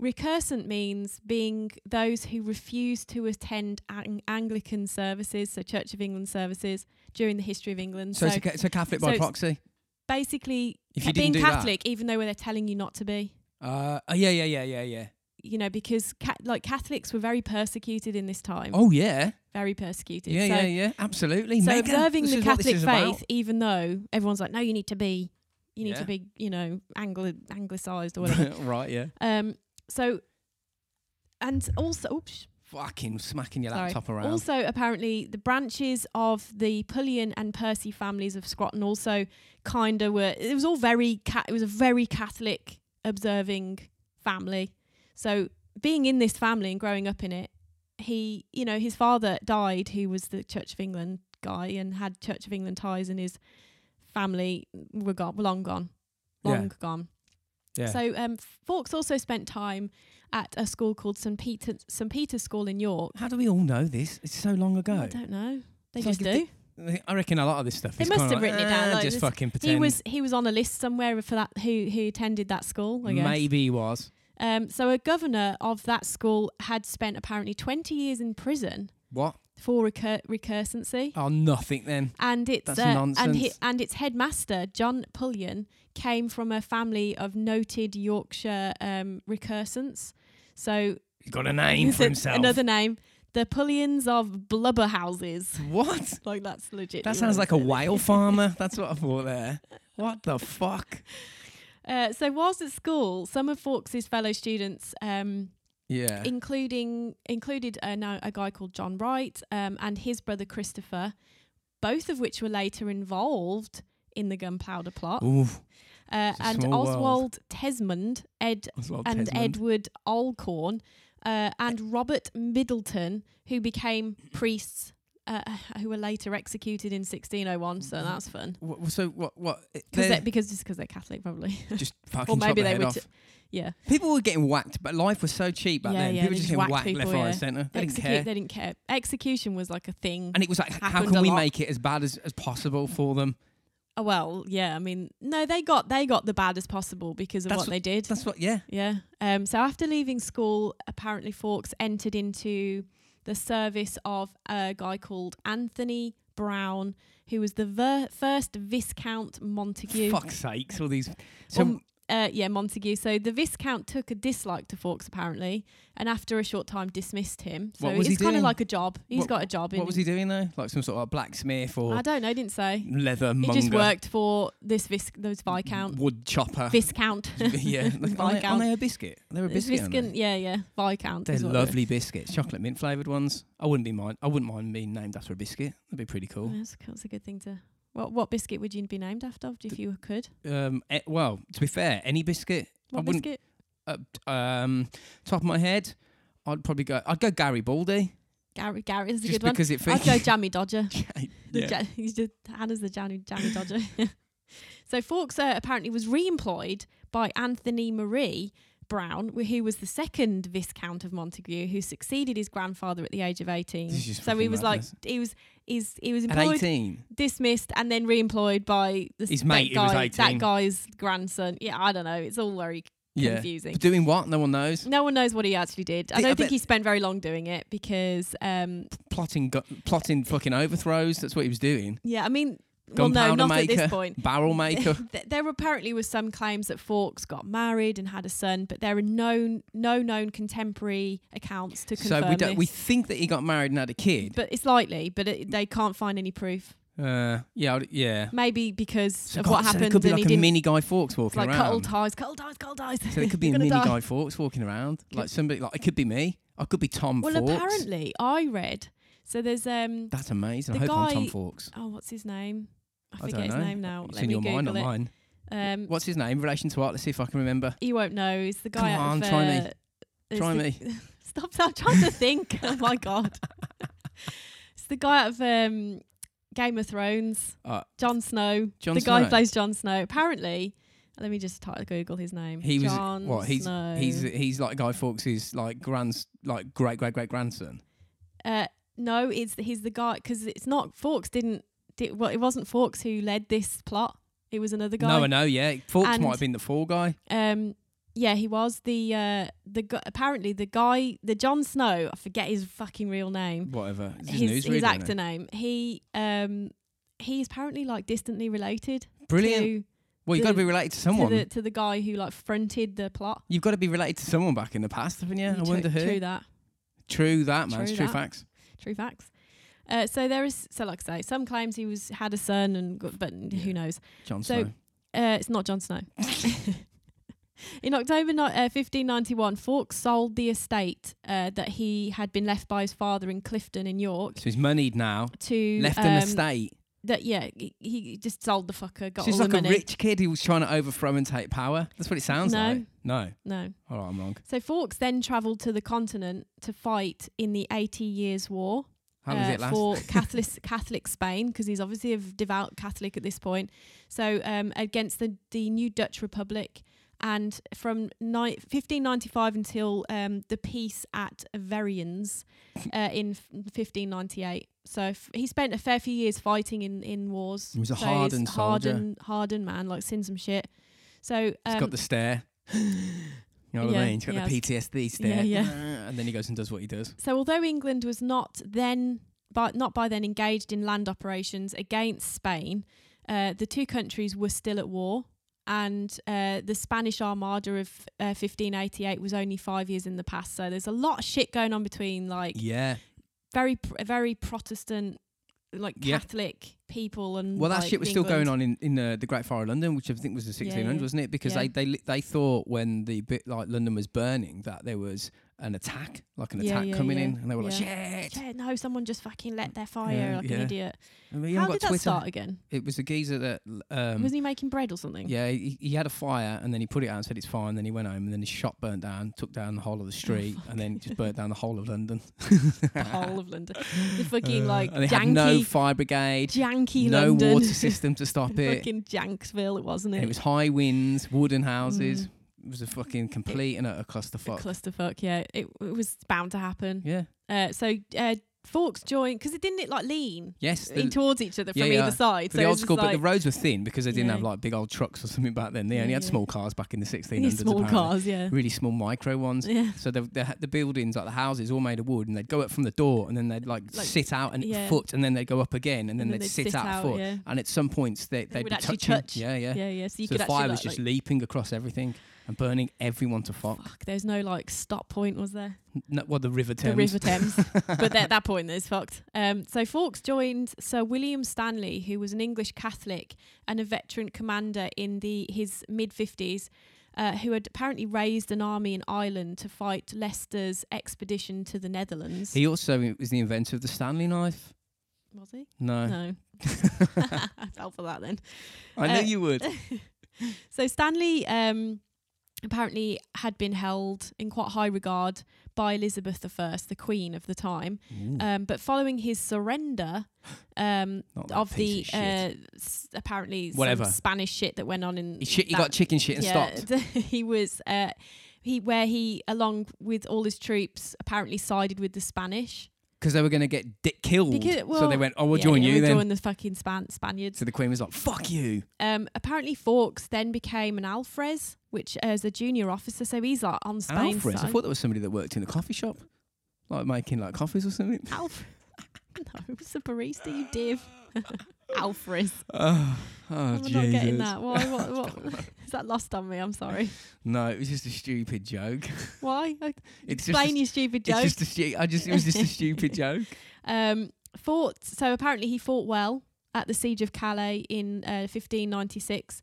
[SPEAKER 2] recursant means being those who refuse to attend ang- Anglican services, so Church of England services during the history of England.
[SPEAKER 1] So,
[SPEAKER 2] So,
[SPEAKER 1] it's, a, ca- it's a Catholic
[SPEAKER 2] so
[SPEAKER 1] by
[SPEAKER 2] it's-
[SPEAKER 1] proxy.
[SPEAKER 2] basically,
[SPEAKER 1] If
[SPEAKER 2] ca-
[SPEAKER 1] you didn't
[SPEAKER 2] being
[SPEAKER 1] do that-
[SPEAKER 2] Catholic, even though they're telling you not to be.
[SPEAKER 1] Uh, oh, yeah, yeah, yeah, yeah, yeah.
[SPEAKER 2] You know, because ca- like Catholics were very persecuted in this time,
[SPEAKER 1] Oh, yeah.
[SPEAKER 2] very persecuted.
[SPEAKER 1] Yeah,
[SPEAKER 2] so,
[SPEAKER 1] yeah, yeah. Absolutely.
[SPEAKER 2] so
[SPEAKER 1] Megan,
[SPEAKER 2] observing
[SPEAKER 1] this
[SPEAKER 2] the
[SPEAKER 1] is what this
[SPEAKER 2] Catholic
[SPEAKER 1] is
[SPEAKER 2] faith,
[SPEAKER 1] about.
[SPEAKER 2] even though everyone's like, no, you need to be, you need
[SPEAKER 1] Yeah.
[SPEAKER 2] to be, you know, Angli- anglicised or whatever.
[SPEAKER 1] *laughs* right, yeah.
[SPEAKER 2] Um, so, and also, oops,
[SPEAKER 1] Fucking smacking your
[SPEAKER 2] Sorry.
[SPEAKER 1] laptop around.
[SPEAKER 2] also apparently the branches of the Pullian and Percy families of Scotland also kind of were. It was all very. Ca- it was a very Catholic observing family. So being in this family and growing up in it, he, you know, his father died, who was the Church of England guy and had Church of England ties, and his family were gone, were long gone,
[SPEAKER 1] Yeah.
[SPEAKER 2] long gone.
[SPEAKER 1] yeah.
[SPEAKER 2] So um, Fawkes also spent time at a school called St Peter St Peter's School in York.
[SPEAKER 1] How do we all know this? It's so long ago.
[SPEAKER 2] I don't know. They
[SPEAKER 1] It's
[SPEAKER 2] just
[SPEAKER 1] like if
[SPEAKER 2] do.
[SPEAKER 1] I reckon a lot of this stuff.
[SPEAKER 2] They
[SPEAKER 1] is
[SPEAKER 2] must
[SPEAKER 1] kinda
[SPEAKER 2] have
[SPEAKER 1] like,
[SPEAKER 2] written it down,
[SPEAKER 1] "Eh,
[SPEAKER 2] like,
[SPEAKER 1] just
[SPEAKER 2] this-
[SPEAKER 1] fucking pretend.
[SPEAKER 2] He was he was on a list somewhere for that who who attended that school. I guess.
[SPEAKER 1] Maybe he was.
[SPEAKER 2] Um, so a governor of that school had spent apparently 20 years in prison
[SPEAKER 1] What?
[SPEAKER 2] for recur- recursancy.
[SPEAKER 1] Oh, nothing then.
[SPEAKER 2] And it's uh,
[SPEAKER 1] That's
[SPEAKER 2] and,
[SPEAKER 1] nonsense.
[SPEAKER 2] and its headmaster John Pullion came from a family of noted Yorkshire um, recursants. So
[SPEAKER 1] He's got a name for himself.
[SPEAKER 2] another name, the Pullions of Blubber Houses. *laughs*
[SPEAKER 1] What?
[SPEAKER 2] Like that's legit.
[SPEAKER 1] That sounds like a whale farmer. That's what I thought there. What the fuck?
[SPEAKER 2] Uh, so whilst at school, some of Fawkes' fellow students um,
[SPEAKER 1] Yeah.
[SPEAKER 2] including included a, now a guy called John Wright um, and his brother Christopher, both of which were later involved in the gunpowder plot.
[SPEAKER 1] Ooh,
[SPEAKER 2] Uh,
[SPEAKER 1] it's a
[SPEAKER 2] and
[SPEAKER 1] small world.
[SPEAKER 2] Oswald Tesmond, Ed
[SPEAKER 1] Oswald
[SPEAKER 2] and
[SPEAKER 1] Tesmond.
[SPEAKER 2] Edward Alcorn, uh, and Robert Middleton, who became priests. Uh, who were later executed in 1601, so
[SPEAKER 1] Mm-hmm.
[SPEAKER 2] that's fun.
[SPEAKER 1] Wha- so what? What?
[SPEAKER 2] Cause
[SPEAKER 1] they're
[SPEAKER 2] they- because just because they're Catholic, probably. *laughs*
[SPEAKER 1] just fucking
[SPEAKER 2] or maybe
[SPEAKER 1] chop the
[SPEAKER 2] they
[SPEAKER 1] head
[SPEAKER 2] were.
[SPEAKER 1] off.
[SPEAKER 2] T- yeah,
[SPEAKER 1] people were getting whacked, but life was so cheap back
[SPEAKER 2] Yeah,
[SPEAKER 1] then. people
[SPEAKER 2] yeah, they
[SPEAKER 1] were just
[SPEAKER 2] just
[SPEAKER 1] getting
[SPEAKER 2] whacked
[SPEAKER 1] whacked, left,
[SPEAKER 2] people,
[SPEAKER 1] right,
[SPEAKER 2] yeah.
[SPEAKER 1] and centre. They didn't
[SPEAKER 2] Execute,
[SPEAKER 1] care.
[SPEAKER 2] They didn't care. Execution was like a thing.
[SPEAKER 1] and it was like, how
[SPEAKER 2] happened
[SPEAKER 1] can
[SPEAKER 2] a
[SPEAKER 1] we
[SPEAKER 2] lot.
[SPEAKER 1] make it as bad as, as possible for them?
[SPEAKER 2] Oh, well, yeah. I mean, no, they got they got the bad as possible because of
[SPEAKER 1] That's
[SPEAKER 2] what, they did.
[SPEAKER 1] That's what, yeah.
[SPEAKER 2] Yeah. Um. So after leaving school, apparently Fawkes entered into the service of a guy called Anthony Brown, who was the ver- first Viscount Montague.
[SPEAKER 1] Fuck's sakes, all these. So,
[SPEAKER 2] Um, uh, yeah, Montague. So the Viscount took a dislike to Fawkes apparently, and after a short time dismissed him. So
[SPEAKER 1] What was he
[SPEAKER 2] it's kind
[SPEAKER 1] doing?
[SPEAKER 2] of like a job. He's
[SPEAKER 1] What-
[SPEAKER 2] got a job.
[SPEAKER 1] what
[SPEAKER 2] in
[SPEAKER 1] was he doing though? Like some sort of blacksmith or
[SPEAKER 2] I don't know. Didn't say.
[SPEAKER 1] leather
[SPEAKER 2] He
[SPEAKER 1] monger?
[SPEAKER 2] just worked for this vis-
[SPEAKER 1] *laughs*
[SPEAKER 2] those Viscount.
[SPEAKER 1] Wood chopper.
[SPEAKER 2] Viscount.
[SPEAKER 1] *laughs*
[SPEAKER 2] *laughs*
[SPEAKER 1] yeah. Like, aren't, they,
[SPEAKER 2] Viscount.
[SPEAKER 1] aren't they a biscuit? They're a biscuit. aren't they?
[SPEAKER 2] Viscount, yeah, yeah. Viscount.
[SPEAKER 1] They're
[SPEAKER 2] is what they're-
[SPEAKER 1] lovely biscuits, chocolate mint flavoured ones. I wouldn't be mind. I wouldn't mind being named after a biscuit. That'd be pretty cool.
[SPEAKER 2] That's, that's a good thing to. What what biscuit would you be named after if you could?
[SPEAKER 1] Um, eh, well, to be fair, any biscuit. I
[SPEAKER 2] What
[SPEAKER 1] wouldn't.
[SPEAKER 2] biscuit?
[SPEAKER 1] Uh, um, top of my head, I'd probably go. I'd go Gary Baldy,
[SPEAKER 2] Gary Gary is a
[SPEAKER 1] just
[SPEAKER 2] good one.
[SPEAKER 1] because it
[SPEAKER 2] I'd
[SPEAKER 1] fits. *laughs*
[SPEAKER 2] go Jammy Dodger. The
[SPEAKER 1] yeah.
[SPEAKER 2] ja- *laughs* he's just Hannah's the Jammy Jammy Dodger. *laughs* so Fawkes uh, apparently was re-employed by Anthony Marie Brown, wh- who was the second Viscount of Montague, who succeeded his grandfather at the age of eighteen.
[SPEAKER 1] This is
[SPEAKER 2] So he
[SPEAKER 1] fucking
[SPEAKER 2] was
[SPEAKER 1] madness.
[SPEAKER 2] like he was he's, he was
[SPEAKER 1] At
[SPEAKER 2] employed
[SPEAKER 1] eighteen,
[SPEAKER 2] dismissed and then re-employed by the
[SPEAKER 1] His
[SPEAKER 2] that
[SPEAKER 1] mate who was
[SPEAKER 2] guy,
[SPEAKER 1] 18.
[SPEAKER 2] that guy's grandson. Yeah, I don't know. It's all very
[SPEAKER 1] yeah.
[SPEAKER 2] confusing.
[SPEAKER 1] Doing what? No one knows.
[SPEAKER 2] No one knows what he actually did.
[SPEAKER 1] Th-
[SPEAKER 2] I
[SPEAKER 1] I
[SPEAKER 2] don't think
[SPEAKER 1] bet-
[SPEAKER 2] he spent very long doing it because, um,
[SPEAKER 1] Plotting, gu- plotting, fucking overthrows. That's what he was doing.
[SPEAKER 2] yeah, I mean, well, no,
[SPEAKER 1] Gunpowder
[SPEAKER 2] not
[SPEAKER 1] maker,
[SPEAKER 2] at this point. *laughs*
[SPEAKER 1] barrel maker.
[SPEAKER 2] Th- there apparently was some claims that Fawkes got married and had a son, but there are no no known contemporary accounts to confirm
[SPEAKER 1] so we don't.
[SPEAKER 2] this.
[SPEAKER 1] We think that he got married and had a kid.
[SPEAKER 2] but it's likely, but it, they can't find any proof.
[SPEAKER 1] Uh, yeah, I'd- yeah.
[SPEAKER 2] Maybe because
[SPEAKER 1] So
[SPEAKER 2] of
[SPEAKER 1] God,
[SPEAKER 2] what
[SPEAKER 1] so there
[SPEAKER 2] happened
[SPEAKER 1] could be
[SPEAKER 2] and
[SPEAKER 1] like
[SPEAKER 2] he
[SPEAKER 1] a
[SPEAKER 2] didn't.
[SPEAKER 1] mini Guy Fawkes
[SPEAKER 2] it's
[SPEAKER 1] walking
[SPEAKER 2] like cut all
[SPEAKER 1] around.
[SPEAKER 2] ties, cut all ties, cut all ties.
[SPEAKER 1] So
[SPEAKER 2] *laughs*
[SPEAKER 1] there could be a
[SPEAKER 2] You're gonna
[SPEAKER 1] mini
[SPEAKER 2] die.
[SPEAKER 1] Guy Fawkes walking around. Like somebody, like it could be me. I could be Tom
[SPEAKER 2] Well,
[SPEAKER 1] Fawkes.
[SPEAKER 2] apparently, I read. So there's um.
[SPEAKER 1] That's amazing. I hope
[SPEAKER 2] The
[SPEAKER 1] I'm Tom
[SPEAKER 2] guy-
[SPEAKER 1] Fawkes.
[SPEAKER 2] Oh, what's his name? I
[SPEAKER 1] I
[SPEAKER 2] forget
[SPEAKER 1] don't
[SPEAKER 2] his
[SPEAKER 1] know.
[SPEAKER 2] name now.
[SPEAKER 1] It's
[SPEAKER 2] Let
[SPEAKER 1] in
[SPEAKER 2] me
[SPEAKER 1] your
[SPEAKER 2] Google
[SPEAKER 1] mind, not
[SPEAKER 2] it.
[SPEAKER 1] mine.
[SPEAKER 2] Um,
[SPEAKER 1] What's his name? in Relation to what? Let's see if I can remember.
[SPEAKER 2] You won't know. It's the guy
[SPEAKER 1] Come
[SPEAKER 2] out
[SPEAKER 1] on,
[SPEAKER 2] of...
[SPEAKER 1] try me.
[SPEAKER 2] uh, it's
[SPEAKER 1] Try
[SPEAKER 2] the-
[SPEAKER 1] me.
[SPEAKER 2] *laughs* Stop, stop. I'm trying to think. *laughs* oh, my God. it's the guy out of um, Game of Thrones,
[SPEAKER 1] Uh,
[SPEAKER 2] Jon Snow.
[SPEAKER 1] Jon
[SPEAKER 2] the guy
[SPEAKER 1] Snow.
[SPEAKER 2] who plays Jon Snow. Apparently, let me just type, Google his name.
[SPEAKER 1] He was-
[SPEAKER 2] Jon
[SPEAKER 1] what, he's-
[SPEAKER 2] Snow.
[SPEAKER 1] He's he's like Guy Fawkes' like grand like great great great grandson.
[SPEAKER 2] Uh, no, it's he's the guy... Because it's not... Fawkes didn't... Did, well, it wasn't Fawkes who led this plot. It was another guy.
[SPEAKER 1] No, I know. Yeah, Fawkes
[SPEAKER 2] And-
[SPEAKER 1] might have been the fall guy.
[SPEAKER 2] Um, yeah, he was the uh, the gu- apparently the guy, the Jon Snow. I forget his fucking real name.
[SPEAKER 1] Whatever. It's just
[SPEAKER 2] His,
[SPEAKER 1] newsreader,
[SPEAKER 2] his
[SPEAKER 1] isn't
[SPEAKER 2] actor
[SPEAKER 1] it?
[SPEAKER 2] name. He um, he's apparently like distantly related.
[SPEAKER 1] Brilliant.
[SPEAKER 2] To,
[SPEAKER 1] well, you've got to
[SPEAKER 2] the-
[SPEAKER 1] be related to
[SPEAKER 2] to
[SPEAKER 1] someone.
[SPEAKER 2] the to the guy who like fronted the plot.
[SPEAKER 1] you've got to be related to someone back in the past, haven't you? I
[SPEAKER 2] You tru-
[SPEAKER 1] wonder who.
[SPEAKER 2] True that.
[SPEAKER 1] True that, man.
[SPEAKER 2] True
[SPEAKER 1] it's true
[SPEAKER 2] that.
[SPEAKER 1] facts.
[SPEAKER 2] True facts. Uh, so there is so like I say, some claims he was had a son and got, but
[SPEAKER 1] Yeah.
[SPEAKER 2] who knows.
[SPEAKER 1] John
[SPEAKER 2] So-
[SPEAKER 1] Snow.
[SPEAKER 2] Uh, it's not
[SPEAKER 1] *laughs*
[SPEAKER 2] Jon Snow. In October ni- uh, 1591, Fawkes sold the estate uh, that he had been left by his father in Clifton in York
[SPEAKER 1] So he's moneyed now.
[SPEAKER 2] to
[SPEAKER 1] Left an
[SPEAKER 2] um,
[SPEAKER 1] estate.
[SPEAKER 2] That yeah, he, he just sold the fucker, got
[SPEAKER 1] So he's
[SPEAKER 2] all
[SPEAKER 1] like
[SPEAKER 2] the
[SPEAKER 1] a
[SPEAKER 2] money.
[SPEAKER 1] rich kid who was trying to overthrow and take power. That's what it sounds
[SPEAKER 2] No.
[SPEAKER 1] like. No.
[SPEAKER 2] no,
[SPEAKER 1] All right, I'm wrong.
[SPEAKER 2] so Fawkes then travelled to the continent to fight in the Eighty Years' War.
[SPEAKER 1] How does
[SPEAKER 2] uh,
[SPEAKER 1] it last? *laughs*
[SPEAKER 2] for Catholic Catholic Spain because he's obviously a devout Catholic at this point. So um, against the the new Dutch Republic, and from ni- 1595 until um, the peace at Verians
[SPEAKER 1] *laughs*
[SPEAKER 2] uh, in f- 1598. So f- he spent a fair few years fighting in, in wars.
[SPEAKER 1] He was a
[SPEAKER 2] so
[SPEAKER 1] hardened soldier.
[SPEAKER 2] hardened, hardened man, like seen some shit. So
[SPEAKER 1] He's
[SPEAKER 2] um,
[SPEAKER 1] got the stare. *gasps* you know what
[SPEAKER 2] Yeah,
[SPEAKER 1] I mean? He's got
[SPEAKER 2] yeah.
[SPEAKER 1] the PTSD stare.
[SPEAKER 2] Yeah, yeah.
[SPEAKER 1] *laughs* And then he goes and does what he does.
[SPEAKER 2] So although England was not then, but not by then engaged in land operations against Spain, uh, the two countries were still at war, and uh, the Spanish Armada of uh, 1588 was only five years in the past. So there's a lot of shit going on between like
[SPEAKER 1] Yeah.
[SPEAKER 2] very pr- very Protestant, like
[SPEAKER 1] Yeah.
[SPEAKER 2] Catholic people, and
[SPEAKER 1] Well, that
[SPEAKER 2] like,
[SPEAKER 1] shit was still
[SPEAKER 2] England.
[SPEAKER 1] going on in, in uh, the Great Fire of London, which I think was the 1600s,
[SPEAKER 2] Yeah, yeah.
[SPEAKER 1] wasn't it? Because
[SPEAKER 2] Yeah.
[SPEAKER 1] they, they li- they thought when the bit like London was burning that there was an attack, like an
[SPEAKER 2] Yeah,
[SPEAKER 1] attack
[SPEAKER 2] yeah,
[SPEAKER 1] coming
[SPEAKER 2] yeah.
[SPEAKER 1] in, and they were like, "Shit!"
[SPEAKER 2] Yeah, no, someone just fucking let their fire
[SPEAKER 1] Yeah,
[SPEAKER 2] like an
[SPEAKER 1] yeah.
[SPEAKER 2] idiot.
[SPEAKER 1] I mean, you
[SPEAKER 2] How
[SPEAKER 1] haven't
[SPEAKER 2] did that
[SPEAKER 1] got Twitter.
[SPEAKER 2] start again?
[SPEAKER 1] It was the geezer that um,
[SPEAKER 2] Wasn't he making bread or something?
[SPEAKER 1] Yeah, he, he had a fire and then he put it out and said it's fine. Then he went home and then his shop burnt down, took down the whole
[SPEAKER 2] Oh,
[SPEAKER 1] of the street, and then it just burnt down the whole of
[SPEAKER 2] *laughs*
[SPEAKER 1] London.
[SPEAKER 2] The whole of
[SPEAKER 1] *laughs*
[SPEAKER 2] London, the fucking like
[SPEAKER 1] Uh, and they
[SPEAKER 2] janky
[SPEAKER 1] had no fire brigade,
[SPEAKER 2] janky
[SPEAKER 1] no
[SPEAKER 2] London.
[SPEAKER 1] water
[SPEAKER 2] *laughs*
[SPEAKER 1] system to stop it.
[SPEAKER 2] fucking Janksville, it wasn't
[SPEAKER 1] And
[SPEAKER 2] it?
[SPEAKER 1] it was high winds, wooden houses.
[SPEAKER 2] Mm.
[SPEAKER 1] It was a fucking complete and utter
[SPEAKER 2] a
[SPEAKER 1] clusterfuck.
[SPEAKER 2] clusterfuck. Yeah, it, it was bound to happen.
[SPEAKER 1] yeah.
[SPEAKER 2] Uh, so uh, forks joined because it didn't it like lean
[SPEAKER 1] Yes. The,
[SPEAKER 2] in towards each other
[SPEAKER 1] yeah,
[SPEAKER 2] from
[SPEAKER 1] yeah.
[SPEAKER 2] either side.
[SPEAKER 1] the
[SPEAKER 2] so it
[SPEAKER 1] old
[SPEAKER 2] was just
[SPEAKER 1] school, but
[SPEAKER 2] like *laughs*
[SPEAKER 1] the roads were thin because they didn't
[SPEAKER 2] Yeah.
[SPEAKER 1] have like big old trucks or something back then. They
[SPEAKER 2] Yeah,
[SPEAKER 1] only had
[SPEAKER 2] yeah.
[SPEAKER 1] small cars back in the 1600s.
[SPEAKER 2] these small
[SPEAKER 1] apparently.
[SPEAKER 2] cars. Yeah,
[SPEAKER 1] Really small micro ones.
[SPEAKER 2] yeah.
[SPEAKER 1] So the, the the buildings, like the houses, all made of wood, and they'd go up from the door, and then they'd like,
[SPEAKER 2] Like,
[SPEAKER 1] sit out and
[SPEAKER 2] yeah.
[SPEAKER 1] foot, and then they'd go up again, and then, they'd, sit, out, foot.
[SPEAKER 2] Yeah.
[SPEAKER 1] And at some points, they, they'd
[SPEAKER 2] would
[SPEAKER 1] be
[SPEAKER 2] actually
[SPEAKER 1] touching.
[SPEAKER 2] touch.
[SPEAKER 1] Yeah, yeah.
[SPEAKER 2] yeah, yeah. So you
[SPEAKER 1] so
[SPEAKER 2] could
[SPEAKER 1] the fire
[SPEAKER 2] actually
[SPEAKER 1] was
[SPEAKER 2] like,
[SPEAKER 1] just
[SPEAKER 2] like,
[SPEAKER 1] leaping across everything and burning everyone to fuck.
[SPEAKER 2] fuck. There's no like stop point, was there?
[SPEAKER 1] No, well, the River Thames.
[SPEAKER 2] The River Thames. but
[SPEAKER 1] *laughs*
[SPEAKER 2] at that point, it's fucked. Um, so Fawkes joined Sir William Stanley, who was an English Catholic and a veteran commander in the his mid fifties, uh, who had apparently raised an army in Ireland to fight Leicester's expedition to the Netherlands.
[SPEAKER 1] He also was the inventor of the Stanley knife.
[SPEAKER 2] was he?
[SPEAKER 1] No, *laughs*
[SPEAKER 2] No. *laughs* I fell for that then.
[SPEAKER 1] I knew
[SPEAKER 2] Uh,
[SPEAKER 1] you
[SPEAKER 2] *laughs*
[SPEAKER 1] would.
[SPEAKER 2] So Stanley um, apparently had been held in quite high regard by Elizabeth I, the Queen of the time.
[SPEAKER 1] Ooh,
[SPEAKER 2] Um, but following his surrender, um,
[SPEAKER 1] not that
[SPEAKER 2] of the
[SPEAKER 1] piece
[SPEAKER 2] uh,
[SPEAKER 1] of shit.
[SPEAKER 2] s- apparently
[SPEAKER 1] Whatever.
[SPEAKER 2] some Spanish shit that went on in.
[SPEAKER 1] he, shit, he
[SPEAKER 2] that-
[SPEAKER 1] got chicken shit and stopped.
[SPEAKER 2] *laughs* he was uh, he where he along with all his troops apparently sided with the Spanish.
[SPEAKER 1] because they were going to get di- killed.
[SPEAKER 2] Because-
[SPEAKER 1] so they
[SPEAKER 2] well,
[SPEAKER 1] went, "Oh, we'll
[SPEAKER 2] Yeah,
[SPEAKER 1] join
[SPEAKER 2] yeah,
[SPEAKER 1] you
[SPEAKER 2] we'll
[SPEAKER 1] then."
[SPEAKER 2] Join the fucking Span- Spaniards.
[SPEAKER 1] so the Queen was like, "Fuck you."
[SPEAKER 2] Um, apparently, Fawkes then became an Alfres, which as a junior officer, so he's like on Spain's
[SPEAKER 1] Alfred. I
[SPEAKER 2] side. *laughs*
[SPEAKER 1] thought that was somebody that worked in a coffee shop, like making like coffees or
[SPEAKER 2] *laughs*
[SPEAKER 1] something.
[SPEAKER 2] Alf- no, it was a barista, you
[SPEAKER 1] *laughs*
[SPEAKER 2] div. Alfres.
[SPEAKER 1] Oh, oh
[SPEAKER 2] I'm
[SPEAKER 1] Jesus.
[SPEAKER 2] not getting that.
[SPEAKER 1] *laughs*
[SPEAKER 2] Why? What, what? Is that lost on me? I'm sorry.
[SPEAKER 1] No, it was just a stupid joke. *laughs*
[SPEAKER 2] Why? I-
[SPEAKER 1] It's just, a
[SPEAKER 2] Explain
[SPEAKER 1] st-
[SPEAKER 2] your stupid
[SPEAKER 1] it's
[SPEAKER 2] joke.
[SPEAKER 1] just a stu- I just it was just
[SPEAKER 2] *laughs*
[SPEAKER 1] a stupid joke.
[SPEAKER 2] um, fought. So apparently he fought well at the siege of Calais in uh, 1596,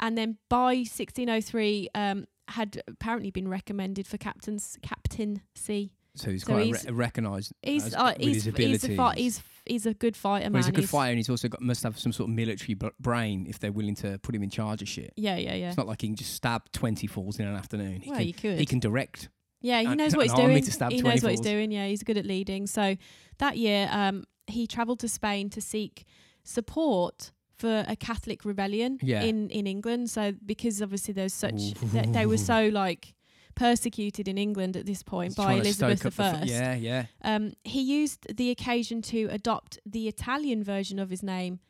[SPEAKER 2] and then by 1603 um, had apparently been recommended for captain's captaincy.
[SPEAKER 1] So he's
[SPEAKER 2] So
[SPEAKER 1] quite
[SPEAKER 2] he's-
[SPEAKER 1] re- recognised.
[SPEAKER 2] He's
[SPEAKER 1] as-
[SPEAKER 2] uh,
[SPEAKER 1] with his
[SPEAKER 2] he's he's a fi-
[SPEAKER 1] abilities.
[SPEAKER 2] he's he's a good fighter man.
[SPEAKER 1] Well, he's a good fighter, and he's also got must have some sort of military b- brain if they're willing to put him in charge of shit.
[SPEAKER 2] Yeah, yeah, yeah.
[SPEAKER 1] It's not like he can just stab twenty fools in an afternoon. He
[SPEAKER 2] well,
[SPEAKER 1] can
[SPEAKER 2] you could.
[SPEAKER 1] he can direct.
[SPEAKER 2] Yeah, he
[SPEAKER 1] and-
[SPEAKER 2] knows what
[SPEAKER 1] and
[SPEAKER 2] he's
[SPEAKER 1] army
[SPEAKER 2] doing.
[SPEAKER 1] to stab
[SPEAKER 2] He knows what he's
[SPEAKER 1] 24s.
[SPEAKER 2] doing. Yeah, he's good at leading. So that year, um, he travelled to Spain to seek support for a Catholic rebellion
[SPEAKER 1] Yeah.
[SPEAKER 2] in in England. So because obviously there's such
[SPEAKER 1] Ooh.
[SPEAKER 2] that they were so like persecuted in England at this point
[SPEAKER 1] He's
[SPEAKER 2] by
[SPEAKER 1] trying to stoke
[SPEAKER 2] Elizabeth I.
[SPEAKER 1] up the fu- yeah, yeah.
[SPEAKER 2] Um, he used the occasion to adopt the Italian version of his name,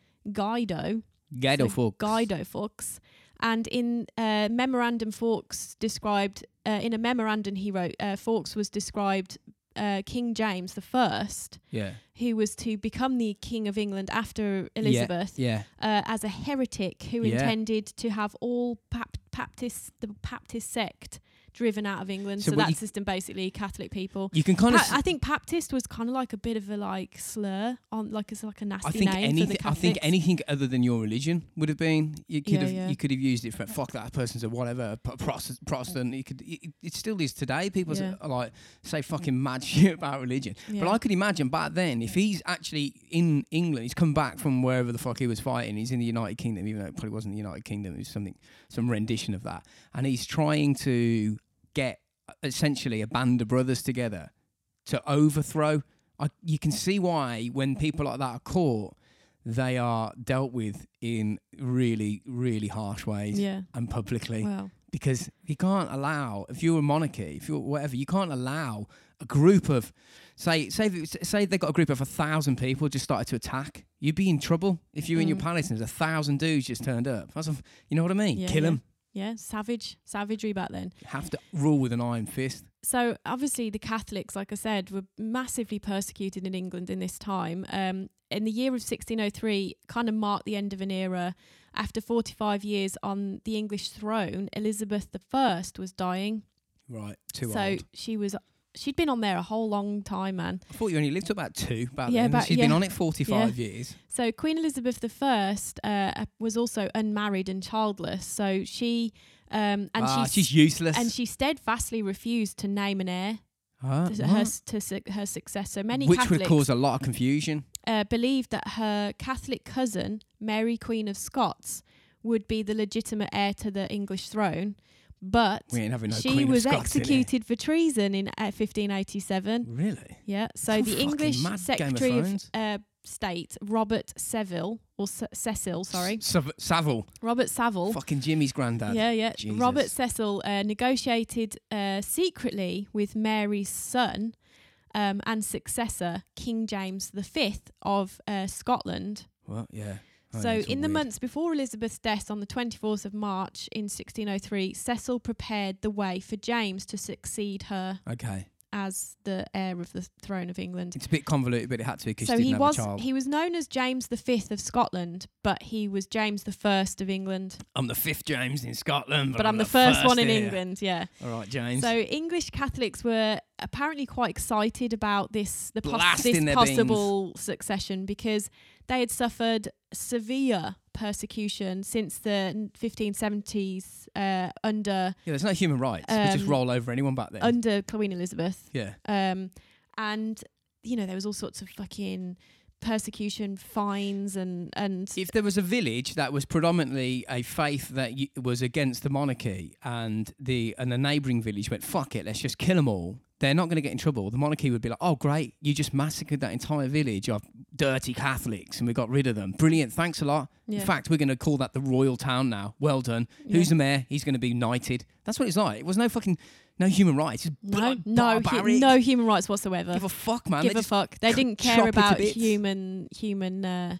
[SPEAKER 2] Guido.
[SPEAKER 1] Guido
[SPEAKER 2] So
[SPEAKER 1] Fawkes.
[SPEAKER 2] Guido Fawkes. And in uh, memorandum, Fawkes described uh, in a memorandum he wrote, uh, Fawkes was described uh, King James the First,
[SPEAKER 1] Yeah,
[SPEAKER 2] who was to become the King of England after Elizabeth,
[SPEAKER 1] yeah.
[SPEAKER 2] Uh, as a heretic who
[SPEAKER 1] Yeah.
[SPEAKER 2] intended to have all pap- Baptist the Baptist sect driven out of England.
[SPEAKER 1] So
[SPEAKER 2] So,
[SPEAKER 1] what you-
[SPEAKER 2] that's just basically Catholic people.
[SPEAKER 1] You can kind of.
[SPEAKER 2] Pa- I think Baptist was kind of like a bit of a like slur on like it's like a nasty
[SPEAKER 1] I think
[SPEAKER 2] name for
[SPEAKER 1] anything.
[SPEAKER 2] the
[SPEAKER 1] I
[SPEAKER 2] Catholics.
[SPEAKER 1] think anything other than your religion would have been. You could
[SPEAKER 2] Yeah,
[SPEAKER 1] have.
[SPEAKER 2] yeah.
[SPEAKER 1] You could have used it for fuck that person's a whatever P- Protest- Protestant. You could. It, it still is today. People
[SPEAKER 2] Yeah.
[SPEAKER 1] are like say fucking mad *laughs* shit about religion.
[SPEAKER 2] Yeah.
[SPEAKER 1] But I could imagine back then if he's actually in England, he's come back from wherever the fuck he was fighting. He's in the United Kingdom, even though it probably wasn't the United Kingdom. It was something, some rendition of that, and he's trying to get essentially a band of brothers together to overthrow. I, you can see why when people like that are caught, they are dealt with in really, really harsh ways
[SPEAKER 2] yeah.
[SPEAKER 1] and publicly
[SPEAKER 2] Wow.
[SPEAKER 1] because you can't allow if you're a monarchy, if you're whatever, you can't allow a group of say say if it's- say they got a group of a thousand people just started to attack. You'd be in trouble if you were in your
[SPEAKER 2] Mm.
[SPEAKER 1] palace and there's a thousand dudes just turned up. That's a f you know what I mean?
[SPEAKER 2] Yeah,
[SPEAKER 1] Kill 'em. Kill
[SPEAKER 2] yeah.
[SPEAKER 1] them.
[SPEAKER 2] Yeah, savage, savagery back then.
[SPEAKER 1] Have to rule with an iron fist.
[SPEAKER 2] so obviously the Catholics, like I said, were massively persecuted in England in this time. Um, in the year of 1603, kind of marked the end of an era. After 45 years on the English throne, Elizabeth I was dying.
[SPEAKER 1] Right. Too
[SPEAKER 2] so
[SPEAKER 1] old.
[SPEAKER 2] she was, she'd been on there a whole long time, man.
[SPEAKER 1] I thought you only lived to about two. About
[SPEAKER 2] Yeah,
[SPEAKER 1] then.
[SPEAKER 2] about-
[SPEAKER 1] she's been
[SPEAKER 2] yeah.
[SPEAKER 1] on it forty-five years.
[SPEAKER 2] So Queen Elizabeth I uh, was also unmarried and childless. So she um, and
[SPEAKER 1] ah,
[SPEAKER 2] she
[SPEAKER 1] she's useless.
[SPEAKER 2] and she steadfastly refused to name an heir
[SPEAKER 1] Huh?
[SPEAKER 2] to her
[SPEAKER 1] What?
[SPEAKER 2] s- to su- her successor. Many
[SPEAKER 1] Uh-huh. Which
[SPEAKER 2] Catholics
[SPEAKER 1] would cause a lot of confusion.
[SPEAKER 2] uh, believed that her Catholic cousin, Mary Queen of Scots, would be the legitimate heir to the English throne, but
[SPEAKER 1] We ain't having no
[SPEAKER 2] she
[SPEAKER 1] Queen of
[SPEAKER 2] was
[SPEAKER 1] Scots in here.
[SPEAKER 2] executed for treason in uh, 1587.
[SPEAKER 1] Really?
[SPEAKER 2] Yeah, so
[SPEAKER 1] Some
[SPEAKER 2] the
[SPEAKER 1] fucking
[SPEAKER 2] English
[SPEAKER 1] mad Game of
[SPEAKER 2] Secretary of,
[SPEAKER 1] Thrones.
[SPEAKER 2] uh, State, Robert Seville, or Se- Cecil, sorry,
[SPEAKER 1] S- Sav- Savile,
[SPEAKER 2] Robert Saville.
[SPEAKER 1] fucking Jimmy's granddad.
[SPEAKER 2] Oh. Yeah, yeah.
[SPEAKER 1] Jesus.
[SPEAKER 2] Robert Cecil uh, negotiated uh, secretly with Mary's son um, and successor, King James V of uh, Scotland,
[SPEAKER 1] Well, yeah. Oh,
[SPEAKER 2] so,
[SPEAKER 1] yeah, it's all
[SPEAKER 2] in the
[SPEAKER 1] weird.
[SPEAKER 2] months before Elizabeth's death on the 24th of March in 1603, Cecil prepared the way for James to succeed her
[SPEAKER 1] Okay,
[SPEAKER 2] as the heir of the throne of England.
[SPEAKER 1] it's a bit convoluted, but it had to because
[SPEAKER 2] So
[SPEAKER 1] she didn't
[SPEAKER 2] he
[SPEAKER 1] have
[SPEAKER 2] was
[SPEAKER 1] a child.
[SPEAKER 2] he was known as James V of Scotland, but he was James the First of England.
[SPEAKER 1] I'm the fifth James in Scotland, but,
[SPEAKER 2] But I'm the first, one in
[SPEAKER 1] here.
[SPEAKER 2] England, yeah.
[SPEAKER 1] All right, James.
[SPEAKER 2] So English Catholics were apparently quite excited about this the pos-
[SPEAKER 1] Blasting
[SPEAKER 2] this
[SPEAKER 1] their
[SPEAKER 2] possible succession because they had suffered severe persecution since the 1570s uh, under
[SPEAKER 1] yeah, there's no human rights. we just
[SPEAKER 2] um,
[SPEAKER 1] roll over anyone back then.
[SPEAKER 2] under Queen Elizabeth,
[SPEAKER 1] yeah,
[SPEAKER 2] um, and you know there was all sorts of fucking persecution, fines, and and
[SPEAKER 1] if there was a village that was predominantly a faith that y- was against the monarchy, and the and the neighbouring village went fuck it, let's just kill them all. They're not going to get in trouble. The monarchy would be like, "Oh, great! You just massacred that entire village of dirty Catholics, and we got rid of them. Brilliant! Thanks a lot.
[SPEAKER 2] Yeah.
[SPEAKER 1] In fact, we're going to call that the royal town now. Well done. Who's
[SPEAKER 2] Yeah.
[SPEAKER 1] the mayor? He's going to be knighted. That's what it's like. It was no fucking no human rights. It's
[SPEAKER 2] no
[SPEAKER 1] like
[SPEAKER 2] no hu-
[SPEAKER 1] barbaric.
[SPEAKER 2] no human rights whatsoever.
[SPEAKER 1] Give a fuck, man.
[SPEAKER 2] Give
[SPEAKER 1] They
[SPEAKER 2] a
[SPEAKER 1] just-
[SPEAKER 2] fuck. They
[SPEAKER 1] ch-
[SPEAKER 2] didn't
[SPEAKER 1] chop
[SPEAKER 2] care
[SPEAKER 1] it to
[SPEAKER 2] about
[SPEAKER 1] bits.
[SPEAKER 2] human human uh,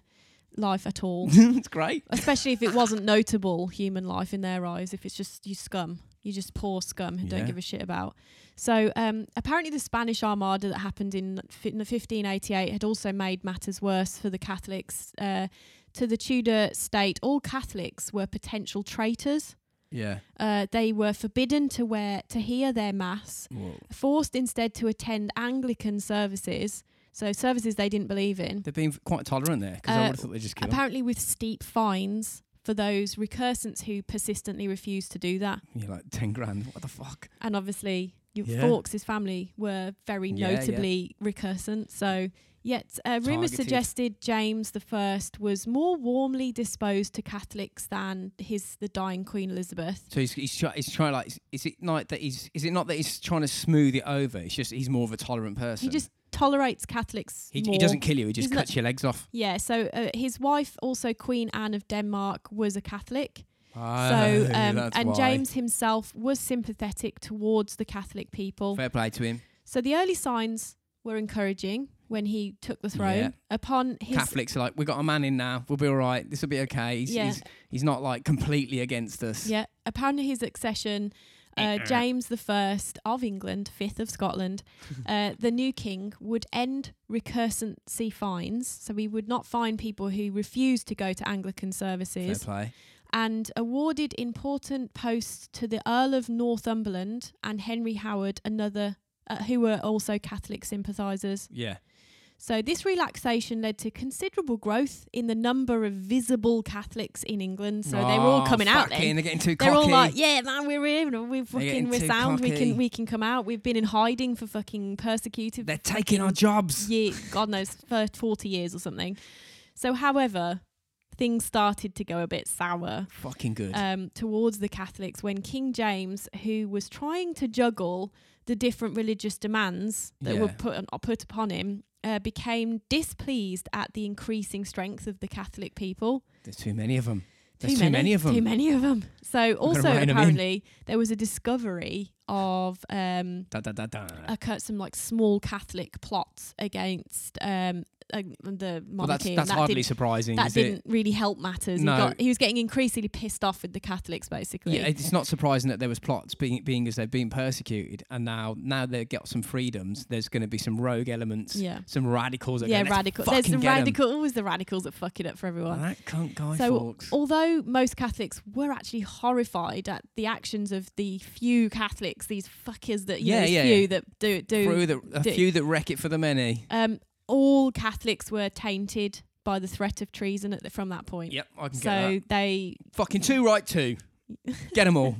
[SPEAKER 2] life
[SPEAKER 1] *laughs*
[SPEAKER 2] at all.
[SPEAKER 1] *laughs* it's great.
[SPEAKER 2] especially if it wasn't notable human life in their eyes if it's just you scum you just poor scum who don't
[SPEAKER 1] Yeah.
[SPEAKER 2] give a shit about so um, apparently the spanish armada that happened in fi- 1588 had also made matters worse for the catholics uh, to the tudor state all catholics were potential traitors
[SPEAKER 1] Yeah.
[SPEAKER 2] uh, they were forbidden to wear to hear their mass forced instead to attend anglican services so services they didn't believe in
[SPEAKER 1] They've been quite tolerant there because
[SPEAKER 2] Uh,
[SPEAKER 1] I would have thought they just killed.
[SPEAKER 2] apparently with steep fines for those recursants who persistently refused to do that.
[SPEAKER 1] You're like ten grand. What the fuck?
[SPEAKER 2] And obviously, your
[SPEAKER 1] Yeah.
[SPEAKER 2] Fawkes' family were very
[SPEAKER 1] Yeah, yeah.
[SPEAKER 2] notably recursant. So, yet uh,
[SPEAKER 1] Targeted.
[SPEAKER 2] rumours suggested James the First was more warmly disposed to Catholics than his the dying Queen Elizabeth.
[SPEAKER 1] So he's he's, try, he's trying like is it not that he's is it not that he's trying to smooth it over? It's just he's more of a tolerant person.
[SPEAKER 2] He just tolerates Catholics.
[SPEAKER 1] he,
[SPEAKER 2] more.
[SPEAKER 1] he doesn't kill you. He just
[SPEAKER 2] He's not-
[SPEAKER 1] cuts your legs off.
[SPEAKER 2] Yeah. So uh, his wife, also Queen Anne of Denmark, was a Catholic.
[SPEAKER 1] Oh, *laughs*
[SPEAKER 2] So, um,
[SPEAKER 1] that's
[SPEAKER 2] and
[SPEAKER 1] why.
[SPEAKER 2] James himself was sympathetic towards the Catholic people.
[SPEAKER 1] fair play to him.
[SPEAKER 2] So the early signs were encouraging when he took the throne.
[SPEAKER 1] Yeah.
[SPEAKER 2] Upon his
[SPEAKER 1] Catholics are like, we got a man in now. We'll be all right. This will be okay. He's,
[SPEAKER 2] Yeah.
[SPEAKER 1] he's he's not like completely against us.
[SPEAKER 2] yeah, upon his accession,
[SPEAKER 1] Uh-uh.
[SPEAKER 2] uh, James the First of England, fifth of
[SPEAKER 1] *laughs*
[SPEAKER 2] Scotland, uh, the new king would end recursancy fines. So he would not fine people who refused to go to Anglican
[SPEAKER 1] Fair
[SPEAKER 2] services.
[SPEAKER 1] play.
[SPEAKER 2] and awarded important posts to the Earl of Northumberland and Henry Howard, another uh, who were also Catholic sympathisers.
[SPEAKER 1] Yeah.
[SPEAKER 2] So this relaxation led to considerable growth in the number of visible Catholics in England. So they were all
[SPEAKER 1] Oh,
[SPEAKER 2] coming out
[SPEAKER 1] fucking,
[SPEAKER 2] then.
[SPEAKER 1] They're getting too
[SPEAKER 2] They're
[SPEAKER 1] cocky.
[SPEAKER 2] all like, "Yeah, man, we're in. We're fucking,
[SPEAKER 1] getting
[SPEAKER 2] we're
[SPEAKER 1] too
[SPEAKER 2] sound. We
[SPEAKER 1] cocky.
[SPEAKER 2] can, we can come out. We've been in hiding for fucking persecuted
[SPEAKER 1] They're taking our jobs.
[SPEAKER 2] year, God knows, for 40 years or something." So, however, things started to go a bit sour
[SPEAKER 1] Fucking good.
[SPEAKER 2] um, towards the Catholics when King James, who was trying to juggle the different religious demands that were
[SPEAKER 1] Yeah.
[SPEAKER 2] put on, put upon him, uh, became displeased at the increasing strength of the Catholic people.
[SPEAKER 1] There's too many of them. There's too many of them.
[SPEAKER 2] Too many of them. So also
[SPEAKER 1] rein 'em in.
[SPEAKER 2] apparently there was a discovery of um,
[SPEAKER 1] Da, da, da, da.
[SPEAKER 2] a, cou- some like small Catholic plots against um, uh, the monarchy.
[SPEAKER 1] Well, that's
[SPEAKER 2] and
[SPEAKER 1] that's
[SPEAKER 2] that
[SPEAKER 1] hardly
[SPEAKER 2] didn't-
[SPEAKER 1] surprising,
[SPEAKER 2] that
[SPEAKER 1] is
[SPEAKER 2] didn't
[SPEAKER 1] it?
[SPEAKER 2] really help matters. He,
[SPEAKER 1] No.
[SPEAKER 2] got, he was getting increasingly pissed off with the Catholics, basically.
[SPEAKER 1] Yeah, it's not surprising that there was plots being being as they've been persecuted, and now now they've got some freedoms. There's going to be some rogue elements,
[SPEAKER 2] Yeah.
[SPEAKER 1] some radicals. That
[SPEAKER 2] yeah,
[SPEAKER 1] go, "Let's
[SPEAKER 2] radical. There's
[SPEAKER 1] fucking
[SPEAKER 2] the
[SPEAKER 1] get 'em."
[SPEAKER 2] radical, always the radicals that fuck it up for everyone.
[SPEAKER 1] And that cunt guy,
[SPEAKER 2] So,
[SPEAKER 1] folks.
[SPEAKER 2] although most Catholics were actually horrified at the actions of the few Catholics, these fuckers that you
[SPEAKER 1] Yeah,
[SPEAKER 2] know, these
[SPEAKER 1] yeah,
[SPEAKER 2] few
[SPEAKER 1] yeah.
[SPEAKER 2] that do
[SPEAKER 1] Through
[SPEAKER 2] do,
[SPEAKER 1] the, a
[SPEAKER 2] do-
[SPEAKER 1] few that wreck it for the many.
[SPEAKER 2] um, all Catholics were tainted by the threat of treason at the, from that point.
[SPEAKER 1] Yep, I can get
[SPEAKER 2] So
[SPEAKER 1] that.
[SPEAKER 2] they,
[SPEAKER 1] Fucking two right
[SPEAKER 2] *laughs*
[SPEAKER 1] two. Get 'em all.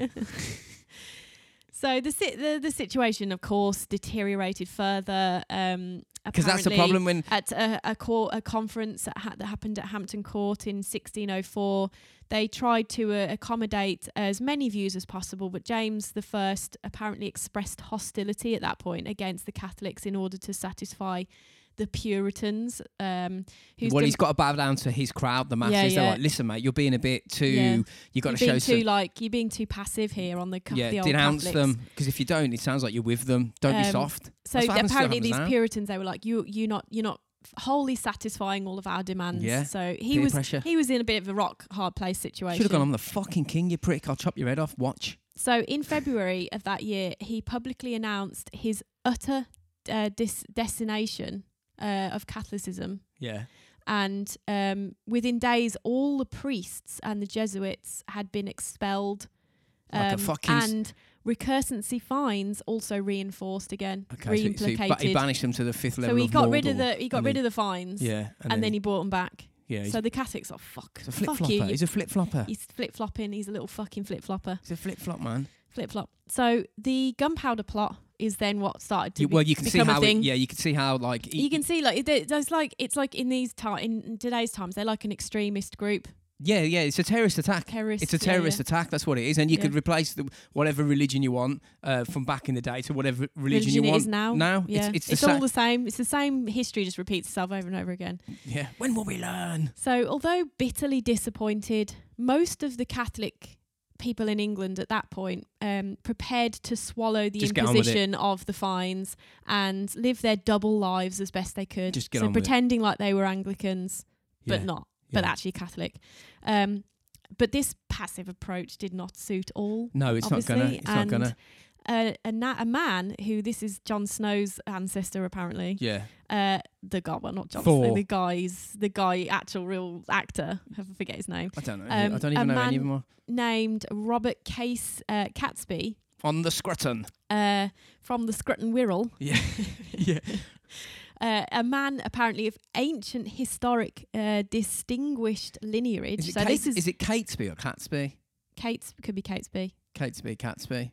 [SPEAKER 2] so the, si- the the situation, of course, deteriorated further. Um,
[SPEAKER 1] Because that's the
[SPEAKER 2] apparently-
[SPEAKER 1] problem when
[SPEAKER 2] at a, a, court, a conference that, ha- that happened at Hampton Court in 1604. They tried to uh, accommodate as many views as possible, but James the First apparently expressed hostility at that point against the Catholics in order to satisfy the Puritans. Um, who's
[SPEAKER 1] well,
[SPEAKER 2] dem-
[SPEAKER 1] he's got to bow down to his crowd, the masses. They're
[SPEAKER 2] yeah.
[SPEAKER 1] like, listen, mate, you're being a bit too.
[SPEAKER 2] Yeah.
[SPEAKER 1] You've got
[SPEAKER 2] you're
[SPEAKER 1] to show
[SPEAKER 2] being
[SPEAKER 1] some.
[SPEAKER 2] too like you're being too passive here on the, ca-
[SPEAKER 1] yeah,
[SPEAKER 2] the old
[SPEAKER 1] denounce
[SPEAKER 2] Catholics.
[SPEAKER 1] them. Because if you don't, it sounds like you're with them. Don't be
[SPEAKER 2] Um,
[SPEAKER 1] soft.
[SPEAKER 2] So
[SPEAKER 1] That's what happens to
[SPEAKER 2] apparently
[SPEAKER 1] happens
[SPEAKER 2] these
[SPEAKER 1] now.
[SPEAKER 2] Puritans they were like you you not you're not wholly satisfying all of our demands.
[SPEAKER 1] Yeah,
[SPEAKER 2] So he
[SPEAKER 1] peer
[SPEAKER 2] was
[SPEAKER 1] pressure.
[SPEAKER 2] he was in a bit of a rock hard place situation.
[SPEAKER 1] Should have gone, I'm the fucking king, you prick. I'll chop your head off. Watch.
[SPEAKER 2] So in February of that year, he publicly announced his utter uh, dis- destination uh, of Catholicism.
[SPEAKER 1] Yeah.
[SPEAKER 2] And um, within days, all the priests and the Jesuits had been expelled. um,
[SPEAKER 1] Like a fucking s-
[SPEAKER 2] and recursancy fines also reinforced again,
[SPEAKER 1] Okay. So, so he, ba- he
[SPEAKER 2] reimplicated.
[SPEAKER 1] banished them to the fifth
[SPEAKER 2] So
[SPEAKER 1] level.
[SPEAKER 2] he
[SPEAKER 1] of
[SPEAKER 2] got rid of
[SPEAKER 1] Mordor.
[SPEAKER 2] the he got
[SPEAKER 1] and
[SPEAKER 2] rid
[SPEAKER 1] then-
[SPEAKER 2] of the fines,
[SPEAKER 1] Yeah.
[SPEAKER 2] and, then, he brought them back.
[SPEAKER 1] yeah, he's,
[SPEAKER 2] So the Catholics are fuck.
[SPEAKER 1] he's a flip
[SPEAKER 2] fuck you.
[SPEAKER 1] flopper. He's a flip flopper.
[SPEAKER 2] He's flip flopping. He's a little fucking flip flopper.
[SPEAKER 1] He's a flip flop man.
[SPEAKER 2] flip flop. So the gunpowder plot is then what started to
[SPEAKER 1] You,
[SPEAKER 2] be-
[SPEAKER 1] well, you can see
[SPEAKER 2] become
[SPEAKER 1] how.
[SPEAKER 2] a
[SPEAKER 1] it-
[SPEAKER 2] thing.
[SPEAKER 1] yeah, you can see how like. he-
[SPEAKER 2] You can see like it- it's like it's like in these time in today's times they're like an extremist group
[SPEAKER 1] Yeah, yeah. It's a terrorist attack.
[SPEAKER 2] terrorist.
[SPEAKER 1] It's a terrorist attack. That's what it is. And you
[SPEAKER 2] Yeah.
[SPEAKER 1] could replace the, whatever religion you want uh, from back in the day to whatever religion, you
[SPEAKER 2] it
[SPEAKER 1] want
[SPEAKER 2] is now.
[SPEAKER 1] Now,
[SPEAKER 2] yeah,
[SPEAKER 1] it's, it's the
[SPEAKER 2] all
[SPEAKER 1] same.
[SPEAKER 2] the same. It's the same history just repeats itself over and over again.
[SPEAKER 1] yeah. When will we learn?
[SPEAKER 2] So although bitterly disappointed, most of the Catholic people in England at that point um, prepared to swallow the
[SPEAKER 1] Just get on with it.
[SPEAKER 2] imposition of the fines and live their double lives as best they could.
[SPEAKER 1] Just get
[SPEAKER 2] so
[SPEAKER 1] on with it.
[SPEAKER 2] pretending like they were Anglicans. but
[SPEAKER 1] Yeah,
[SPEAKER 2] not,
[SPEAKER 1] yeah.
[SPEAKER 2] but actually Catholic. Um, but this passive approach did not suit all.
[SPEAKER 1] No, it's not gonna.
[SPEAKER 2] obviously,
[SPEAKER 1] It's not
[SPEAKER 2] and
[SPEAKER 1] gonna.
[SPEAKER 2] A, a, na- a man who this is Jon Snow's ancestor apparently.
[SPEAKER 1] Yeah.
[SPEAKER 2] Uh, the guy, well not Jon
[SPEAKER 1] Thor.
[SPEAKER 2] Snow, the guy's the guy, actual real actor. I forget his name.
[SPEAKER 1] I don't know.
[SPEAKER 2] Um,
[SPEAKER 1] I don't
[SPEAKER 2] a
[SPEAKER 1] even know any of
[SPEAKER 2] man-
[SPEAKER 1] them. Are.
[SPEAKER 2] Named Robert Case uh, Catesby
[SPEAKER 1] On the Scruton.
[SPEAKER 2] uh, from the Scruton Wirral. *laughs*
[SPEAKER 1] Yeah. yeah.
[SPEAKER 2] Uh, a man apparently of ancient, historic, uh, distinguished lineage.
[SPEAKER 1] Is it,
[SPEAKER 2] so
[SPEAKER 1] Kate,
[SPEAKER 2] this is,
[SPEAKER 1] is it Catesby or Catsby?
[SPEAKER 2] Kate's could be Catesby.
[SPEAKER 1] Catesby, Catsby.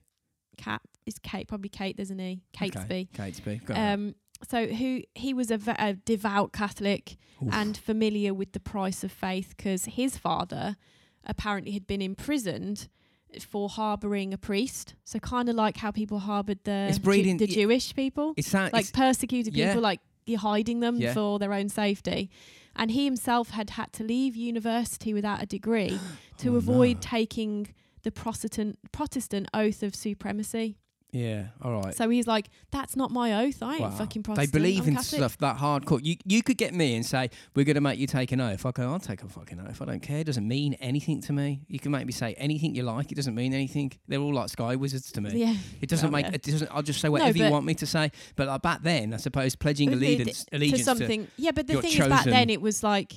[SPEAKER 2] Cat is Kate, probably Kate. There's an E. Catesby.
[SPEAKER 1] Catesby. Got it.
[SPEAKER 2] Um, so who he was a, ve- a devout Catholic
[SPEAKER 1] Oof.
[SPEAKER 2] and familiar with the price of faith because his father apparently had been imprisoned for harbouring a priest. So kind of like how people harboured the
[SPEAKER 1] It's breeding-
[SPEAKER 2] Ju-
[SPEAKER 1] it-
[SPEAKER 2] the Jewish people,
[SPEAKER 1] It's that.
[SPEAKER 2] like
[SPEAKER 1] Like,
[SPEAKER 2] persecuted
[SPEAKER 1] yeah.
[SPEAKER 2] people, like you're hiding them
[SPEAKER 1] Yeah.
[SPEAKER 2] for their own safety. And he himself had had to leave university without
[SPEAKER 1] *gasps*
[SPEAKER 2] a degree to
[SPEAKER 1] Oh,
[SPEAKER 2] avoid
[SPEAKER 1] no.
[SPEAKER 2] taking the Protestant Protestant oath of supremacy.
[SPEAKER 1] yeah. All right.
[SPEAKER 2] So he's like, "That's not my oath. I ain't
[SPEAKER 1] Wow.
[SPEAKER 2] fucking Protestant.
[SPEAKER 1] They believe
[SPEAKER 2] I'm
[SPEAKER 1] in
[SPEAKER 2] Catholic."
[SPEAKER 1] stuff that hardcore. You you could get me and say we're going to make you take an oath. I go, I'll take a fucking oath. I don't care. It doesn't mean anything to me. You can make me say anything you like. It doesn't mean anything. They're all like sky wizards to me. *laughs*
[SPEAKER 2] Yeah,
[SPEAKER 1] It doesn't
[SPEAKER 2] Well,
[SPEAKER 1] make.
[SPEAKER 2] yeah.
[SPEAKER 1] It doesn't. I'll just say whatever you
[SPEAKER 2] but-
[SPEAKER 1] want me to say. But like back then, I suppose pledging
[SPEAKER 2] But the-
[SPEAKER 1] allegiance, allegiance
[SPEAKER 2] to something. yeah, but the
[SPEAKER 1] your
[SPEAKER 2] thing is, back
[SPEAKER 1] chosen-
[SPEAKER 2] then it was like,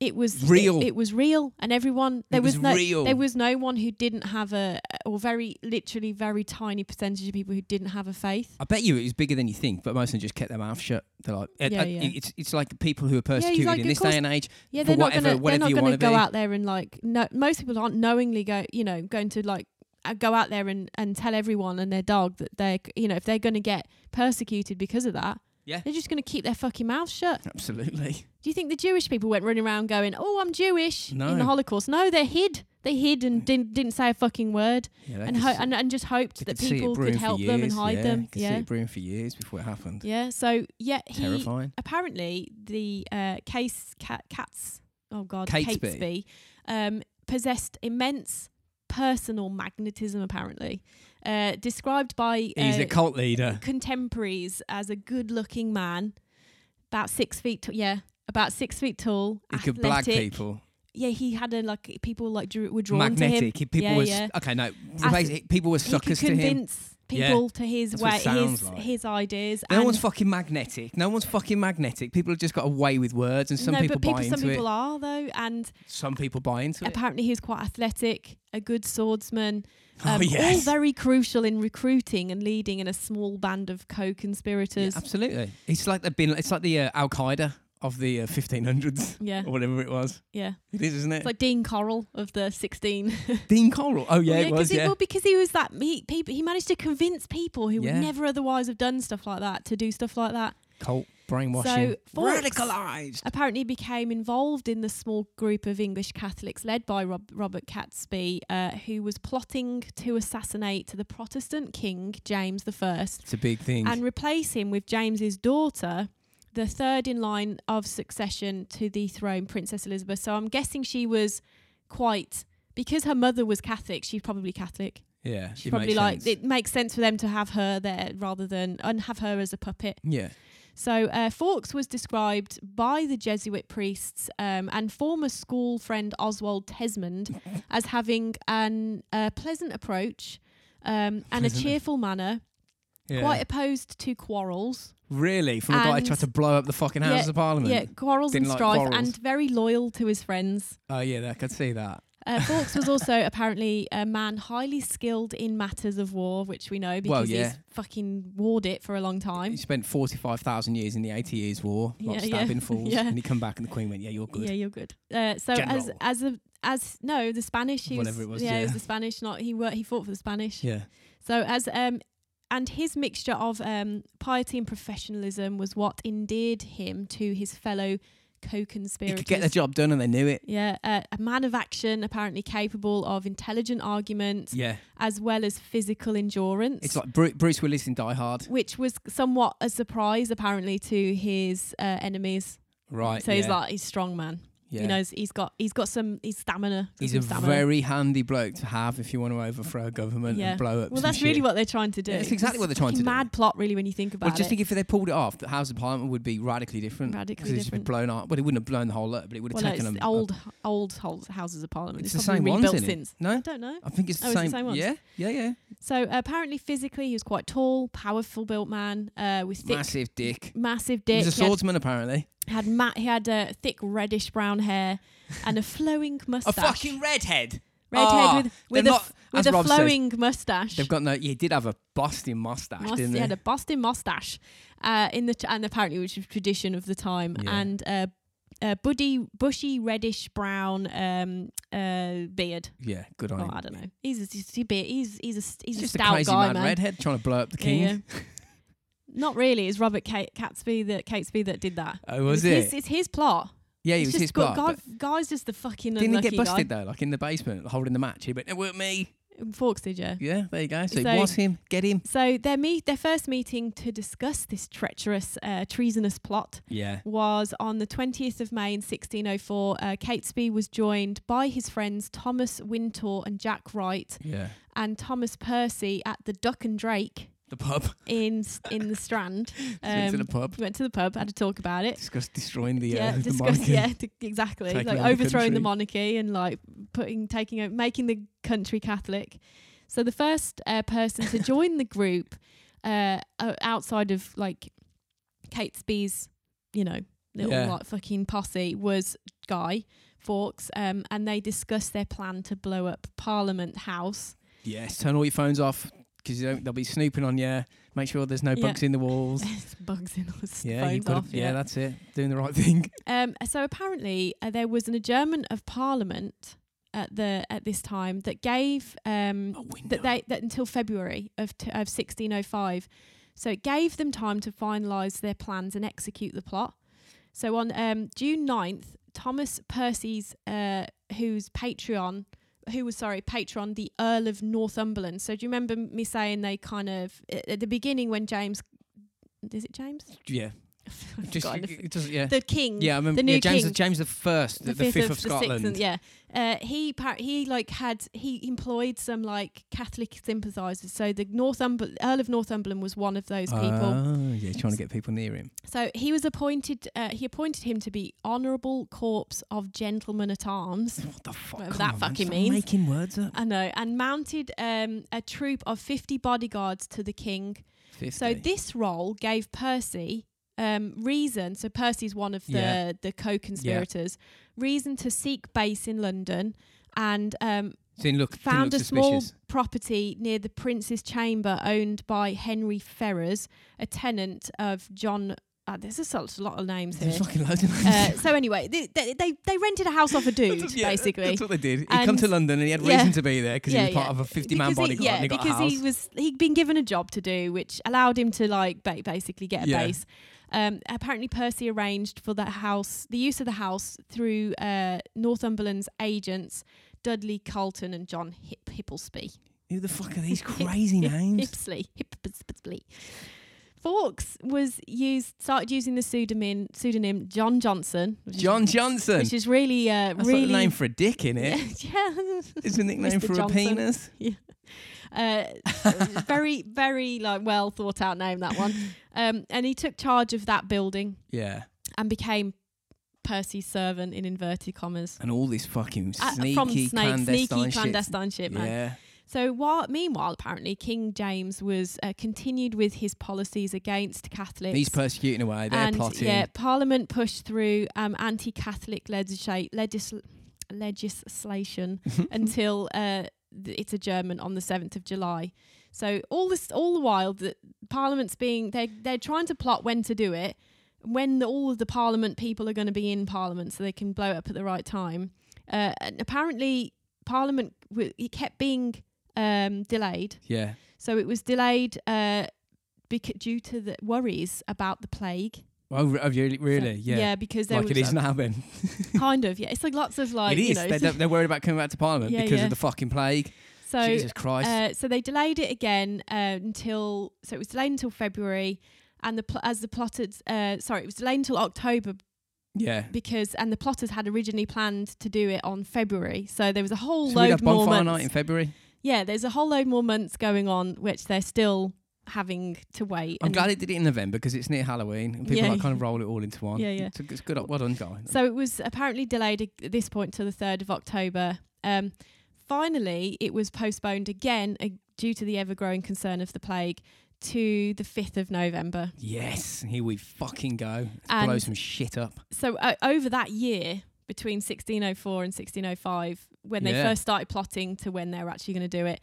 [SPEAKER 2] it was
[SPEAKER 1] Real.
[SPEAKER 2] It, it was real, and everyone there
[SPEAKER 1] was
[SPEAKER 2] no
[SPEAKER 1] real.
[SPEAKER 2] there was no one who didn't have a or very literally very tiny percentage of people who didn't have a faith.
[SPEAKER 1] I bet you it was bigger than you think, but most of them just kept their mouth shut. They're like, it-
[SPEAKER 2] Yeah,
[SPEAKER 1] it-
[SPEAKER 2] yeah.
[SPEAKER 1] it's it's like people who are
[SPEAKER 2] he's
[SPEAKER 1] persecuted
[SPEAKER 2] like,
[SPEAKER 1] in
[SPEAKER 2] of
[SPEAKER 1] this
[SPEAKER 2] course-
[SPEAKER 1] day and age.
[SPEAKER 2] Yeah,
[SPEAKER 1] for
[SPEAKER 2] they're
[SPEAKER 1] whatever-
[SPEAKER 2] not gonna
[SPEAKER 1] whatever
[SPEAKER 2] they're
[SPEAKER 1] you
[SPEAKER 2] not gonna
[SPEAKER 1] wanna
[SPEAKER 2] go
[SPEAKER 1] be.
[SPEAKER 2] out there and like no most people aren't knowingly go you know going to like uh, go out there and and tell everyone and their dog that they're you know if they're going to get persecuted because of that
[SPEAKER 1] Yeah.
[SPEAKER 2] they're just going to keep their fucking mouth shut *laughs*
[SPEAKER 1] Absolutely.
[SPEAKER 2] Do you think the Jewish people went running around going, "Oh, I'm Jewish"
[SPEAKER 1] No.
[SPEAKER 2] in the Holocaust? No, they hid. They hid and didn't didn't say a fucking word,
[SPEAKER 1] Yeah, they
[SPEAKER 2] and
[SPEAKER 1] could
[SPEAKER 2] ho-
[SPEAKER 1] s-
[SPEAKER 2] and, and just hoped
[SPEAKER 1] they
[SPEAKER 2] that
[SPEAKER 1] could see it
[SPEAKER 2] people could
[SPEAKER 1] brewing for
[SPEAKER 2] help them and
[SPEAKER 1] years,
[SPEAKER 2] hide
[SPEAKER 1] yeah,
[SPEAKER 2] them.
[SPEAKER 1] Could see
[SPEAKER 2] Yeah,
[SPEAKER 1] it brewing for years before it happened.
[SPEAKER 2] yeah. So yeah, he
[SPEAKER 1] Terrifying.
[SPEAKER 2] apparently the uh, case cat, cats. Oh God,
[SPEAKER 1] Catesby.
[SPEAKER 2] Catesby um, possessed immense personal magnetism, apparently, uh, described by uh,
[SPEAKER 1] He's a cult leader.
[SPEAKER 2] contemporaries as a good-looking man, about six feet. T- yeah, about six feet tall.
[SPEAKER 1] He
[SPEAKER 2] athletic.
[SPEAKER 1] could blag people.
[SPEAKER 2] Yeah, he had a like people like drew, were drawn to him.
[SPEAKER 1] Magnetic. He- People
[SPEAKER 2] yeah,
[SPEAKER 1] were
[SPEAKER 2] yeah.
[SPEAKER 1] okay. No, replace it. people were
[SPEAKER 2] he could
[SPEAKER 1] suckers to him.
[SPEAKER 2] convince
[SPEAKER 1] Yeah.
[SPEAKER 2] people to his
[SPEAKER 1] That's what
[SPEAKER 2] way,
[SPEAKER 1] it sounds
[SPEAKER 2] his
[SPEAKER 1] like.
[SPEAKER 2] his ideas.
[SPEAKER 1] No
[SPEAKER 2] and
[SPEAKER 1] one's fucking magnetic. No one's fucking magnetic. People have just got away with words, and some
[SPEAKER 2] no,
[SPEAKER 1] people
[SPEAKER 2] but people,
[SPEAKER 1] buy
[SPEAKER 2] some
[SPEAKER 1] into
[SPEAKER 2] people
[SPEAKER 1] it.
[SPEAKER 2] are though, and
[SPEAKER 1] Some people buy into it.
[SPEAKER 2] apparently he was quite athletic, a good swordsman.
[SPEAKER 1] *laughs* Oh,
[SPEAKER 2] um,
[SPEAKER 1] yes.
[SPEAKER 2] All very crucial in recruiting and leading in a small band of
[SPEAKER 1] Yeah,
[SPEAKER 2] co-conspirators.
[SPEAKER 1] absolutely. It's like they've been. It's like the uh, Al Qaeda of the uh,
[SPEAKER 2] *laughs*
[SPEAKER 1] 1500s
[SPEAKER 2] Yeah,
[SPEAKER 1] or whatever it was.
[SPEAKER 2] yeah.
[SPEAKER 1] It is, isn't it?
[SPEAKER 2] It's like Dean Coral of the *laughs* 16.
[SPEAKER 1] Dean Coral. Oh yeah, it
[SPEAKER 2] 'cause
[SPEAKER 1] was.
[SPEAKER 2] he-
[SPEAKER 1] Yeah.
[SPEAKER 2] well, because he was that he, people, he managed to convince people who
[SPEAKER 1] Yeah.
[SPEAKER 2] would never otherwise have done stuff like that to do stuff like that.
[SPEAKER 1] Cult brainwashing.
[SPEAKER 2] So, Fox-
[SPEAKER 1] radicalized.
[SPEAKER 2] apparently became involved in the small group of English Catholics led by Rob- Robert Catesby, uh, who was plotting to assassinate the Protestant king James I
[SPEAKER 1] It's a big thing.
[SPEAKER 2] and replace him with James's daughter, the third in line of succession to the throne, Princess Elizabeth. So I'm guessing she was quite. Because her mother was Catholic, she's probably Catholic.
[SPEAKER 1] yeah,
[SPEAKER 2] She
[SPEAKER 1] it
[SPEAKER 2] probably
[SPEAKER 1] makes
[SPEAKER 2] like
[SPEAKER 1] sense.
[SPEAKER 2] it makes sense for them to have her there rather than and have her as a puppet.
[SPEAKER 1] Yeah,
[SPEAKER 2] So uh, Fawkes was described by the Jesuit priests um, and former school friend
[SPEAKER 1] *laughs*
[SPEAKER 2] Oswald Tesmond as having an uh, pleasant approach um, and a
[SPEAKER 1] Pleasant.
[SPEAKER 2] cheerful manner,
[SPEAKER 1] yeah.
[SPEAKER 2] quite opposed to quarrels.
[SPEAKER 1] really, from a guy who
[SPEAKER 2] and-
[SPEAKER 1] tried to blow up the fucking
[SPEAKER 2] Yeah,
[SPEAKER 1] Houses of Parliament.
[SPEAKER 2] Yeah, quarrels
[SPEAKER 1] Didn't
[SPEAKER 2] and
[SPEAKER 1] like
[SPEAKER 2] strife,
[SPEAKER 1] quarrels.
[SPEAKER 2] and very loyal to his friends.
[SPEAKER 1] Oh yeah, that- I could see that.
[SPEAKER 2] Uh, Fawkes was also *laughs* apparently a man highly skilled in matters of war, which we know because
[SPEAKER 1] Well, yeah.
[SPEAKER 2] he's fucking warred it for a long
[SPEAKER 1] He
[SPEAKER 2] time.
[SPEAKER 1] spent forty-five thousand years in the Eighty Years' War, like
[SPEAKER 2] Yeah, yeah,
[SPEAKER 1] stabbing fools,
[SPEAKER 2] yeah.
[SPEAKER 1] and he come back, and the Queen went, "Yeah, you're good."
[SPEAKER 2] Yeah, you're good. Uh, so as
[SPEAKER 1] General.
[SPEAKER 2] as a as no, the Spanish. He
[SPEAKER 1] Whatever it was,
[SPEAKER 2] Yeah, it
[SPEAKER 1] yeah.
[SPEAKER 2] was the Spanish. Not he worked. He fought for the Spanish.
[SPEAKER 1] Yeah.
[SPEAKER 2] So as um, and his mixture of um piety and professionalism was what endeared him to his fellow
[SPEAKER 1] He
[SPEAKER 2] co-conspirators.
[SPEAKER 1] could get the job done, and they knew it.
[SPEAKER 2] yeah, uh, a man of action, apparently capable of intelligent argument
[SPEAKER 1] Yeah,
[SPEAKER 2] as well as physical endurance.
[SPEAKER 1] it's like Bruce, Bruce Willis in Die Hard,
[SPEAKER 2] which was somewhat a surprise, apparently, to his uh, enemies.
[SPEAKER 1] right?
[SPEAKER 2] So
[SPEAKER 1] yeah.
[SPEAKER 2] he's like, he's strong man.
[SPEAKER 1] yeah.
[SPEAKER 2] He knows he's got he's got some he's stamina.
[SPEAKER 1] He's
[SPEAKER 2] some
[SPEAKER 1] a
[SPEAKER 2] stamina.
[SPEAKER 1] very handy bloke to have if you want to overthrow a government
[SPEAKER 2] Yeah.
[SPEAKER 1] and blow up.
[SPEAKER 2] well.
[SPEAKER 1] some
[SPEAKER 2] That's really
[SPEAKER 1] shit.
[SPEAKER 2] what they're trying to do.
[SPEAKER 1] Yeah, that's exactly
[SPEAKER 2] It's
[SPEAKER 1] what they're trying to
[SPEAKER 2] fucking
[SPEAKER 1] do.
[SPEAKER 2] Mad plot, really, when you think about
[SPEAKER 1] Well, just
[SPEAKER 2] it.
[SPEAKER 1] think if they pulled it off, the House of Parliament would be radically different.
[SPEAKER 2] Radically
[SPEAKER 1] Because it'd just been
[SPEAKER 2] different.
[SPEAKER 1] blown up. Well, it wouldn't have blown the whole lot, but it would have
[SPEAKER 2] well, no,
[SPEAKER 1] taken
[SPEAKER 2] it's
[SPEAKER 1] them.
[SPEAKER 2] old old hol- houses of parliament.
[SPEAKER 1] It's
[SPEAKER 2] It's,
[SPEAKER 1] the
[SPEAKER 2] probably
[SPEAKER 1] same ones,
[SPEAKER 2] rebuilt
[SPEAKER 1] isn't it?
[SPEAKER 2] since.
[SPEAKER 1] No?
[SPEAKER 2] I don't know.
[SPEAKER 1] I think it's the
[SPEAKER 2] Oh, it's the
[SPEAKER 1] same.
[SPEAKER 2] same ones?
[SPEAKER 1] yeah, yeah, yeah.
[SPEAKER 2] So uh, apparently, physically, he was quite tall, powerful built man uh, with thick,
[SPEAKER 1] Massive dick.
[SPEAKER 2] massive
[SPEAKER 1] He
[SPEAKER 2] dick.
[SPEAKER 1] was a
[SPEAKER 2] He had-
[SPEAKER 1] swordsman, apparently.
[SPEAKER 2] had ma- he had uh, thick reddish brown hair and a flowing
[SPEAKER 1] *laughs* A
[SPEAKER 2] mustache.
[SPEAKER 1] fucking redhead.
[SPEAKER 2] Red
[SPEAKER 1] Ah,
[SPEAKER 2] head with, with a,
[SPEAKER 1] they're
[SPEAKER 2] f-
[SPEAKER 1] not- as
[SPEAKER 2] with a
[SPEAKER 1] Rob says,
[SPEAKER 2] flowing mustache.
[SPEAKER 1] They've got no. He did have a busting mustache,
[SPEAKER 2] Must-
[SPEAKER 1] didn't
[SPEAKER 2] he
[SPEAKER 1] he?
[SPEAKER 2] had a Boston mustache, uh, in the t- and apparently which was tradition of the time,
[SPEAKER 1] Yeah.
[SPEAKER 2] and uh, a buddy, bushy reddish brown um, uh, beard.
[SPEAKER 1] yeah, good on
[SPEAKER 2] Oh,
[SPEAKER 1] him.
[SPEAKER 2] I don't know. He's a, he's a beard. He's he's a st- he's
[SPEAKER 1] He's just
[SPEAKER 2] a
[SPEAKER 1] a
[SPEAKER 2] stout
[SPEAKER 1] crazy
[SPEAKER 2] guy,
[SPEAKER 1] mad
[SPEAKER 2] man.
[SPEAKER 1] redhead trying to blow up the king.
[SPEAKER 2] Yeah, yeah. Not really. It's Robert Ca- Catesby that Catesby that did that.
[SPEAKER 1] *laughs* Oh, was
[SPEAKER 2] it's
[SPEAKER 1] it?
[SPEAKER 2] His, it's his plot.
[SPEAKER 1] yeah, he
[SPEAKER 2] It's
[SPEAKER 1] was
[SPEAKER 2] just
[SPEAKER 1] his
[SPEAKER 2] got-
[SPEAKER 1] part. but
[SPEAKER 2] Guy, guy's just the fucking
[SPEAKER 1] Didn't he
[SPEAKER 2] unlucky
[SPEAKER 1] get busted though? Like in the basement, holding the match. He went, "It weren't me."
[SPEAKER 2] guy. Fawkes did, yeah.
[SPEAKER 1] Yeah, there you go. So,
[SPEAKER 2] So-
[SPEAKER 1] it was him. Get him.
[SPEAKER 2] So their meet, their first meeting to discuss this treacherous, uh, treasonous plot
[SPEAKER 1] Yeah.
[SPEAKER 2] was on the 20th of May in 1604. Uh, Catesby was joined by his friends Thomas Wintour and Jack Wright
[SPEAKER 1] Yeah.
[SPEAKER 2] and Thomas Percy at the Duck and Drake
[SPEAKER 1] The pub. *laughs*
[SPEAKER 2] in s- in the Strand.
[SPEAKER 1] went to
[SPEAKER 2] Um,
[SPEAKER 1] the pub.
[SPEAKER 2] Went to the pub, had a talk about it.
[SPEAKER 1] Discussed destroying the, uh,
[SPEAKER 2] Yeah,
[SPEAKER 1] *laughs* the
[SPEAKER 2] discuss,
[SPEAKER 1] monarchy.
[SPEAKER 2] yeah, t- exactly.
[SPEAKER 1] Taking
[SPEAKER 2] Like
[SPEAKER 1] over the
[SPEAKER 2] overthrowing the
[SPEAKER 1] country.
[SPEAKER 2] monarchy and like putting, taking, o- making the country Catholic. So the first uh, person
[SPEAKER 1] *laughs*
[SPEAKER 2] to join the group uh, o- outside of like Catesby's, you know, little
[SPEAKER 1] Yeah.
[SPEAKER 2] like fucking posse was Guy Fawkes, um, and they discussed their plan to blow up Parliament House. *laughs*
[SPEAKER 1] Yes, turn all your phones off because they'll be snooping on you. Make sure there's no
[SPEAKER 2] Yeah.
[SPEAKER 1] bugs in the
[SPEAKER 2] *laughs*
[SPEAKER 1] walls.
[SPEAKER 2] There's bugs in us.
[SPEAKER 1] Yeah, you've
[SPEAKER 2] phones
[SPEAKER 1] got
[SPEAKER 2] off.
[SPEAKER 1] to, yeah, that's it. Doing the right
[SPEAKER 2] *laughs*
[SPEAKER 1] thing.
[SPEAKER 2] Um, so apparently, uh, there was an adjournment of Parliament at the at this time that gave
[SPEAKER 1] Oh,
[SPEAKER 2] um, that they that until February of t- of 1605. So it gave them time to finalise their plans and execute the plot. So on um, June 9th, Thomas Percy's, uh, who's patron, who was sorry, patron, the Earl of Northumberland. So do you remember me saying they kind of at at the beginning when James, *laughs* is it James?
[SPEAKER 1] yeah,
[SPEAKER 2] I've
[SPEAKER 1] Just,
[SPEAKER 2] forgotten the
[SPEAKER 1] it doesn't- yeah.
[SPEAKER 2] the king.
[SPEAKER 1] yeah, I remember
[SPEAKER 2] the new
[SPEAKER 1] yeah, James,
[SPEAKER 2] king.
[SPEAKER 1] James the First, the, the fifth, of,
[SPEAKER 2] the sixth
[SPEAKER 1] Scotland.
[SPEAKER 2] and- yeah, uh, he par- he like had he employed some like Catholic sympathisers. So the Northumber Earl of Northumberland was one of those people.
[SPEAKER 1] Oh, yeah, trying to get people near him.
[SPEAKER 2] So he was appointed. Uh, he appointed him to be Honourable Corpse of Gentlemen at Arms.
[SPEAKER 1] What the fuck?
[SPEAKER 2] Whatever
[SPEAKER 1] Come
[SPEAKER 2] that
[SPEAKER 1] on,
[SPEAKER 2] fucking
[SPEAKER 1] stop
[SPEAKER 2] means. Uh,
[SPEAKER 1] Making words up.
[SPEAKER 2] I know, and mounted um, a troop of fifty bodyguards to the king.
[SPEAKER 1] 50.
[SPEAKER 2] So this role gave Percy um, reason. So Percy's one of the
[SPEAKER 1] Yeah.
[SPEAKER 2] the co-conspirators. Reason to seek base in London, and um,
[SPEAKER 1] didn't look, didn't
[SPEAKER 2] found
[SPEAKER 1] look
[SPEAKER 2] a small
[SPEAKER 1] suspicious.
[SPEAKER 2] property near the Prince's Chamber owned by Henry Ferrers, a tenant of John. Uh, there's a such a lot of names
[SPEAKER 1] There's
[SPEAKER 2] here.
[SPEAKER 1] fucking loads of *laughs*
[SPEAKER 2] Uh, so anyway, they, they they- they rented a house off a dude,
[SPEAKER 1] That's- yeah,
[SPEAKER 2] basically.
[SPEAKER 1] That's what they did. He'd come
[SPEAKER 2] And-
[SPEAKER 1] to London and he had
[SPEAKER 2] yeah.
[SPEAKER 1] reason to be there because
[SPEAKER 2] Yeah,
[SPEAKER 1] he was part
[SPEAKER 2] yeah.
[SPEAKER 1] of a 50 man
[SPEAKER 2] Because he-
[SPEAKER 1] bodyguard
[SPEAKER 2] yeah,
[SPEAKER 1] and he got a
[SPEAKER 2] because
[SPEAKER 1] house.
[SPEAKER 2] he was he'd been given a job to do, which allowed him to like ba- basically get a
[SPEAKER 1] Yeah.
[SPEAKER 2] base. Um, apparently, Percy arranged for that house, the use of the house through uh, Northumberland's agents Dudley Carlton and John Hip Hipplesby.
[SPEAKER 1] Who the fuck are
[SPEAKER 2] *laughs*
[SPEAKER 1] these crazy names?
[SPEAKER 2] Hipsley. Hipsley. Fawkes was used started using the pseudonym pseudonym John Johnson, which is-
[SPEAKER 1] John Johnson.
[SPEAKER 2] which is really uh,
[SPEAKER 1] That's
[SPEAKER 2] really
[SPEAKER 1] like a name for a dick, in it?
[SPEAKER 2] yeah. *laughs*
[SPEAKER 1] It's a nickname
[SPEAKER 2] Mr.
[SPEAKER 1] for a
[SPEAKER 2] Johnson. *laughs*
[SPEAKER 1] penis.
[SPEAKER 2] Uh,
[SPEAKER 1] *laughs*
[SPEAKER 2] very, very like well thought out name that one. Um, and he took charge of that building
[SPEAKER 1] Yeah.
[SPEAKER 2] and became Percy's servant in inverted commas.
[SPEAKER 1] And all this fucking
[SPEAKER 2] Uh,
[SPEAKER 1] sneaky
[SPEAKER 2] from Snake,
[SPEAKER 1] clandestine
[SPEAKER 2] sneaky
[SPEAKER 1] shit.
[SPEAKER 2] clandestine shit, man.
[SPEAKER 1] Yeah.
[SPEAKER 2] So while meanwhile, apparently King James was uh, continued with his policies against Catholics.
[SPEAKER 1] He's persecuting away. They're
[SPEAKER 2] and
[SPEAKER 1] plotting. *laughs*
[SPEAKER 2] yeah, Parliament pushed through um, anti-Catholic legisla- legisl- legislation
[SPEAKER 1] Hmm.
[SPEAKER 2] until uh, th- it's adjournment on the seventh of July. So all this, all the while, the Parliament's being they they're trying to plot when to do it, when the, all of the Parliament people are going to be in Parliament, so they can blow it up at the right time. Uh, and apparently, Parliament w- it kept being um, delayed.
[SPEAKER 1] Yeah.
[SPEAKER 2] So it was delayed uh, bec- due to the worries about the plague.
[SPEAKER 1] Oh, re- oh, really? really?
[SPEAKER 2] So-
[SPEAKER 1] Yeah.
[SPEAKER 2] Yeah, because there
[SPEAKER 1] like
[SPEAKER 2] was
[SPEAKER 1] it is
[SPEAKER 2] a-
[SPEAKER 1] now, then.
[SPEAKER 2] *laughs* kind of yeah. It's like lots of like
[SPEAKER 1] it is.
[SPEAKER 2] You know,
[SPEAKER 1] they, don't- they're worried about coming back to Parliament
[SPEAKER 2] *laughs* Yeah,
[SPEAKER 1] because
[SPEAKER 2] yeah.
[SPEAKER 1] of the fucking plague.
[SPEAKER 2] so
[SPEAKER 1] Jesus Christ.
[SPEAKER 2] uh, so they delayed it again uh, until so it was delayed until February, and the pl- as the plotters uh, sorry it was delayed until October
[SPEAKER 1] yeah.
[SPEAKER 2] because and the plotters had originally planned to do it on February. So there was a whole
[SPEAKER 1] So we'd
[SPEAKER 2] load
[SPEAKER 1] have
[SPEAKER 2] more
[SPEAKER 1] bonfire
[SPEAKER 2] months.
[SPEAKER 1] night in February.
[SPEAKER 2] yeah, there's a whole load more months going on which they're still having to wait.
[SPEAKER 1] I'm
[SPEAKER 2] and-
[SPEAKER 1] glad it did it in November because it's near Halloween and people
[SPEAKER 2] Yeah,
[SPEAKER 1] like
[SPEAKER 2] yeah.
[SPEAKER 1] kind of roll it all into one.
[SPEAKER 2] Yeah, yeah.
[SPEAKER 1] It's, a- it's good. Well done, guy.
[SPEAKER 2] So it was apparently delayed ag- at this point till the 3rd of October. Um, finally, it was postponed again uh, due to the ever growing concern of the plague to the 5th of November.
[SPEAKER 1] yes, here we fucking go. Let's
[SPEAKER 2] And-
[SPEAKER 1] blow some shit up.
[SPEAKER 2] So uh, over that year, between 1604 and 1605, when they
[SPEAKER 1] Yeah.
[SPEAKER 2] first started plotting to when they were actually going to do it,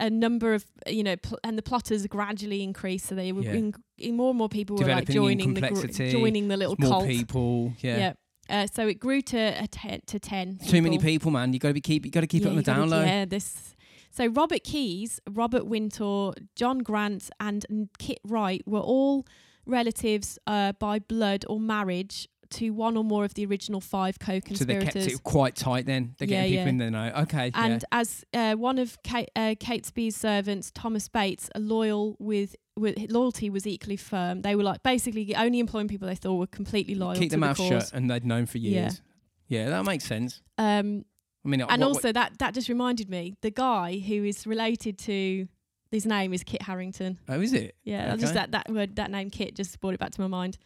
[SPEAKER 2] a number of uh, you know, pl- and the plotters gradually increased. So they were
[SPEAKER 1] Yeah.
[SPEAKER 2] in, in more and more people were like
[SPEAKER 1] Developing in
[SPEAKER 2] joining the gr-
[SPEAKER 1] complexity,
[SPEAKER 2] joining the little
[SPEAKER 1] More
[SPEAKER 2] cult.
[SPEAKER 1] people. Yeah.
[SPEAKER 2] Uh, so it grew to a ten, to ten.
[SPEAKER 1] Too many people, man. You got to be keep. You got to keep
[SPEAKER 2] Yeah,
[SPEAKER 1] it on the
[SPEAKER 2] you gotta-
[SPEAKER 1] down low.
[SPEAKER 2] Yeah, this. So Robert Keys, Robert Wintour, John Grant, and N- Kit Wright were all relatives uh, by blood or marriage to one or more of the original five
[SPEAKER 1] So they kept
[SPEAKER 2] co-conspirators.
[SPEAKER 1] it quite tight. Then they're
[SPEAKER 2] Yeah,
[SPEAKER 1] getting people
[SPEAKER 2] yeah.
[SPEAKER 1] in there now. Okay. yeah.
[SPEAKER 2] and as uh, one of Kate, uh, Catesby's servants, Thomas Bates, a loyal with, with loyalty was equally firm. They were like basically only employing people they thought were completely loyal
[SPEAKER 1] keep
[SPEAKER 2] to
[SPEAKER 1] their
[SPEAKER 2] the
[SPEAKER 1] mouth
[SPEAKER 2] cause.
[SPEAKER 1] shut, and they'd known for
[SPEAKER 2] Yeah.
[SPEAKER 1] years. Yeah, that makes sense.
[SPEAKER 2] Um,
[SPEAKER 1] I mean,
[SPEAKER 2] and
[SPEAKER 1] what-
[SPEAKER 2] also that that just reminded me the guy who is related to his name is Kit Harrington.
[SPEAKER 1] what, oh, is it?
[SPEAKER 2] Yeah, I just
[SPEAKER 1] Okay.
[SPEAKER 2] that that word that name Kit just brought it back to my mind.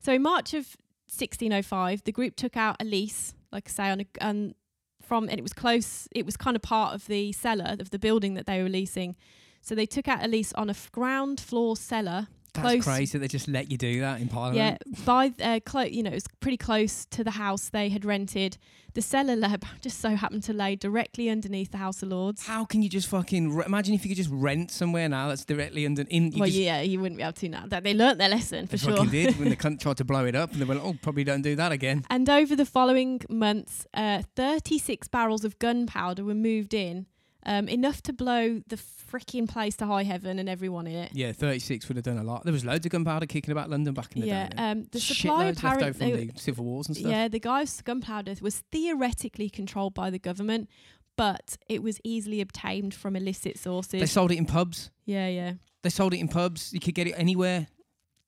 [SPEAKER 2] So in March of 1605, the group took out a lease, like I say, on a um, from and it was close. It was kind of part of the cellar of the building that they were leasing. So they took out a lease on a f- ground floor cellar.
[SPEAKER 1] That's
[SPEAKER 2] close-
[SPEAKER 1] crazy. They just let you do that in Parliament.
[SPEAKER 2] yeah, by uh, clo- you know, it was pretty close to the house they had rented. The cellar lab *laughs* just so happened to lay directly underneath the House of Lords.
[SPEAKER 1] How can you just fucking re- imagine if you could just rent somewhere now that's directly under in? You
[SPEAKER 2] well,
[SPEAKER 1] just,
[SPEAKER 2] yeah, you wouldn't be able to now. That they learnt their lesson for
[SPEAKER 1] they
[SPEAKER 2] sure.
[SPEAKER 1] fucking did
[SPEAKER 2] *laughs*
[SPEAKER 1] when the cunt tried to blow it up, and they went, "Oh, probably don't do that again."
[SPEAKER 2] And over the following months, uh, 36 barrels of gunpowder were moved in, um, enough to blow the freaking place to high heaven and everyone in it.
[SPEAKER 1] Yeah, thirty-six would have done a lot. There was loads of gunpowder kicking about London back in the
[SPEAKER 2] Yeah,
[SPEAKER 1] day. then.
[SPEAKER 2] um, the supply
[SPEAKER 1] Shitloads left over from
[SPEAKER 2] apparently,
[SPEAKER 1] the civil wars and stuff.
[SPEAKER 2] yeah, the guy with gunpowder was theoretically controlled by the government, but it was easily obtained from illicit
[SPEAKER 1] They
[SPEAKER 2] sources.
[SPEAKER 1] sold it in pubs.
[SPEAKER 2] yeah, yeah.
[SPEAKER 1] They sold it in pubs. You could get it anywhere.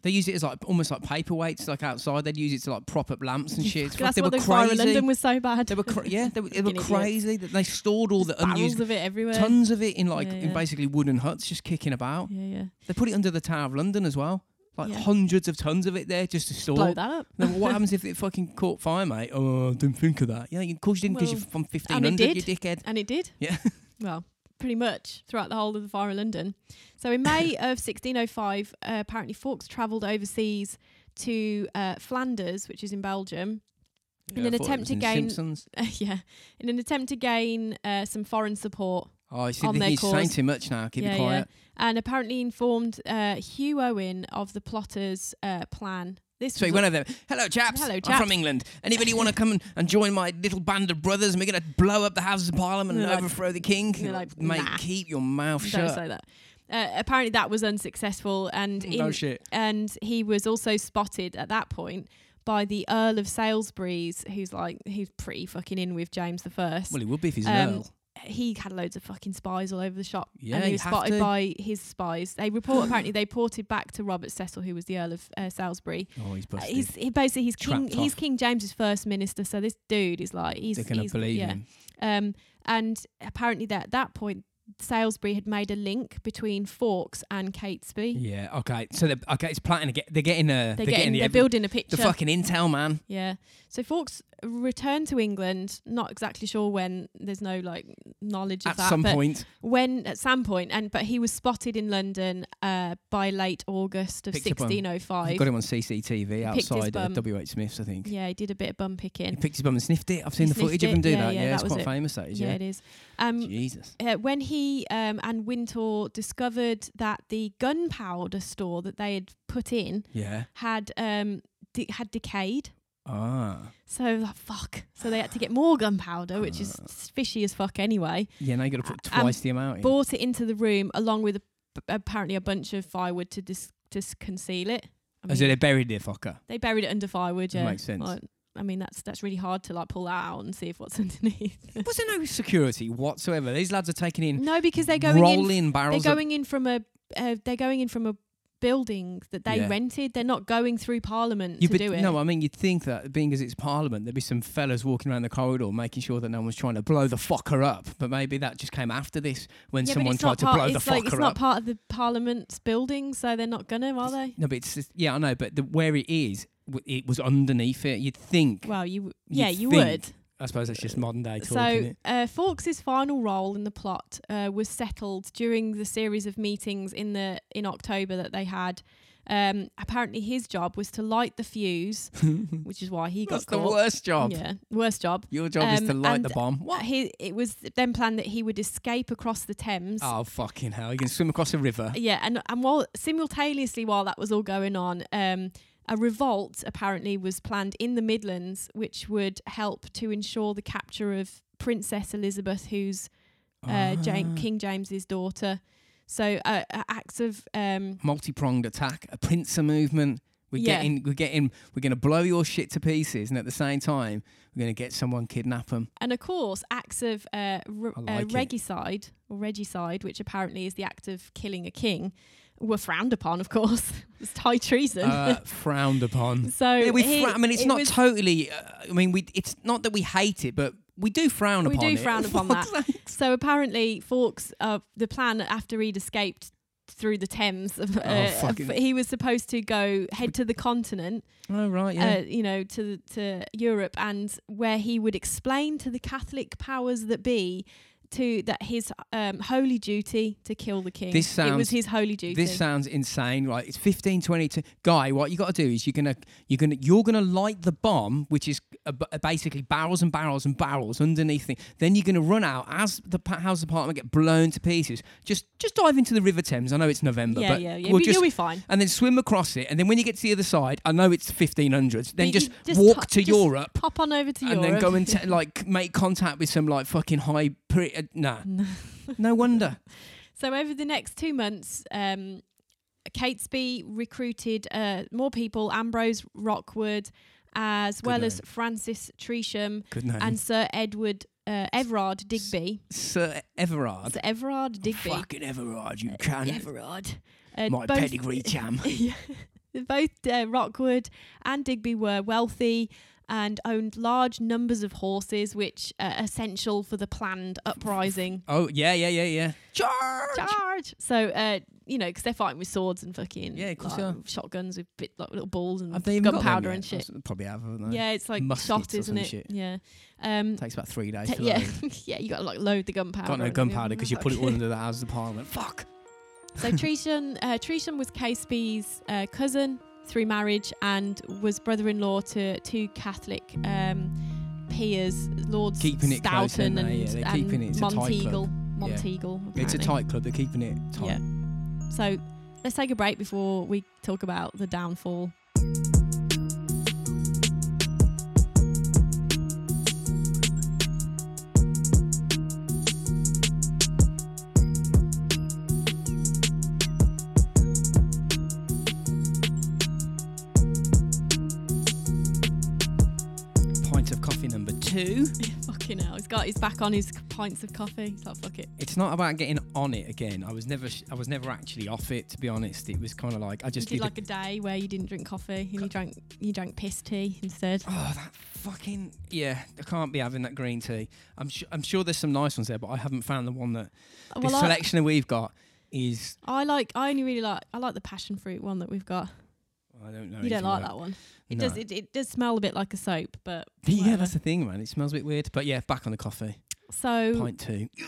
[SPEAKER 1] They use it as like almost like paperweights, like outside. They'd use it to like prop up lamps and shit. It's fuck-
[SPEAKER 2] That's
[SPEAKER 1] they
[SPEAKER 2] why
[SPEAKER 1] were
[SPEAKER 2] the fire in
[SPEAKER 1] crazy.
[SPEAKER 2] London was so bad.
[SPEAKER 1] They were cra-
[SPEAKER 2] *laughs*
[SPEAKER 1] yeah, they were, they were
[SPEAKER 2] Fucking idiots.
[SPEAKER 1] crazy. That they stored all the
[SPEAKER 2] barrels
[SPEAKER 1] unused
[SPEAKER 2] of it everywhere.
[SPEAKER 1] tons of it in like
[SPEAKER 2] Yeah,
[SPEAKER 1] in
[SPEAKER 2] yeah.
[SPEAKER 1] basically wooden huts, just kicking about.
[SPEAKER 2] Yeah, yeah.
[SPEAKER 1] They put it under the Tower of London as well. Like
[SPEAKER 2] Yeah.
[SPEAKER 1] hundreds of tons of it there just to store.
[SPEAKER 2] Blow that up.
[SPEAKER 1] Then
[SPEAKER 2] *laughs*
[SPEAKER 1] what happens if it fucking caught fire, mate? Oh, I didn't think of that. Yeah, you- of course you didn't because
[SPEAKER 2] Well,
[SPEAKER 1] you're from
[SPEAKER 2] and it
[SPEAKER 1] 1500, you dickhead.
[SPEAKER 2] And it did.
[SPEAKER 1] Yeah. *laughs*
[SPEAKER 2] Well, pretty much throughout the whole of the fire in London. So
[SPEAKER 1] *coughs*
[SPEAKER 2] in May of 1605, uh, apparently Fawkes travelled overseas to uh, Flanders, which is in Belgium, *laughs* In
[SPEAKER 1] Yeah,
[SPEAKER 2] an
[SPEAKER 1] I thought it
[SPEAKER 2] attempt
[SPEAKER 1] was
[SPEAKER 2] to
[SPEAKER 1] in
[SPEAKER 2] gain-
[SPEAKER 1] Simpsons.
[SPEAKER 2] yeah, in an attempt to gain uh, some foreign support.
[SPEAKER 1] Oh, you see,
[SPEAKER 2] on their
[SPEAKER 1] he's saying
[SPEAKER 2] cause.
[SPEAKER 1] too much now. Keep
[SPEAKER 2] Yeah,
[SPEAKER 1] it
[SPEAKER 2] yeah.
[SPEAKER 1] quiet.
[SPEAKER 2] and apparently informed uh, Hugh Owen of the plotters' uh, plan. This
[SPEAKER 1] So he
[SPEAKER 2] was
[SPEAKER 1] went over there. Hello, chaps.
[SPEAKER 2] Hello,
[SPEAKER 1] I'm
[SPEAKER 2] chaps."
[SPEAKER 1] from
[SPEAKER 2] *laughs*
[SPEAKER 1] England. Anybody want to come and, and join my little band of brothers? And we're going to blow up the Houses of Parliament and
[SPEAKER 2] They're like-
[SPEAKER 1] overthrow the king.
[SPEAKER 2] they're like,
[SPEAKER 1] Mate,
[SPEAKER 2] "Nah."
[SPEAKER 1] keep your mouth
[SPEAKER 2] *laughs* don't
[SPEAKER 1] shut.
[SPEAKER 2] say that. Uh, apparently, that was unsuccessful, and
[SPEAKER 1] No
[SPEAKER 2] in-
[SPEAKER 1] shit.
[SPEAKER 2] and he was also spotted at that point by the Earl of Salisbury's, who's like who's pretty fucking in with James the First.
[SPEAKER 1] Well, he would be if he's
[SPEAKER 2] Um,
[SPEAKER 1] an earl.
[SPEAKER 2] he had loads of fucking spies all over the shop,
[SPEAKER 1] Yeah,
[SPEAKER 2] and
[SPEAKER 1] you
[SPEAKER 2] he was
[SPEAKER 1] have
[SPEAKER 2] spotted
[SPEAKER 1] to.
[SPEAKER 2] by his spies. They
[SPEAKER 1] *gasps*
[SPEAKER 2] report apparently they reported back to Robert Cecil, who was the Earl of uh, Salisbury.
[SPEAKER 1] Oh, he's
[SPEAKER 2] Uh,
[SPEAKER 1] busted.
[SPEAKER 2] He's he basically he's king
[SPEAKER 1] Trapped
[SPEAKER 2] he's
[SPEAKER 1] off.
[SPEAKER 2] King James's first minister, so this dude is like he's
[SPEAKER 1] They're going
[SPEAKER 2] he's-
[SPEAKER 1] to believe
[SPEAKER 2] yeah.
[SPEAKER 1] him.
[SPEAKER 2] Um, and apparently, that at that point, Salisbury had made a link between Fawkes and Catesby.
[SPEAKER 1] Yeah, okay. So, they're, okay, it's planning to get... They're getting, uh, they're
[SPEAKER 2] They're, getting,
[SPEAKER 1] the,
[SPEAKER 2] they're
[SPEAKER 1] ev-
[SPEAKER 2] building a picture.
[SPEAKER 1] the fucking intel, man.
[SPEAKER 2] yeah. So Fawkes returned to England. Not exactly sure when. There's no like knowledge of
[SPEAKER 1] At
[SPEAKER 2] that.
[SPEAKER 1] some
[SPEAKER 2] but
[SPEAKER 1] point.
[SPEAKER 2] when at some point, and but he was spotted in London uh, by late August of
[SPEAKER 1] Picked up on-
[SPEAKER 2] 1605.
[SPEAKER 1] He got him on CCTV
[SPEAKER 2] picked his
[SPEAKER 1] outside uh,
[SPEAKER 2] bum.
[SPEAKER 1] WH Smith's, I think.
[SPEAKER 2] yeah, he did a bit of bum
[SPEAKER 1] He
[SPEAKER 2] picking.
[SPEAKER 1] picked his bum and sniffed it. I've seen
[SPEAKER 2] He
[SPEAKER 1] the footage
[SPEAKER 2] sniffed
[SPEAKER 1] of him
[SPEAKER 2] it.
[SPEAKER 1] do
[SPEAKER 2] Yeah,
[SPEAKER 1] that.
[SPEAKER 2] yeah,
[SPEAKER 1] Yeah,
[SPEAKER 2] that
[SPEAKER 1] it's
[SPEAKER 2] was
[SPEAKER 1] quite
[SPEAKER 2] it.
[SPEAKER 1] famous, that is.
[SPEAKER 2] Yeah,
[SPEAKER 1] Yeah.
[SPEAKER 2] it is. Um,
[SPEAKER 1] Jesus.
[SPEAKER 2] uh, when he um, and Wintour discovered that the gunpowder store that they had put in
[SPEAKER 1] Yeah.
[SPEAKER 2] had um, de- had decayed.
[SPEAKER 1] Ah.
[SPEAKER 2] So like, fuck. So they had to get more gunpowder, which is
[SPEAKER 1] Uh.
[SPEAKER 2] fishy as fuck anyway.
[SPEAKER 1] Yeah, now you got to put
[SPEAKER 2] Um,
[SPEAKER 1] twice the amount in.
[SPEAKER 2] Brought it into the room along with a, apparently a bunch of firewood to dis- dis- conceal it. I
[SPEAKER 1] Oh, so they buried their fucker.
[SPEAKER 2] they buried it under firewood.
[SPEAKER 1] That
[SPEAKER 2] Yeah,
[SPEAKER 1] makes sense.
[SPEAKER 2] Like, I mean, that's that's really hard to like pull that out and see if what's *laughs* underneath.
[SPEAKER 1] Was there no security whatsoever? These lads are taking in
[SPEAKER 2] no, because they're going in
[SPEAKER 1] rolling
[SPEAKER 2] they're
[SPEAKER 1] barrels.
[SPEAKER 2] going in from a uh, they're going in from a building that they
[SPEAKER 1] Yeah.
[SPEAKER 2] rented. They're not going through Parliament
[SPEAKER 1] of, you
[SPEAKER 2] to do it.
[SPEAKER 1] No, I mean you'd think that being as it's Parliament, there'd be some fellas walking around the corridor making sure that no one's trying to blow the fucker up. But maybe that just came after this when
[SPEAKER 2] Yeah, but
[SPEAKER 1] someone
[SPEAKER 2] it's not
[SPEAKER 1] tried to
[SPEAKER 2] part-
[SPEAKER 1] blow the
[SPEAKER 2] it's like,
[SPEAKER 1] fucker
[SPEAKER 2] It's
[SPEAKER 1] up.
[SPEAKER 2] not part of the Parliament's building, so they're not gonna, are they?
[SPEAKER 1] no, but it's just- yeah, I know. But the, where it is, w- it was underneath it. You'd think.
[SPEAKER 2] Well, you w-
[SPEAKER 1] You'd
[SPEAKER 2] yeah, you
[SPEAKER 1] think.
[SPEAKER 2] would.
[SPEAKER 1] I suppose that's just modern day talk. isn't
[SPEAKER 2] So
[SPEAKER 1] it?
[SPEAKER 2] uh, Fawkes' final role in the plot uh, was settled during the series of meetings in the in October that they had. Um, apparently, his job was to light the fuse, which is why he
[SPEAKER 1] that's
[SPEAKER 2] got
[SPEAKER 1] the
[SPEAKER 2] caught.
[SPEAKER 1] worst job.
[SPEAKER 2] Yeah, worst job.
[SPEAKER 1] Your job is
[SPEAKER 2] Um,
[SPEAKER 1] to light
[SPEAKER 2] and
[SPEAKER 1] the bomb. What?
[SPEAKER 2] He, it was then planned that he would escape across the Thames.
[SPEAKER 1] Oh fucking hell! You can swim across a river.
[SPEAKER 2] Yeah, and and while simultaneously while that was all going on, um, a revolt apparently was planned in the Midlands, which would help to ensure the capture of Princess Elizabeth, who's uh, Jam-
[SPEAKER 1] Ah.
[SPEAKER 2] King James's daughter. So uh, uh, acts of um,
[SPEAKER 1] multi-pronged attack, a pincer movement. We're
[SPEAKER 2] Yeah.
[SPEAKER 1] getting, we're getting, we're going to blow your shit to pieces, and at the same time, we're going to get someone kidnap them.
[SPEAKER 2] and of course acts of uh, r-
[SPEAKER 1] I
[SPEAKER 2] uh,
[SPEAKER 1] like it.
[SPEAKER 2] regicide or regicide, which apparently is the act of killing a king, were frowned upon. Of course, *laughs* it's high treason.
[SPEAKER 1] Uh, frowned upon.
[SPEAKER 2] *laughs* so
[SPEAKER 1] Yeah, we
[SPEAKER 2] he-
[SPEAKER 1] fra- I mean, it's
[SPEAKER 2] it
[SPEAKER 1] not
[SPEAKER 2] was-
[SPEAKER 1] totally. Uh, I mean, we. It's not that we hate it, but we do frown
[SPEAKER 2] We
[SPEAKER 1] upon
[SPEAKER 2] do
[SPEAKER 1] it. *laughs*
[SPEAKER 2] frown upon
[SPEAKER 1] Fuck's sake.
[SPEAKER 2] So apparently, Fawkes, uh, the plan after he'd escaped through the Thames, *laughs* uh,
[SPEAKER 1] Oh, fucking-
[SPEAKER 2] he was supposed to go head to the continent,
[SPEAKER 1] Oh right, yeah.
[SPEAKER 2] uh, you know, to to Europe, and where he would explain to the Catholic powers that be to that his um, holy duty to kill the king.
[SPEAKER 1] This
[SPEAKER 2] it was
[SPEAKER 1] sounds-
[SPEAKER 2] his holy duty.
[SPEAKER 1] this sounds insane, right? It's fifteen twenty-two. Guy, what you got to do is you're gonna, you're gonna, you're gonna light the bomb, which is uh, b- uh, basically barrels and barrels and barrels underneath it. Then you're gonna run out as the pa- house apartment get blown to pieces. Just, just dive into the River Thames. I know it's November,
[SPEAKER 2] yeah,
[SPEAKER 1] but
[SPEAKER 2] yeah, yeah.
[SPEAKER 1] we'll
[SPEAKER 2] but
[SPEAKER 1] just.
[SPEAKER 2] you'll be fine.
[SPEAKER 1] and then swim across it, and then when you get to the other side, I know it's 1500s. Then
[SPEAKER 2] You-
[SPEAKER 1] just,
[SPEAKER 2] you
[SPEAKER 1] walk
[SPEAKER 2] hop-
[SPEAKER 1] to
[SPEAKER 2] just
[SPEAKER 1] Europe,
[SPEAKER 2] Pop on over to
[SPEAKER 1] and
[SPEAKER 2] Europe.
[SPEAKER 1] then go
[SPEAKER 2] *laughs*
[SPEAKER 1] and t- like make contact with some like fucking high. Pre- uh,
[SPEAKER 2] *laughs*
[SPEAKER 1] nah, no wonder.
[SPEAKER 2] So over the next two months, um, Catesby recruited uh, more people: Ambrose Rockwood, as well as
[SPEAKER 1] name.
[SPEAKER 2] Francis Tresham
[SPEAKER 1] Good name,
[SPEAKER 2] and Sir Edward uh, Everard Digby.
[SPEAKER 1] Sir Everard.
[SPEAKER 2] Sir Everard Digby.
[SPEAKER 1] Fucking Everard, you can.
[SPEAKER 2] Everard. Uh,
[SPEAKER 1] My
[SPEAKER 2] both-
[SPEAKER 1] pedigree, cham.
[SPEAKER 2] *laughs* Yeah. Both uh, Rockwood and Digby were wealthy and owned large numbers of horses, which are essential for the planned uprising.
[SPEAKER 1] Oh yeah, yeah, yeah, yeah. Charge!
[SPEAKER 2] Charge! So, uh, you know, because they're fighting with swords and fucking
[SPEAKER 1] Yeah, of course
[SPEAKER 2] like,
[SPEAKER 1] they are.
[SPEAKER 2] shotguns with bit, like, little balls and
[SPEAKER 1] Have they even got them
[SPEAKER 2] gunpowder
[SPEAKER 1] yet?
[SPEAKER 2] and shit.
[SPEAKER 1] I s- Probably have, haven't they?
[SPEAKER 2] Yeah, it's like
[SPEAKER 1] muskets
[SPEAKER 2] shot,
[SPEAKER 1] or
[SPEAKER 2] isn't
[SPEAKER 1] some
[SPEAKER 2] it?
[SPEAKER 1] shit.
[SPEAKER 2] Yeah. Um,
[SPEAKER 1] Takes about three days.
[SPEAKER 2] te-
[SPEAKER 1] to
[SPEAKER 2] yeah, *laughs*
[SPEAKER 1] load.
[SPEAKER 2] yeah. You got to like load the gunpowder.
[SPEAKER 1] Got no
[SPEAKER 2] and-
[SPEAKER 1] gunpowder because you put it all under the Houses of Parliament. Fuck.
[SPEAKER 2] So Tresham, uh, Tresham was Caseby's uh, cousin through marriage and was brother-in-law to two Catholic um, peers, Lords
[SPEAKER 1] Keeping it close,
[SPEAKER 2] Stoughton
[SPEAKER 1] aren't they?
[SPEAKER 2] and,
[SPEAKER 1] Yeah, they're
[SPEAKER 2] and
[SPEAKER 1] keeping it. It's a tight club.
[SPEAKER 2] Monteagle. Monteagle.
[SPEAKER 1] It's a
[SPEAKER 2] apparently.
[SPEAKER 1] tight club. They're keeping it tight.
[SPEAKER 2] Yeah. So let's take a break before we talk about the downfall. *laughs*
[SPEAKER 1] Pint of coffee number two.
[SPEAKER 2] Fucking hell, he's got his back on his pints of coffee. He's like, fuck it.
[SPEAKER 1] It's not about getting on it again. I was never. Sh- I was never actually off it. To be honest, it was kind of like I just
[SPEAKER 2] you
[SPEAKER 1] did.
[SPEAKER 2] did like a day where you didn't drink coffee and you drank you drank piss tea instead.
[SPEAKER 1] a- oh, that fucking yeah! I can't be having that green tea. I'm su- I'm sure there's some nice ones there, but I haven't found the one that the
[SPEAKER 2] Well, I,
[SPEAKER 1] selection that we've got is.
[SPEAKER 2] I like I only really like I like the passion fruit one that we've got.
[SPEAKER 1] I don't know.
[SPEAKER 2] You don't
[SPEAKER 1] either one.
[SPEAKER 2] like that one. It
[SPEAKER 1] No.
[SPEAKER 2] does. It, it does smell a bit like a soap, but
[SPEAKER 1] *laughs* Yeah,
[SPEAKER 2] whatever.
[SPEAKER 1] that's the thing, man. It smells a bit weird, but yeah, back on the coffee.
[SPEAKER 2] so
[SPEAKER 1] Pint two.
[SPEAKER 2] Yeah,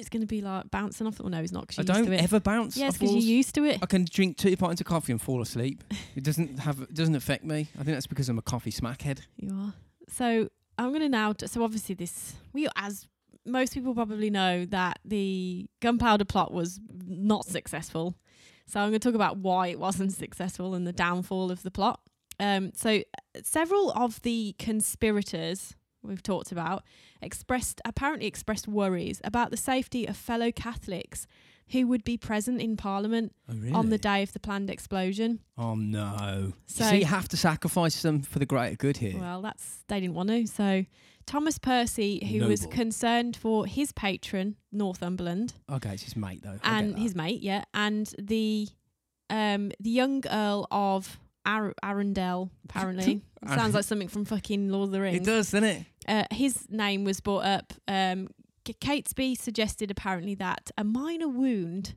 [SPEAKER 2] it's going to be like bouncing off. Well, no, it's not. Cause
[SPEAKER 1] I
[SPEAKER 2] you're used
[SPEAKER 1] don't
[SPEAKER 2] to it.
[SPEAKER 1] ever bounce.
[SPEAKER 2] yes,
[SPEAKER 1] off
[SPEAKER 2] because
[SPEAKER 1] walls.
[SPEAKER 2] you're used to it.
[SPEAKER 1] I can drink two pints of coffee and fall asleep. It
[SPEAKER 2] *laughs*
[SPEAKER 1] doesn't have it doesn't affect me. I think that's because I'm a coffee smackhead.
[SPEAKER 2] You are. So I'm going to now. t- So obviously, this we as most people probably know that the gunpowder plot was not successful. So I'm going to talk about why it wasn't *laughs* successful and the downfall of the plot. Um, so uh, several of the conspirators we've talked about expressed apparently expressed worries about the safety of fellow Catholics who would be present in Parliament
[SPEAKER 1] Oh really?
[SPEAKER 2] on the day of the planned explosion.
[SPEAKER 1] Oh no.
[SPEAKER 2] So-
[SPEAKER 1] so you have to sacrifice them for the greater good here.
[SPEAKER 2] Well, that's they didn't want to. So Thomas Percy, who was
[SPEAKER 1] Noble.
[SPEAKER 2] concerned for his patron Northumberland
[SPEAKER 1] okay, it's his mate though. I
[SPEAKER 2] and
[SPEAKER 1] get
[SPEAKER 2] his mate, yeah, and the um the young Earl of Ar- Arundel,
[SPEAKER 1] *laughs*
[SPEAKER 2] apparently sounds like something from fucking Lord of the
[SPEAKER 1] that. it
[SPEAKER 2] Rings.
[SPEAKER 1] does, doesn't it?
[SPEAKER 2] Uh, his name was brought up. Um, C- Catesby suggested apparently that a minor wound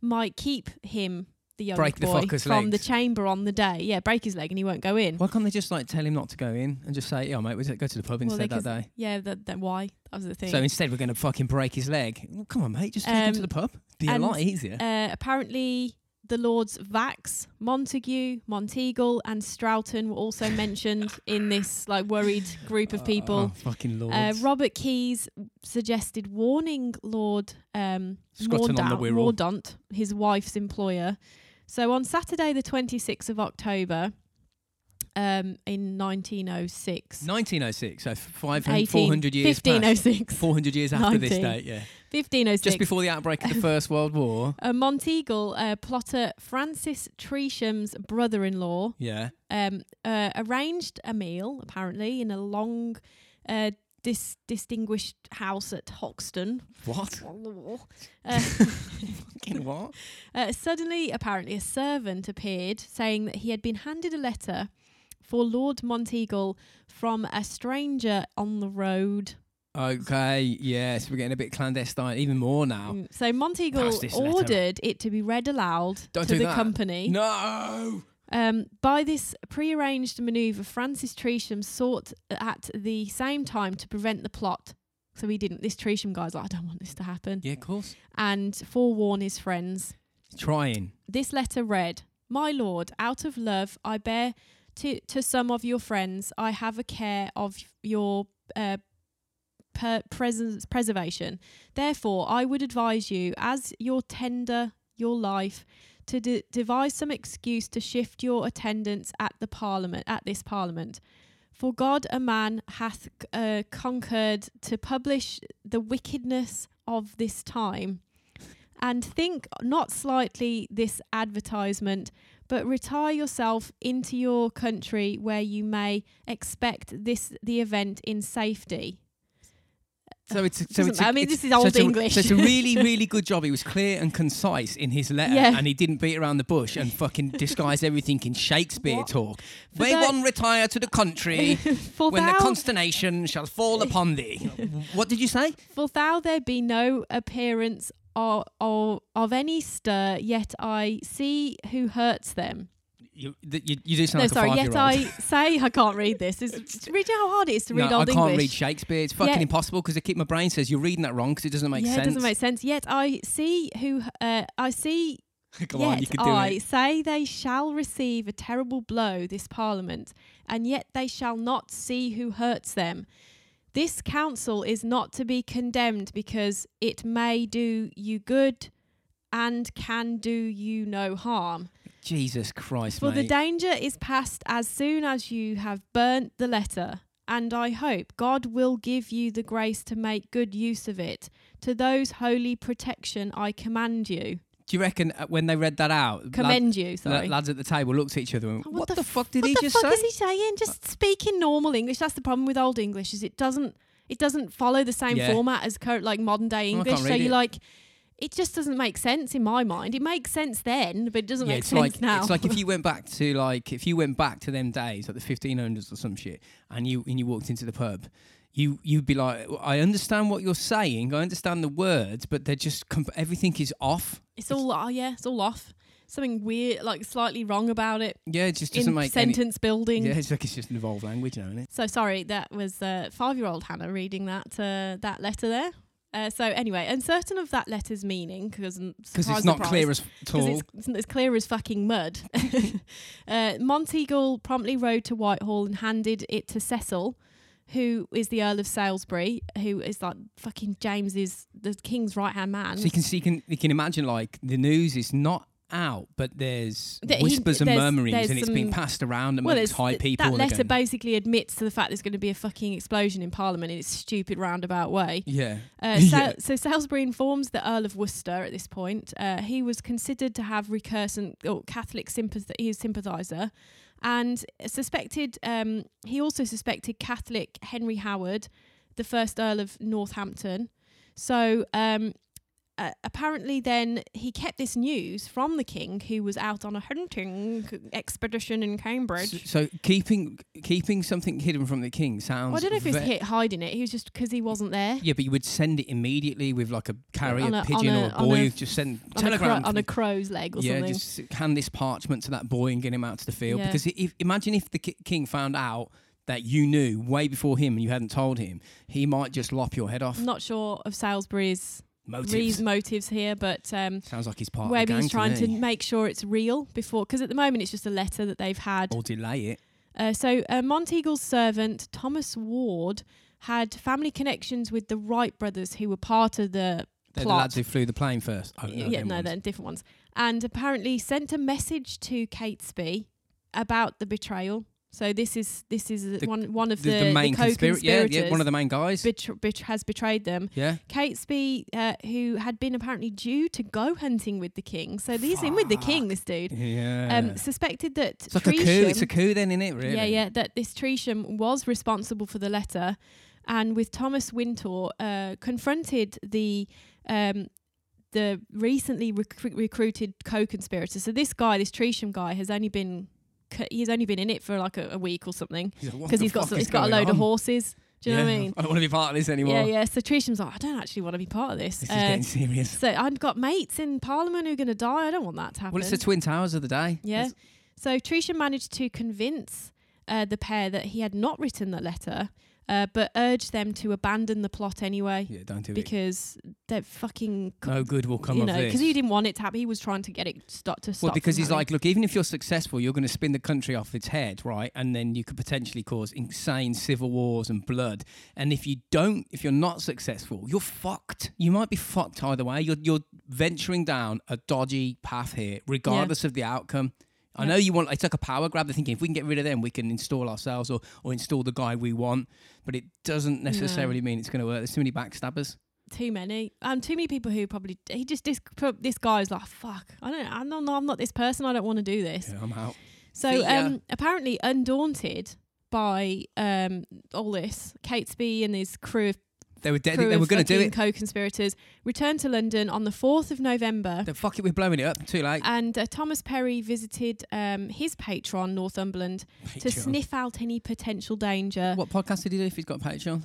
[SPEAKER 2] might keep him. The young
[SPEAKER 1] Break the
[SPEAKER 2] boy
[SPEAKER 1] fucker's legs.
[SPEAKER 2] from the chamber on the day, yeah, break his leg and he won't go in.
[SPEAKER 1] Why can't they just like tell him not to go in and just say, "Yeah, mate, we'll go to the pub
[SPEAKER 2] Well,
[SPEAKER 1] instead
[SPEAKER 2] they
[SPEAKER 1] that day."
[SPEAKER 2] Yeah, that, that why that was the thing.
[SPEAKER 1] So instead, we're going to fucking break his leg. Well, come on, mate, just take him to
[SPEAKER 2] Um,
[SPEAKER 1] the pub. Be a
[SPEAKER 2] and,
[SPEAKER 1] lot easier.
[SPEAKER 2] Uh, apparently, the Lords Vax, Montague, Monteagle, and Stroughton were also mentioned in this like worried group of people.
[SPEAKER 1] Oh, fucking lords.
[SPEAKER 2] Uh, Robert Keys suggested warning Lord um,
[SPEAKER 1] Scotland on the
[SPEAKER 2] Mordaunt-
[SPEAKER 1] Wirral.
[SPEAKER 2] Mordaunt, his wife's employer. So on Saturday, the 26th of October, um, in 1906,
[SPEAKER 1] 1906, so 500,
[SPEAKER 2] 18
[SPEAKER 1] 400 years past.
[SPEAKER 2] 1506,
[SPEAKER 1] 400 years after this
[SPEAKER 2] 19.
[SPEAKER 1] date, yeah.
[SPEAKER 2] 1506.
[SPEAKER 1] Just before the outbreak
[SPEAKER 2] *laughs*
[SPEAKER 1] of the First World War.
[SPEAKER 2] Uh, oh Monteagle uh, plotter Francis Tresham's brother-in-law
[SPEAKER 1] Yeah.
[SPEAKER 2] um, uh, arranged a meal, apparently, in a long, uh, dis- distinguished house
[SPEAKER 1] *laughs*
[SPEAKER 2] at Hoxton.
[SPEAKER 1] What?
[SPEAKER 2] Uh,
[SPEAKER 1] *laughs* Fucking what?
[SPEAKER 2] uh, suddenly, apparently, a servant appeared saying that he had been handed a letter for Lord Monteagle from a stranger on the road.
[SPEAKER 1] Okay, yes, we're getting a bit clandestine, even more now.
[SPEAKER 2] Mm, So Monteagle
[SPEAKER 1] Pass this letter.
[SPEAKER 2] ordered it to be read aloud
[SPEAKER 1] Don't
[SPEAKER 2] to
[SPEAKER 1] do
[SPEAKER 2] the
[SPEAKER 1] that.
[SPEAKER 2] company.
[SPEAKER 1] No!
[SPEAKER 2] Um, by this prearranged manoeuvre, Francis Tresham sought at the same time to prevent the plot. So he didn't. This Tresham guy's like, I don't want this to happen,
[SPEAKER 1] Yeah, of course.
[SPEAKER 2] and forewarn his friends.
[SPEAKER 1] Trying.
[SPEAKER 2] This letter read, My lord, out of love, I bear to, to some of your friends, I have a care of your uh, per- pres- preservation. Therefore, I would advise you, as your tender, your life, to de- devise some excuse to shift your attendance at the parliament, at this parliament. For God a man hath uh, conquered to publish the wickedness of this time. And think not slightly this advertisement, but retire yourself into your country where you may expect this the event in safety.
[SPEAKER 1] So it's so
[SPEAKER 2] Doesn't
[SPEAKER 1] it's
[SPEAKER 2] matter. I mean,
[SPEAKER 1] it's-
[SPEAKER 2] this is
[SPEAKER 1] so
[SPEAKER 2] old
[SPEAKER 1] it's a-
[SPEAKER 2] English.
[SPEAKER 1] So it's a
[SPEAKER 2] *laughs*
[SPEAKER 1] really, really good job. He was clear and concise in his letter,
[SPEAKER 2] Yeah.
[SPEAKER 1] and he didn't beat around the bush and fucking disguise everything in Shakespeare
[SPEAKER 2] What?
[SPEAKER 1] talk.
[SPEAKER 2] For
[SPEAKER 1] They
[SPEAKER 2] that-
[SPEAKER 1] one retire to the
[SPEAKER 2] *laughs*
[SPEAKER 1] country
[SPEAKER 2] for,
[SPEAKER 1] when the
[SPEAKER 2] thou,
[SPEAKER 1] consternation shall fall
[SPEAKER 2] eh,
[SPEAKER 1] upon
[SPEAKER 2] *laughs*
[SPEAKER 1] thee. what did you say?
[SPEAKER 2] for thou there be no appearance or, or of any stir, yet I see who hurts them.
[SPEAKER 1] You, th- you, you do sound
[SPEAKER 2] No,
[SPEAKER 1] like
[SPEAKER 2] sorry,
[SPEAKER 1] a
[SPEAKER 2] yet
[SPEAKER 1] five-year-old.
[SPEAKER 2] I *laughs* say I can't read this. It's,
[SPEAKER 1] *laughs*
[SPEAKER 2] it's read how hard it is to read
[SPEAKER 1] no,
[SPEAKER 2] old
[SPEAKER 1] I can't
[SPEAKER 2] English.
[SPEAKER 1] read Shakespeare. It's fucking
[SPEAKER 2] Yeah.
[SPEAKER 1] impossible because I keep my brain says you're reading that wrong because it doesn't make
[SPEAKER 2] yeah,
[SPEAKER 1] sense.
[SPEAKER 2] it doesn't make sense. Yet I see who uh, I see.
[SPEAKER 1] *laughs* Come
[SPEAKER 2] yet
[SPEAKER 1] on, you can do
[SPEAKER 2] I
[SPEAKER 1] it.
[SPEAKER 2] say they shall receive a terrible blow this Parliament, and yet they shall not see who hurts them. This council is not to be condemned because it may do you good and can do you no harm.
[SPEAKER 1] Jesus Christ,
[SPEAKER 2] For
[SPEAKER 1] mate.
[SPEAKER 2] the danger is past as soon as you have burnt the letter, and I hope God will give you the grace to make good use of it. To those holy protection I command you.
[SPEAKER 1] do you reckon uh, when they read that out, lad-
[SPEAKER 2] Commend you,
[SPEAKER 1] the
[SPEAKER 2] sorry.
[SPEAKER 1] lads at the table looked at each other and went,
[SPEAKER 2] Oh,
[SPEAKER 1] what, the,
[SPEAKER 2] f-
[SPEAKER 1] fuck did
[SPEAKER 2] what
[SPEAKER 1] he
[SPEAKER 2] the
[SPEAKER 1] just
[SPEAKER 2] fuck
[SPEAKER 1] say?
[SPEAKER 2] is he saying? Just speak in normal English. That's the problem with old English is it doesn't it doesn't follow the same
[SPEAKER 1] Yeah.
[SPEAKER 2] format as current like modern day
[SPEAKER 1] Well, I
[SPEAKER 2] English.
[SPEAKER 1] can't
[SPEAKER 2] so
[SPEAKER 1] read
[SPEAKER 2] you're
[SPEAKER 1] it.
[SPEAKER 2] like it just doesn't make sense in my mind. It makes sense then, but it doesn't make
[SPEAKER 1] it's
[SPEAKER 2] sense
[SPEAKER 1] like
[SPEAKER 2] now.
[SPEAKER 1] it's like
[SPEAKER 2] *laughs*
[SPEAKER 1] if you went back to like if you went back to them days, like the 1500s or some shit, and you and you walked into the pub, you you'd be like, I understand what you're saying, I understand the words, but they're just comp- everything is off.
[SPEAKER 2] It's all oh yeah, it's all off. Something weird, like slightly wrong about it
[SPEAKER 1] Yeah, it just doesn't
[SPEAKER 2] in
[SPEAKER 1] make
[SPEAKER 2] sentence building.
[SPEAKER 1] any. Yeah, it's like it's just an evolved language now, isn't it?
[SPEAKER 2] So sorry, that was uh, five-year-old Hannah reading that uh, that letter there. Uh, so anyway, uncertain of that letter's meaning because
[SPEAKER 1] Because it's not clear as at all.
[SPEAKER 2] Because it's, it's clear as fucking mud. *laughs* uh, Monteagle promptly rode to Whitehall and handed it to Cecil, who is the Earl of Salisbury, who is like fucking James's, the king's right hand man.
[SPEAKER 1] So you can see, you can you can imagine like the news is not out, but there's
[SPEAKER 2] That he-
[SPEAKER 1] whispers and
[SPEAKER 2] there's-
[SPEAKER 1] murmurings,
[SPEAKER 2] there's
[SPEAKER 1] and it's being
[SPEAKER 2] some-
[SPEAKER 1] passed around
[SPEAKER 2] Well,
[SPEAKER 1] amongst
[SPEAKER 2] it's-
[SPEAKER 1] high
[SPEAKER 2] th-
[SPEAKER 1] people.
[SPEAKER 2] That
[SPEAKER 1] and they're
[SPEAKER 2] letter
[SPEAKER 1] going,
[SPEAKER 2] basically admits to the fact there's going to be a fucking explosion in Parliament in its stupid roundabout way.
[SPEAKER 1] yeah,
[SPEAKER 2] Uh,
[SPEAKER 1] *laughs*
[SPEAKER 2] so,
[SPEAKER 1] Yeah.
[SPEAKER 2] so Salisbury informs the Earl of Worcester at this point. Uh, he was considered to have recursant or Catholic sympath- his sympathiser, and suspected. Um, he also suspected Catholic Henry Howard, the first Earl of Northampton. So um, uh, apparently, then he kept this news from the king, who was out on a hunting expedition in Cambridge.
[SPEAKER 1] So, so keeping keeping something hidden from the king sounds.
[SPEAKER 2] Well, I don't know if he was
[SPEAKER 1] ve-
[SPEAKER 2] hit hiding it. He was just because he wasn't there.
[SPEAKER 1] Yeah, but you would send it immediately with like a carrier
[SPEAKER 2] On a- on
[SPEAKER 1] pigeon
[SPEAKER 2] a-
[SPEAKER 1] or a
[SPEAKER 2] on
[SPEAKER 1] boy
[SPEAKER 2] a-
[SPEAKER 1] who just send
[SPEAKER 2] On a, cro-
[SPEAKER 1] telegram.
[SPEAKER 2] on
[SPEAKER 1] to
[SPEAKER 2] a
[SPEAKER 1] the-
[SPEAKER 2] crow's leg or
[SPEAKER 1] yeah,
[SPEAKER 2] something.
[SPEAKER 1] just hand this parchment to that boy and get him out to the field.
[SPEAKER 2] Yeah.
[SPEAKER 1] Because i- if, imagine if the ki- king found out that you knew way before him and you hadn't told him, he might just lop your head off.
[SPEAKER 2] I'm not sure of Salisbury's
[SPEAKER 1] Motives.
[SPEAKER 2] motives, motives here, but um,
[SPEAKER 1] Sounds like he's part of
[SPEAKER 2] maybe
[SPEAKER 1] the gang
[SPEAKER 2] he's trying to
[SPEAKER 1] me.
[SPEAKER 2] make sure it's real before, because at the moment it's just a letter that they've had.
[SPEAKER 1] or delay it.
[SPEAKER 2] Uh, so uh, Monteagle's servant Thomas Ward had family connections with the Wright brothers, who were part of
[SPEAKER 1] They're
[SPEAKER 2] the
[SPEAKER 1] the
[SPEAKER 2] plot.
[SPEAKER 1] lads who flew the plane first. Oh, no,
[SPEAKER 2] yeah,
[SPEAKER 1] them
[SPEAKER 2] no,
[SPEAKER 1] ones.
[SPEAKER 2] they're different ones. And apparently sent a message to Catesby about the betrayal. So this is this is
[SPEAKER 1] The-
[SPEAKER 2] one one of the,
[SPEAKER 1] the, the main conspirator.
[SPEAKER 2] co-conspirators
[SPEAKER 1] Yeah, yeah, one of the main guys.
[SPEAKER 2] betr- betr- has betrayed them.
[SPEAKER 1] yeah.
[SPEAKER 2] Catesby, uh, who had been apparently due to go hunting with the king, so he's in with the king. This dude
[SPEAKER 1] Yeah.
[SPEAKER 2] um, suspected that
[SPEAKER 1] it's like a coup. It's a coup then, isn't it, really?
[SPEAKER 2] yeah, yeah, that this Tresham was responsible for the letter, and with Thomas Wintour uh, confronted the um, the recently recru- recruited co-conspirator. So this guy, this Tresham guy, has only been co- he's only been in it for like a, a week or something because he's got some, he's got a load of horses. Do you know what I mean?
[SPEAKER 1] I don't want to be part of this anymore.
[SPEAKER 2] Yeah, yeah. So Tresham's like, I don't actually want to be part of this.
[SPEAKER 1] This is
[SPEAKER 2] Uh,
[SPEAKER 1] getting serious.
[SPEAKER 2] so I've got mates in Parliament who are going to die. I don't want that to happen.
[SPEAKER 1] Well, it's the Twin Towers of the day.
[SPEAKER 2] yeah.
[SPEAKER 1] It's-
[SPEAKER 2] So Tresham managed to convince uh, the pair that he had not written the letter, uh, but urged them to abandon the plot anyway
[SPEAKER 1] Yeah, don't do it.
[SPEAKER 2] because they're fucking. c-
[SPEAKER 1] No good will come
[SPEAKER 2] you
[SPEAKER 1] of
[SPEAKER 2] know,
[SPEAKER 1] this.
[SPEAKER 2] because he didn't want it to happen. He was trying to get it stop to stop.
[SPEAKER 1] well, because
[SPEAKER 2] from
[SPEAKER 1] he's
[SPEAKER 2] happening.
[SPEAKER 1] like, look, even if you're successful, you're going to spin the country off its head, right? And then you could potentially cause insane civil wars and blood. And if you don't, if you're not successful, you're fucked. You might be fucked either way. You're you're venturing down a dodgy path here, regardless of the outcome. I
[SPEAKER 2] Yeah.
[SPEAKER 1] know you want. It's like a power grab. They're thinking if we can get rid of them, we can install ourselves or or install the guy we want. But it doesn't necessarily mean it's going to work. There's too many backstabbers.
[SPEAKER 2] too many. Um, too many people who probably he just this this guy's like fuck. I don't. I'm not. I'm not this person. I don't want to do this.
[SPEAKER 1] Yeah, I'm out. See
[SPEAKER 2] So
[SPEAKER 1] ya.
[SPEAKER 2] um, apparently, undaunted by um, all this, Catesby and his crew of
[SPEAKER 1] They were dead.
[SPEAKER 2] crew
[SPEAKER 1] They
[SPEAKER 2] of
[SPEAKER 1] were going to do
[SPEAKER 2] fucking
[SPEAKER 1] it.
[SPEAKER 2] co-conspirators returned to London on the 4th of November
[SPEAKER 1] Then fuck it, we're blowing it up. Too late.
[SPEAKER 2] and uh, Thomas Perry visited um, his patron Northumberland to
[SPEAKER 1] Patreon.
[SPEAKER 2] sniff out any potential danger.
[SPEAKER 1] What podcast did he do if he's got Patreon?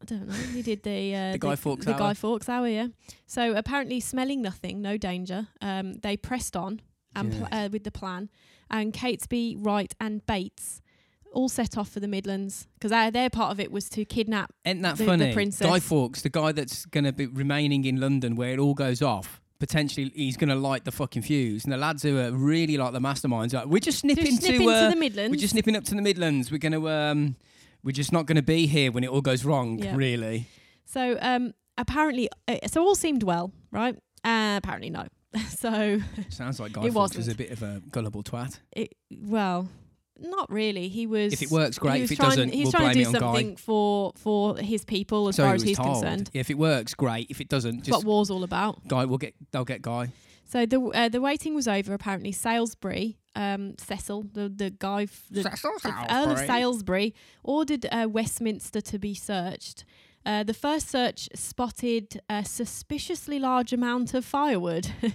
[SPEAKER 2] I don't know. He did the uh,
[SPEAKER 1] The Guy Fawkes
[SPEAKER 2] the
[SPEAKER 1] Hour.
[SPEAKER 2] Guy Fawkes hour, yeah. So apparently, smelling nothing, no danger. Um, they pressed on and pl- uh, with the plan, and Catesby, Wright, and Bates all set off for the Midlands because their part of it was to kidnap.
[SPEAKER 1] Ain't that
[SPEAKER 2] The- the
[SPEAKER 1] funny?
[SPEAKER 2] princess.
[SPEAKER 1] Guy Fawkes, the guy that's going to be remaining in London where it all goes off. Potentially, he's going to light the fucking fuse. And the lads who are really like the masterminds, are like, we're just snipping
[SPEAKER 2] Just
[SPEAKER 1] to
[SPEAKER 2] snip into
[SPEAKER 1] uh,
[SPEAKER 2] the Midlands.
[SPEAKER 1] we're just snipping up to the Midlands. We're going to um, we're just not going to be here when it all goes wrong.
[SPEAKER 2] Yeah. *laughs*
[SPEAKER 1] Really,
[SPEAKER 2] So um, apparently, uh, so all seemed well, right? Uh, apparently, no. *laughs* so
[SPEAKER 1] sounds like Guy
[SPEAKER 2] It
[SPEAKER 1] Fawkes is
[SPEAKER 2] wasn't.
[SPEAKER 1] a bit of a gullible twat.
[SPEAKER 2] it well, not really. He was.
[SPEAKER 1] If it works,
[SPEAKER 2] he
[SPEAKER 1] great. If
[SPEAKER 2] was
[SPEAKER 1] it
[SPEAKER 2] trying-
[SPEAKER 1] doesn't,
[SPEAKER 2] he was
[SPEAKER 1] we'll
[SPEAKER 2] trying
[SPEAKER 1] blame
[SPEAKER 2] to
[SPEAKER 1] it
[SPEAKER 2] do
[SPEAKER 1] on Guy.
[SPEAKER 2] something for for his people, as
[SPEAKER 1] so
[SPEAKER 2] far
[SPEAKER 1] he
[SPEAKER 2] as
[SPEAKER 1] was
[SPEAKER 2] he's
[SPEAKER 1] told.
[SPEAKER 2] concerned.
[SPEAKER 1] If it works, great. If it doesn't,
[SPEAKER 2] It's what
[SPEAKER 1] just
[SPEAKER 2] war's all about.
[SPEAKER 1] Guy. We'll get. They'll get Guy.
[SPEAKER 2] So the uh, the waiting was over. Apparently, Salisbury, um, Cecil, the the guy, f- the, the Earl of Salisbury, ordered uh, Westminster to be searched. Uh, the first search spotted a suspiciously large amount of firewood *laughs*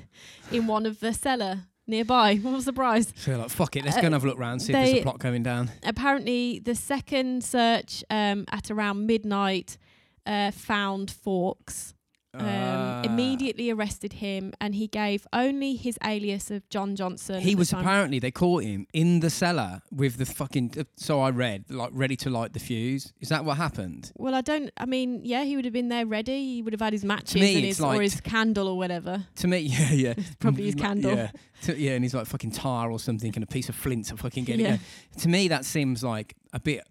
[SPEAKER 2] in one of the cellar nearby. What a surprise!
[SPEAKER 1] So like, fuck it. Let's go and have a look round. See if
[SPEAKER 2] Uh, they-
[SPEAKER 1] there's a plot going down.
[SPEAKER 2] Apparently, the second search um, at around midnight uh, found forks. Um,
[SPEAKER 1] Ah.
[SPEAKER 2] immediately arrested him, and he gave only his alias of John Johnson. at
[SPEAKER 1] He
[SPEAKER 2] the
[SPEAKER 1] was
[SPEAKER 2] time.
[SPEAKER 1] apparently they caught him in the cellar with the fucking. uh, So I read like ready to light the fuse. Is that what happened?
[SPEAKER 2] Well, I don't. I mean, yeah, he would have been there ready. He would have had his matches
[SPEAKER 1] me,
[SPEAKER 2] and
[SPEAKER 1] it's
[SPEAKER 2] his
[SPEAKER 1] like-
[SPEAKER 2] or his candle or whatever.
[SPEAKER 1] To me, *laughs* yeah, yeah,
[SPEAKER 2] probably his candle.
[SPEAKER 1] yeah, To- yeah, and he's like fucking tar or something, and a piece of flint to fucking get
[SPEAKER 2] Yeah.
[SPEAKER 1] it. Going. To me, that seems like a bit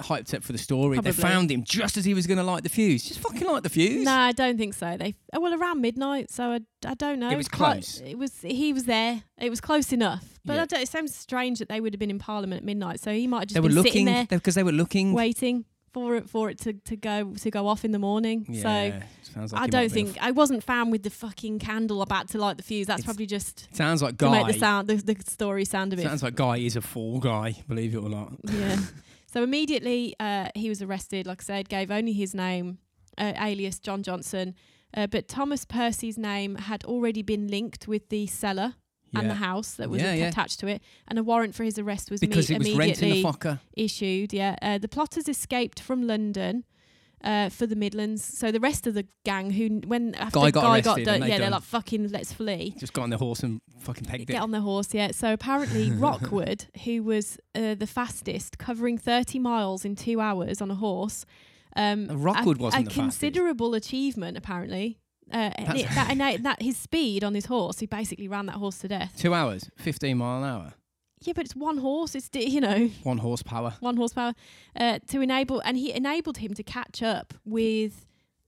[SPEAKER 1] hyped up for the story. They
[SPEAKER 2] Probably.
[SPEAKER 1] found him just as he was going to light the fuse. Just fucking light the fuse.
[SPEAKER 2] No, I don't think so. They oh, well around midnight, so I, I don't know.
[SPEAKER 1] It was
[SPEAKER 2] Clo-
[SPEAKER 1] close.
[SPEAKER 2] It was he was there. It was close enough. But
[SPEAKER 1] Yeah.
[SPEAKER 2] I don't, it sounds strange that they would have been in Parliament at midnight. So he might have just
[SPEAKER 1] they were
[SPEAKER 2] been
[SPEAKER 1] looking
[SPEAKER 2] sitting there
[SPEAKER 1] because they were looking.
[SPEAKER 2] waiting for it for it to, to go to go off in the morning. So
[SPEAKER 1] yeah, sounds like
[SPEAKER 2] I
[SPEAKER 1] it might
[SPEAKER 2] don't
[SPEAKER 1] be a
[SPEAKER 2] think I wasn't found with the fucking candle about to light the fuse. That's
[SPEAKER 1] It's
[SPEAKER 2] probably just
[SPEAKER 1] f- sounds like
[SPEAKER 2] to
[SPEAKER 1] guy.
[SPEAKER 2] make the sound the, the story sound a bit
[SPEAKER 1] sounds like guy is a fool guy. Believe it or not.
[SPEAKER 2] *laughs* yeah. So immediately uh, he was arrested. Like I said, gave only his name, uh, alias John Johnson. Uh, but Thomas Percy's name had already been linked with the cellar and the
[SPEAKER 1] Yeah.
[SPEAKER 2] house that was
[SPEAKER 1] Yeah, yeah.
[SPEAKER 2] attached to it, and a warrant for his arrest was
[SPEAKER 1] Because
[SPEAKER 2] imme-
[SPEAKER 1] it was renting
[SPEAKER 2] immediately
[SPEAKER 1] a fucker.
[SPEAKER 2] issued. Yeah, uh, the plotters escaped from London. Uh, for the Midlands, so the rest of the gang who, n- when after
[SPEAKER 1] Guy
[SPEAKER 2] guy
[SPEAKER 1] got
[SPEAKER 2] got,
[SPEAKER 1] arrested
[SPEAKER 2] done,
[SPEAKER 1] and they
[SPEAKER 2] yeah, they're
[SPEAKER 1] done.
[SPEAKER 2] like fucking let's flee
[SPEAKER 1] Just got on the horse and fucking pegged it.
[SPEAKER 2] get on the horse yeah so
[SPEAKER 1] *laughs*
[SPEAKER 2] apparently rockwood who was uh, the fastest covering 30 miles in two hours on a horse um
[SPEAKER 1] Uh, Rockwood
[SPEAKER 2] a,
[SPEAKER 1] wasn't
[SPEAKER 2] a
[SPEAKER 1] the fastest.
[SPEAKER 2] considerable achievena- achievement apparently uh, and
[SPEAKER 1] That's-
[SPEAKER 2] it- that, and that, that his speed on his horse he basically ran that horse to death
[SPEAKER 1] Two hours, 15 mile an hour,
[SPEAKER 2] yeah but it's one horse it's di- you know
[SPEAKER 1] one horsepower.
[SPEAKER 2] one horsepower uh, to enable and he enabled him to catch up with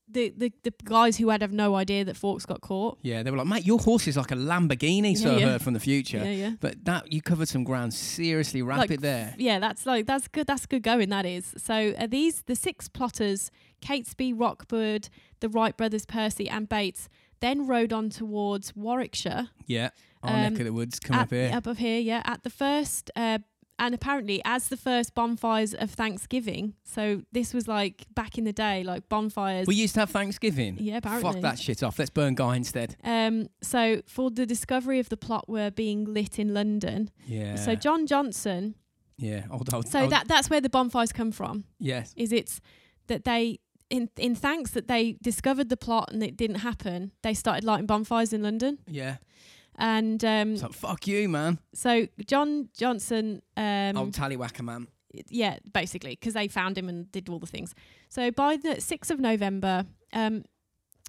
[SPEAKER 2] the, the, the guys who had have no idea that Fawkes got caught
[SPEAKER 1] Yeah, they were like, mate, your horse is like a Lamborghini, so
[SPEAKER 2] Yeah,
[SPEAKER 1] I
[SPEAKER 2] yeah.
[SPEAKER 1] heard from the future.
[SPEAKER 2] yeah yeah
[SPEAKER 1] But that, you covered some ground seriously rapid
[SPEAKER 2] Like,
[SPEAKER 1] there.
[SPEAKER 2] yeah, that's like that's good. That's good going. That is. So uh, these the six plotters: Catesby, Rockwood, the Wright brothers, Percy, and Bates. Then rode on towards Warwickshire.
[SPEAKER 1] Yeah, our
[SPEAKER 2] Um,
[SPEAKER 1] neck of the woods, come
[SPEAKER 2] at,
[SPEAKER 1] up here.
[SPEAKER 2] Up of here, yeah. At the first, uh, and apparently as the first bonfires of Thanksgiving. So this was like back in the day, like bonfires.
[SPEAKER 1] we used to have Thanksgiving.
[SPEAKER 2] yeah, apparently.
[SPEAKER 1] Fuck that shit off. Let's burn Guy instead.
[SPEAKER 2] Um, so for the discovery of the plot were being lit in London.
[SPEAKER 1] Yeah. Oh.
[SPEAKER 2] So John Johnson.
[SPEAKER 1] yeah, old, old,
[SPEAKER 2] So
[SPEAKER 1] old-
[SPEAKER 2] that that's where the bonfires come from.
[SPEAKER 1] Yes.
[SPEAKER 2] is it's that they in in thanks that they discovered the plot and it didn't happen they started lighting bonfires in london
[SPEAKER 1] Yeah.
[SPEAKER 2] and um
[SPEAKER 1] It's like, fuck you, man.
[SPEAKER 2] so john johnson um
[SPEAKER 1] old tallywhacker, man.
[SPEAKER 2] yeah basically because they found him and did all the things so by the 6th of november um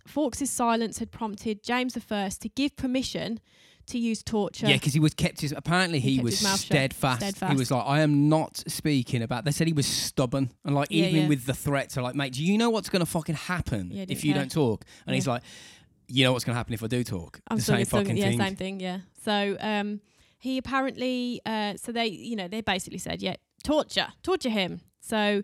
[SPEAKER 2] fawkes's silence had prompted james i to give permission to use torture
[SPEAKER 1] Yeah, because he was kept his. Apparently,
[SPEAKER 2] He
[SPEAKER 1] he,
[SPEAKER 2] kept
[SPEAKER 1] was
[SPEAKER 2] his mouth shut.
[SPEAKER 1] steadfast. He
[SPEAKER 2] Steadfast.
[SPEAKER 1] was like, "I am not speaking about." They said he was stubborn, and like
[SPEAKER 2] Yeah,
[SPEAKER 1] even
[SPEAKER 2] yeah.
[SPEAKER 1] with the threats, are like, "Mate, do you know what's going to fucking happen
[SPEAKER 2] Yeah, didn't
[SPEAKER 1] if you
[SPEAKER 2] care.
[SPEAKER 1] don't talk?" And he's like, "You know what's going to happen if I do talk."
[SPEAKER 2] I'm
[SPEAKER 1] the
[SPEAKER 2] still
[SPEAKER 1] same
[SPEAKER 2] still-
[SPEAKER 1] fucking
[SPEAKER 2] yeah,
[SPEAKER 1] thing.
[SPEAKER 2] same thing, yeah. So um, he apparently, uh, so they, you know, they basically said, yeah, torture, torture him. So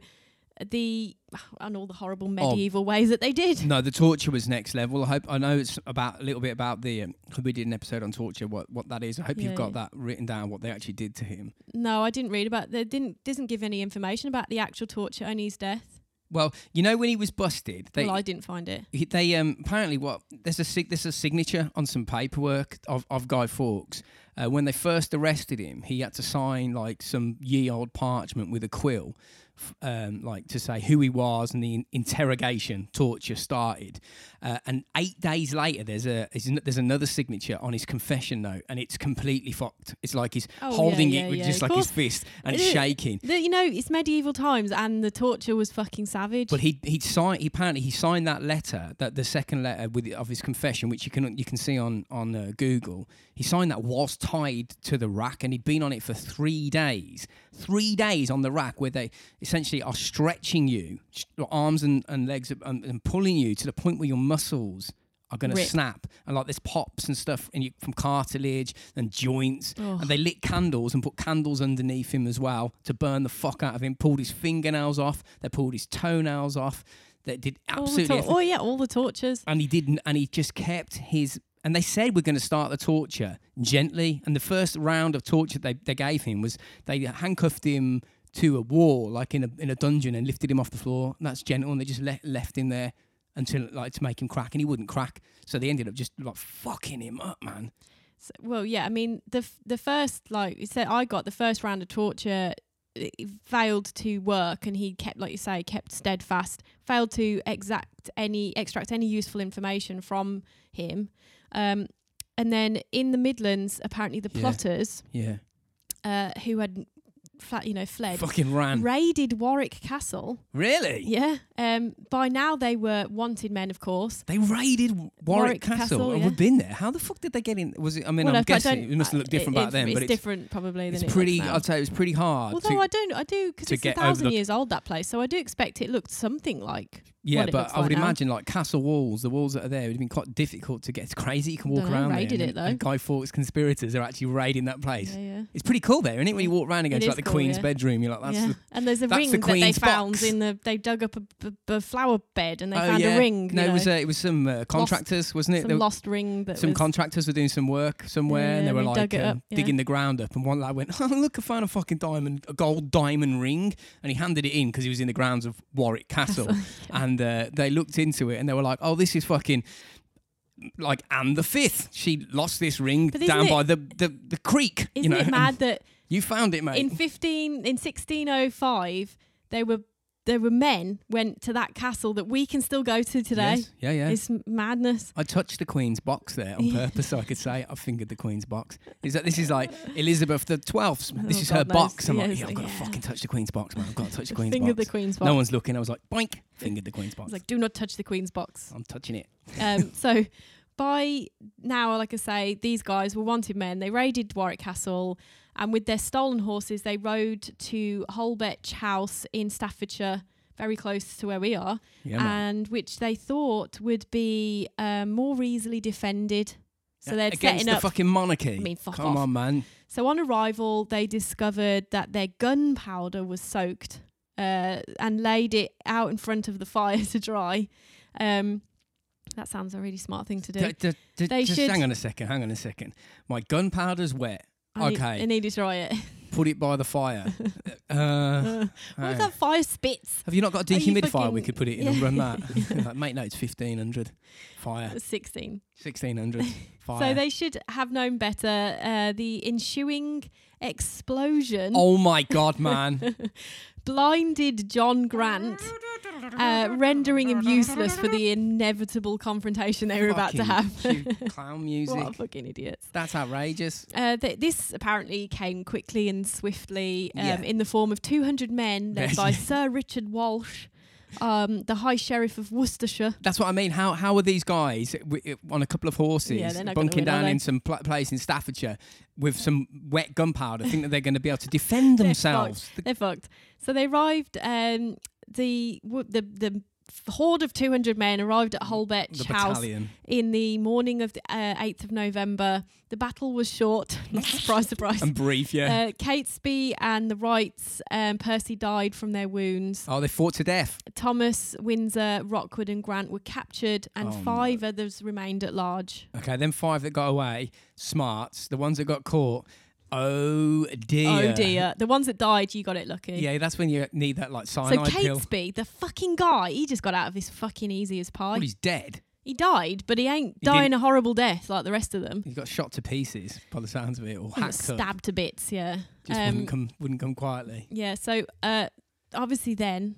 [SPEAKER 2] uh, the *sighs* and all the horrible medieval ways that they did.
[SPEAKER 1] No, the torture was next level. I hope I know it's about a little bit about the. Um, we did an episode on torture. What what that is. I hope
[SPEAKER 2] Yeah,
[SPEAKER 1] you've got
[SPEAKER 2] yeah.
[SPEAKER 1] that written down. What they actually did to him.
[SPEAKER 2] No, I didn't read about. They didn't doesn't give any information about the actual torture, only his death.
[SPEAKER 1] Well, you know when he was busted, they
[SPEAKER 2] well, I didn't find it.
[SPEAKER 1] he- they um apparently what there's a sig- there's a signature on some paperwork of, of Guy Fawkes. Uh, when they first arrested him, he had to sign like some ye old parchment with a quill, f- um, like to say who he was and the in- interrogation torture started. Uh, and eight days later, there's a is an- there's another signature on his confession note, and it's completely fucked. It's like he's
[SPEAKER 2] Oh, yeah,
[SPEAKER 1] holding
[SPEAKER 2] yeah,
[SPEAKER 1] it with
[SPEAKER 2] yeah,
[SPEAKER 1] just
[SPEAKER 2] of
[SPEAKER 1] like his
[SPEAKER 2] course.
[SPEAKER 1] fist and
[SPEAKER 2] Yeah.
[SPEAKER 1] shaking.
[SPEAKER 2] The- you know, it's medieval times, and the torture was fucking savage.
[SPEAKER 1] But he he signed he apparently he signed that letter that the second letter with of his confession, which you can you can see on on uh, Google. He signed that whilst tied to the rack, and he'd been on it for three days. Three days on the rack, where they essentially are stretching you, sh- your arms and, and legs, up and, and pulling you to the point where your muscles are going to
[SPEAKER 2] Rip.
[SPEAKER 1] snap, and like there's pops and stuff and you, from cartilage and joints.
[SPEAKER 2] Ugh.
[SPEAKER 1] And they lit candles and put candles underneath him as well to burn the fuck out of him. Pulled his fingernails off. They pulled his toenails off. They did
[SPEAKER 2] All the
[SPEAKER 1] absolutely.
[SPEAKER 2] tor-
[SPEAKER 1] everything.
[SPEAKER 2] oh yeah, all the tortures.
[SPEAKER 1] and he didn't. And he just kept his. And they said we're going to start the torture gently. And the first round of torture they, they gave him was they handcuffed him to a wall, like in a in a dungeon, and lifted him off the floor. And that's gentle. And they just le- left him there until like to make him crack, and he wouldn't crack. So they ended up just like fucking him up, man.
[SPEAKER 2] So, well, yeah, I mean the f- the first like you said, I got the first round of torture it it failed to work, and he kept, like you say, kept steadfast, failed to exact any extract any useful information from him. Um, and then in the Midlands, apparently the
[SPEAKER 1] Yeah.
[SPEAKER 2] plotters
[SPEAKER 1] Yeah,
[SPEAKER 2] uh, who had, fla- you know, fled.
[SPEAKER 1] fucking ran.
[SPEAKER 2] Raided Warwick Castle.
[SPEAKER 1] Really?
[SPEAKER 2] Yeah. Um. By now they were wanted men, of course.
[SPEAKER 1] They raided Warwick,
[SPEAKER 2] Warwick
[SPEAKER 1] Castle.
[SPEAKER 2] Castle,
[SPEAKER 1] Oh,
[SPEAKER 2] yeah.
[SPEAKER 1] We've been there. How the fuck did they get in? Was it? I mean,
[SPEAKER 2] Well,
[SPEAKER 1] I'm
[SPEAKER 2] if I
[SPEAKER 1] guessing
[SPEAKER 2] don't-
[SPEAKER 1] it must look
[SPEAKER 2] uh,
[SPEAKER 1] different
[SPEAKER 2] it-
[SPEAKER 1] back then,
[SPEAKER 2] it's
[SPEAKER 1] but it's,
[SPEAKER 2] different probably
[SPEAKER 1] it's
[SPEAKER 2] than
[SPEAKER 1] pretty.
[SPEAKER 2] It looks now.
[SPEAKER 1] I'd say it was pretty hard.
[SPEAKER 2] Although
[SPEAKER 1] Uh, to-
[SPEAKER 2] I don't, I do because
[SPEAKER 1] to
[SPEAKER 2] it's a
[SPEAKER 1] get a
[SPEAKER 2] thousand
[SPEAKER 1] look-
[SPEAKER 2] years old that place, so I do expect it looked something like.
[SPEAKER 1] yeah,
[SPEAKER 2] what it
[SPEAKER 1] but
[SPEAKER 2] looks
[SPEAKER 1] I would
[SPEAKER 2] like now.
[SPEAKER 1] imagine like castle walls, the walls that are there, would have been quite difficult to get. It's crazy you can walk
[SPEAKER 2] Dunno,
[SPEAKER 1] around
[SPEAKER 2] raided
[SPEAKER 1] there.
[SPEAKER 2] it,
[SPEAKER 1] and- and Guy Fawkes conspirators are actually raiding that place.
[SPEAKER 2] Yeah, yeah.
[SPEAKER 1] It's pretty cool there, isn't it? When you walk around and go
[SPEAKER 2] It
[SPEAKER 1] to
[SPEAKER 2] is
[SPEAKER 1] like the
[SPEAKER 2] cool,
[SPEAKER 1] Queen's
[SPEAKER 2] yeah.
[SPEAKER 1] bedroom, you're like, that's
[SPEAKER 2] yeah.
[SPEAKER 1] the.
[SPEAKER 2] and there's a
[SPEAKER 1] that's
[SPEAKER 2] ring
[SPEAKER 1] the
[SPEAKER 2] that they
[SPEAKER 1] Queen's
[SPEAKER 2] found
[SPEAKER 1] box.
[SPEAKER 2] in the. They dug up a, b- b- flower bed and they
[SPEAKER 1] oh,
[SPEAKER 2] found
[SPEAKER 1] yeah.
[SPEAKER 2] a ring. you
[SPEAKER 1] No, it was
[SPEAKER 2] know,
[SPEAKER 1] uh, it was some uh, contractors, wasn't it?
[SPEAKER 2] some
[SPEAKER 1] They were-
[SPEAKER 2] lost ring that
[SPEAKER 1] some
[SPEAKER 2] was.
[SPEAKER 1] contractors were doing some work somewhere
[SPEAKER 2] Yeah,
[SPEAKER 1] and they were
[SPEAKER 2] they dug
[SPEAKER 1] like
[SPEAKER 2] it
[SPEAKER 1] um,
[SPEAKER 2] up, yeah.
[SPEAKER 1] digging the ground up and one lad went *laughs* oh, look i found a fucking diamond a gold diamond ring and he handed it in because he was in the grounds of warwick
[SPEAKER 2] *laughs*
[SPEAKER 1] castle and uh, they looked into it and they were like oh this is fucking like and the fifth she lost this ring
[SPEAKER 2] But isn't
[SPEAKER 1] down
[SPEAKER 2] it-
[SPEAKER 1] by the, the the creek
[SPEAKER 2] isn't
[SPEAKER 1] you know
[SPEAKER 2] it mad that
[SPEAKER 1] *laughs* you found it mate
[SPEAKER 2] in fifteen in sixteen oh five they were there were men went to that castle that we can still go to today.
[SPEAKER 1] Yes. yeah yeah
[SPEAKER 2] It's madness.
[SPEAKER 1] I touched the Queen's box there on
[SPEAKER 2] Yeah.
[SPEAKER 1] purpose, so I could say I fingered the Queen's box. Is that this is like Elizabeth the Twelfth? This
[SPEAKER 2] Oh,
[SPEAKER 1] is
[SPEAKER 2] God
[SPEAKER 1] her
[SPEAKER 2] knows.
[SPEAKER 1] box. I'm
[SPEAKER 2] Yeah,
[SPEAKER 1] like,
[SPEAKER 2] it's
[SPEAKER 1] yeah, I've
[SPEAKER 2] like,
[SPEAKER 1] got to
[SPEAKER 2] yeah.
[SPEAKER 1] fucking touch the Queen's box, man. I've got to
[SPEAKER 2] *laughs*
[SPEAKER 1] touch the Queen's
[SPEAKER 2] Finger
[SPEAKER 1] box.
[SPEAKER 2] the Queen's box.
[SPEAKER 1] No one's looking. I was like,
[SPEAKER 2] *laughs*
[SPEAKER 1] boink, fingered the Queen's box.
[SPEAKER 2] It's like do not touch the Queen's box.
[SPEAKER 1] I'm touching it.
[SPEAKER 2] Um, *laughs* so by now, like I say, these guys were wanted men. They raided Warwick Castle and with their stolen horses, they rode to Holbech House in Staffordshire, very close to where we are,
[SPEAKER 1] Yeah, man.
[SPEAKER 2] and which they thought would be um, more easily defended. So
[SPEAKER 1] Yeah,
[SPEAKER 2] they're
[SPEAKER 1] against
[SPEAKER 2] setting
[SPEAKER 1] the
[SPEAKER 2] up.
[SPEAKER 1] fucking monarchy.
[SPEAKER 2] I mean, fuck
[SPEAKER 1] Come
[SPEAKER 2] off.
[SPEAKER 1] on, man.
[SPEAKER 2] so on arrival, they discovered that their gunpowder was soaked uh, and laid it out in front of the fire *laughs* to dry. Um, that sounds a really smart thing to do.
[SPEAKER 1] D- d- d-
[SPEAKER 2] They
[SPEAKER 1] just
[SPEAKER 2] should-
[SPEAKER 1] hang on a second. Hang on a second. My gunpowder's wet.
[SPEAKER 2] I need-
[SPEAKER 1] Okay.
[SPEAKER 2] I needed to try it.
[SPEAKER 1] Put it by the *laughs*
[SPEAKER 2] *laughs*
[SPEAKER 1] fire. uh,
[SPEAKER 2] Uh, what
[SPEAKER 1] oh.
[SPEAKER 2] if that fire spits?
[SPEAKER 1] Have you not got a
[SPEAKER 2] Are you
[SPEAKER 1] dehumidifier? We
[SPEAKER 2] fucking-
[SPEAKER 1] could put it in and
[SPEAKER 2] Yeah.
[SPEAKER 1] run that.
[SPEAKER 2] *laughs*
[SPEAKER 1] like, mate, no, it's fifteen hundred. Fire.
[SPEAKER 2] It *laughs* was 16.
[SPEAKER 1] Sixteen hundred. Fire.
[SPEAKER 2] *laughs* So they should have known better. Uh, the ensuing explosion
[SPEAKER 1] Oh my god, man!
[SPEAKER 2] *laughs* blinded John Grant, uh, rendering him useless for the inevitable confrontation they *laughs* were about to have.
[SPEAKER 1] Fucking
[SPEAKER 2] *laughs*
[SPEAKER 1] cute clown music.
[SPEAKER 2] What fucking idiots.
[SPEAKER 1] That's outrageous.
[SPEAKER 2] Uh, th- this apparently came quickly and swiftly um,
[SPEAKER 1] Yeah.
[SPEAKER 2] in the form of 200 men led
[SPEAKER 1] Yeah. *laughs*
[SPEAKER 2] by Sir Richard Walsh, um, the High Sheriff of Worcestershire.
[SPEAKER 1] That's what I mean. How how are these guys wi- on a couple of horses
[SPEAKER 2] Yeah, they're not gonna
[SPEAKER 1] bunking
[SPEAKER 2] win, are
[SPEAKER 1] down
[SPEAKER 2] they?
[SPEAKER 1] in some pl- place in Staffordshire with some wet gunpowder? Think that they're going to be able to defend
[SPEAKER 2] *laughs* They're
[SPEAKER 1] themselves? The-
[SPEAKER 2] They're fucked. So they arrived. Um, the w- the the horde of 200 men arrived at Holbech
[SPEAKER 1] the
[SPEAKER 2] House
[SPEAKER 1] battalion.
[SPEAKER 2] in the morning of the uh, 8th of November. The battle was short. *laughs* surprise,
[SPEAKER 1] *laughs*
[SPEAKER 2] surprise.
[SPEAKER 1] And brief, yeah.
[SPEAKER 2] Uh, Catesby and the Wrights, um, Percy died from their wounds.
[SPEAKER 1] oh, they fought to death.
[SPEAKER 2] Thomas, Windsor, Rockwood, and Grant were captured, and
[SPEAKER 1] Oh,
[SPEAKER 2] five
[SPEAKER 1] no.
[SPEAKER 2] others remained at large.
[SPEAKER 1] Okay, then five that got away, smarts. The ones that got caught, Oh dear.
[SPEAKER 2] Oh dear. The ones that died, you got it lucky.
[SPEAKER 1] Yeah, that's when you need that like
[SPEAKER 2] So
[SPEAKER 1] cyanide pill.
[SPEAKER 2] Catesby, the fucking guy, he just got out of his fucking easy as pie.
[SPEAKER 1] Well, he's dead.
[SPEAKER 2] he died, but he ain't dying
[SPEAKER 1] didn't-
[SPEAKER 2] a horrible death like the rest of them.
[SPEAKER 1] He got shot to pieces by the sounds of it, or
[SPEAKER 2] He got
[SPEAKER 1] hacked up.
[SPEAKER 2] stabbed to bits, yeah.
[SPEAKER 1] Just
[SPEAKER 2] Um,
[SPEAKER 1] wouldn't come, wouldn't come quietly.
[SPEAKER 2] Yeah, so uh, obviously then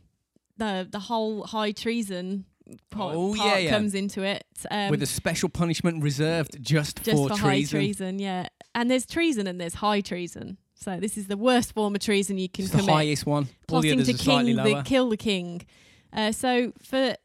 [SPEAKER 2] the the whole high treason part,
[SPEAKER 1] Oh,
[SPEAKER 2] part
[SPEAKER 1] yeah, yeah.
[SPEAKER 2] comes into it. Um,
[SPEAKER 1] with a special punishment reserved just,
[SPEAKER 2] just
[SPEAKER 1] for,
[SPEAKER 2] for
[SPEAKER 1] treason.
[SPEAKER 2] high treason, yeah. And there's treason and there's high treason. So this is the worst form of treason you can
[SPEAKER 1] It's the
[SPEAKER 2] commit.
[SPEAKER 1] highest one. All the
[SPEAKER 2] plotting
[SPEAKER 1] others
[SPEAKER 2] to
[SPEAKER 1] are slightly
[SPEAKER 2] king the
[SPEAKER 1] lower.
[SPEAKER 2] kill the king. Uh, so
[SPEAKER 1] *laughs*
[SPEAKER 2] for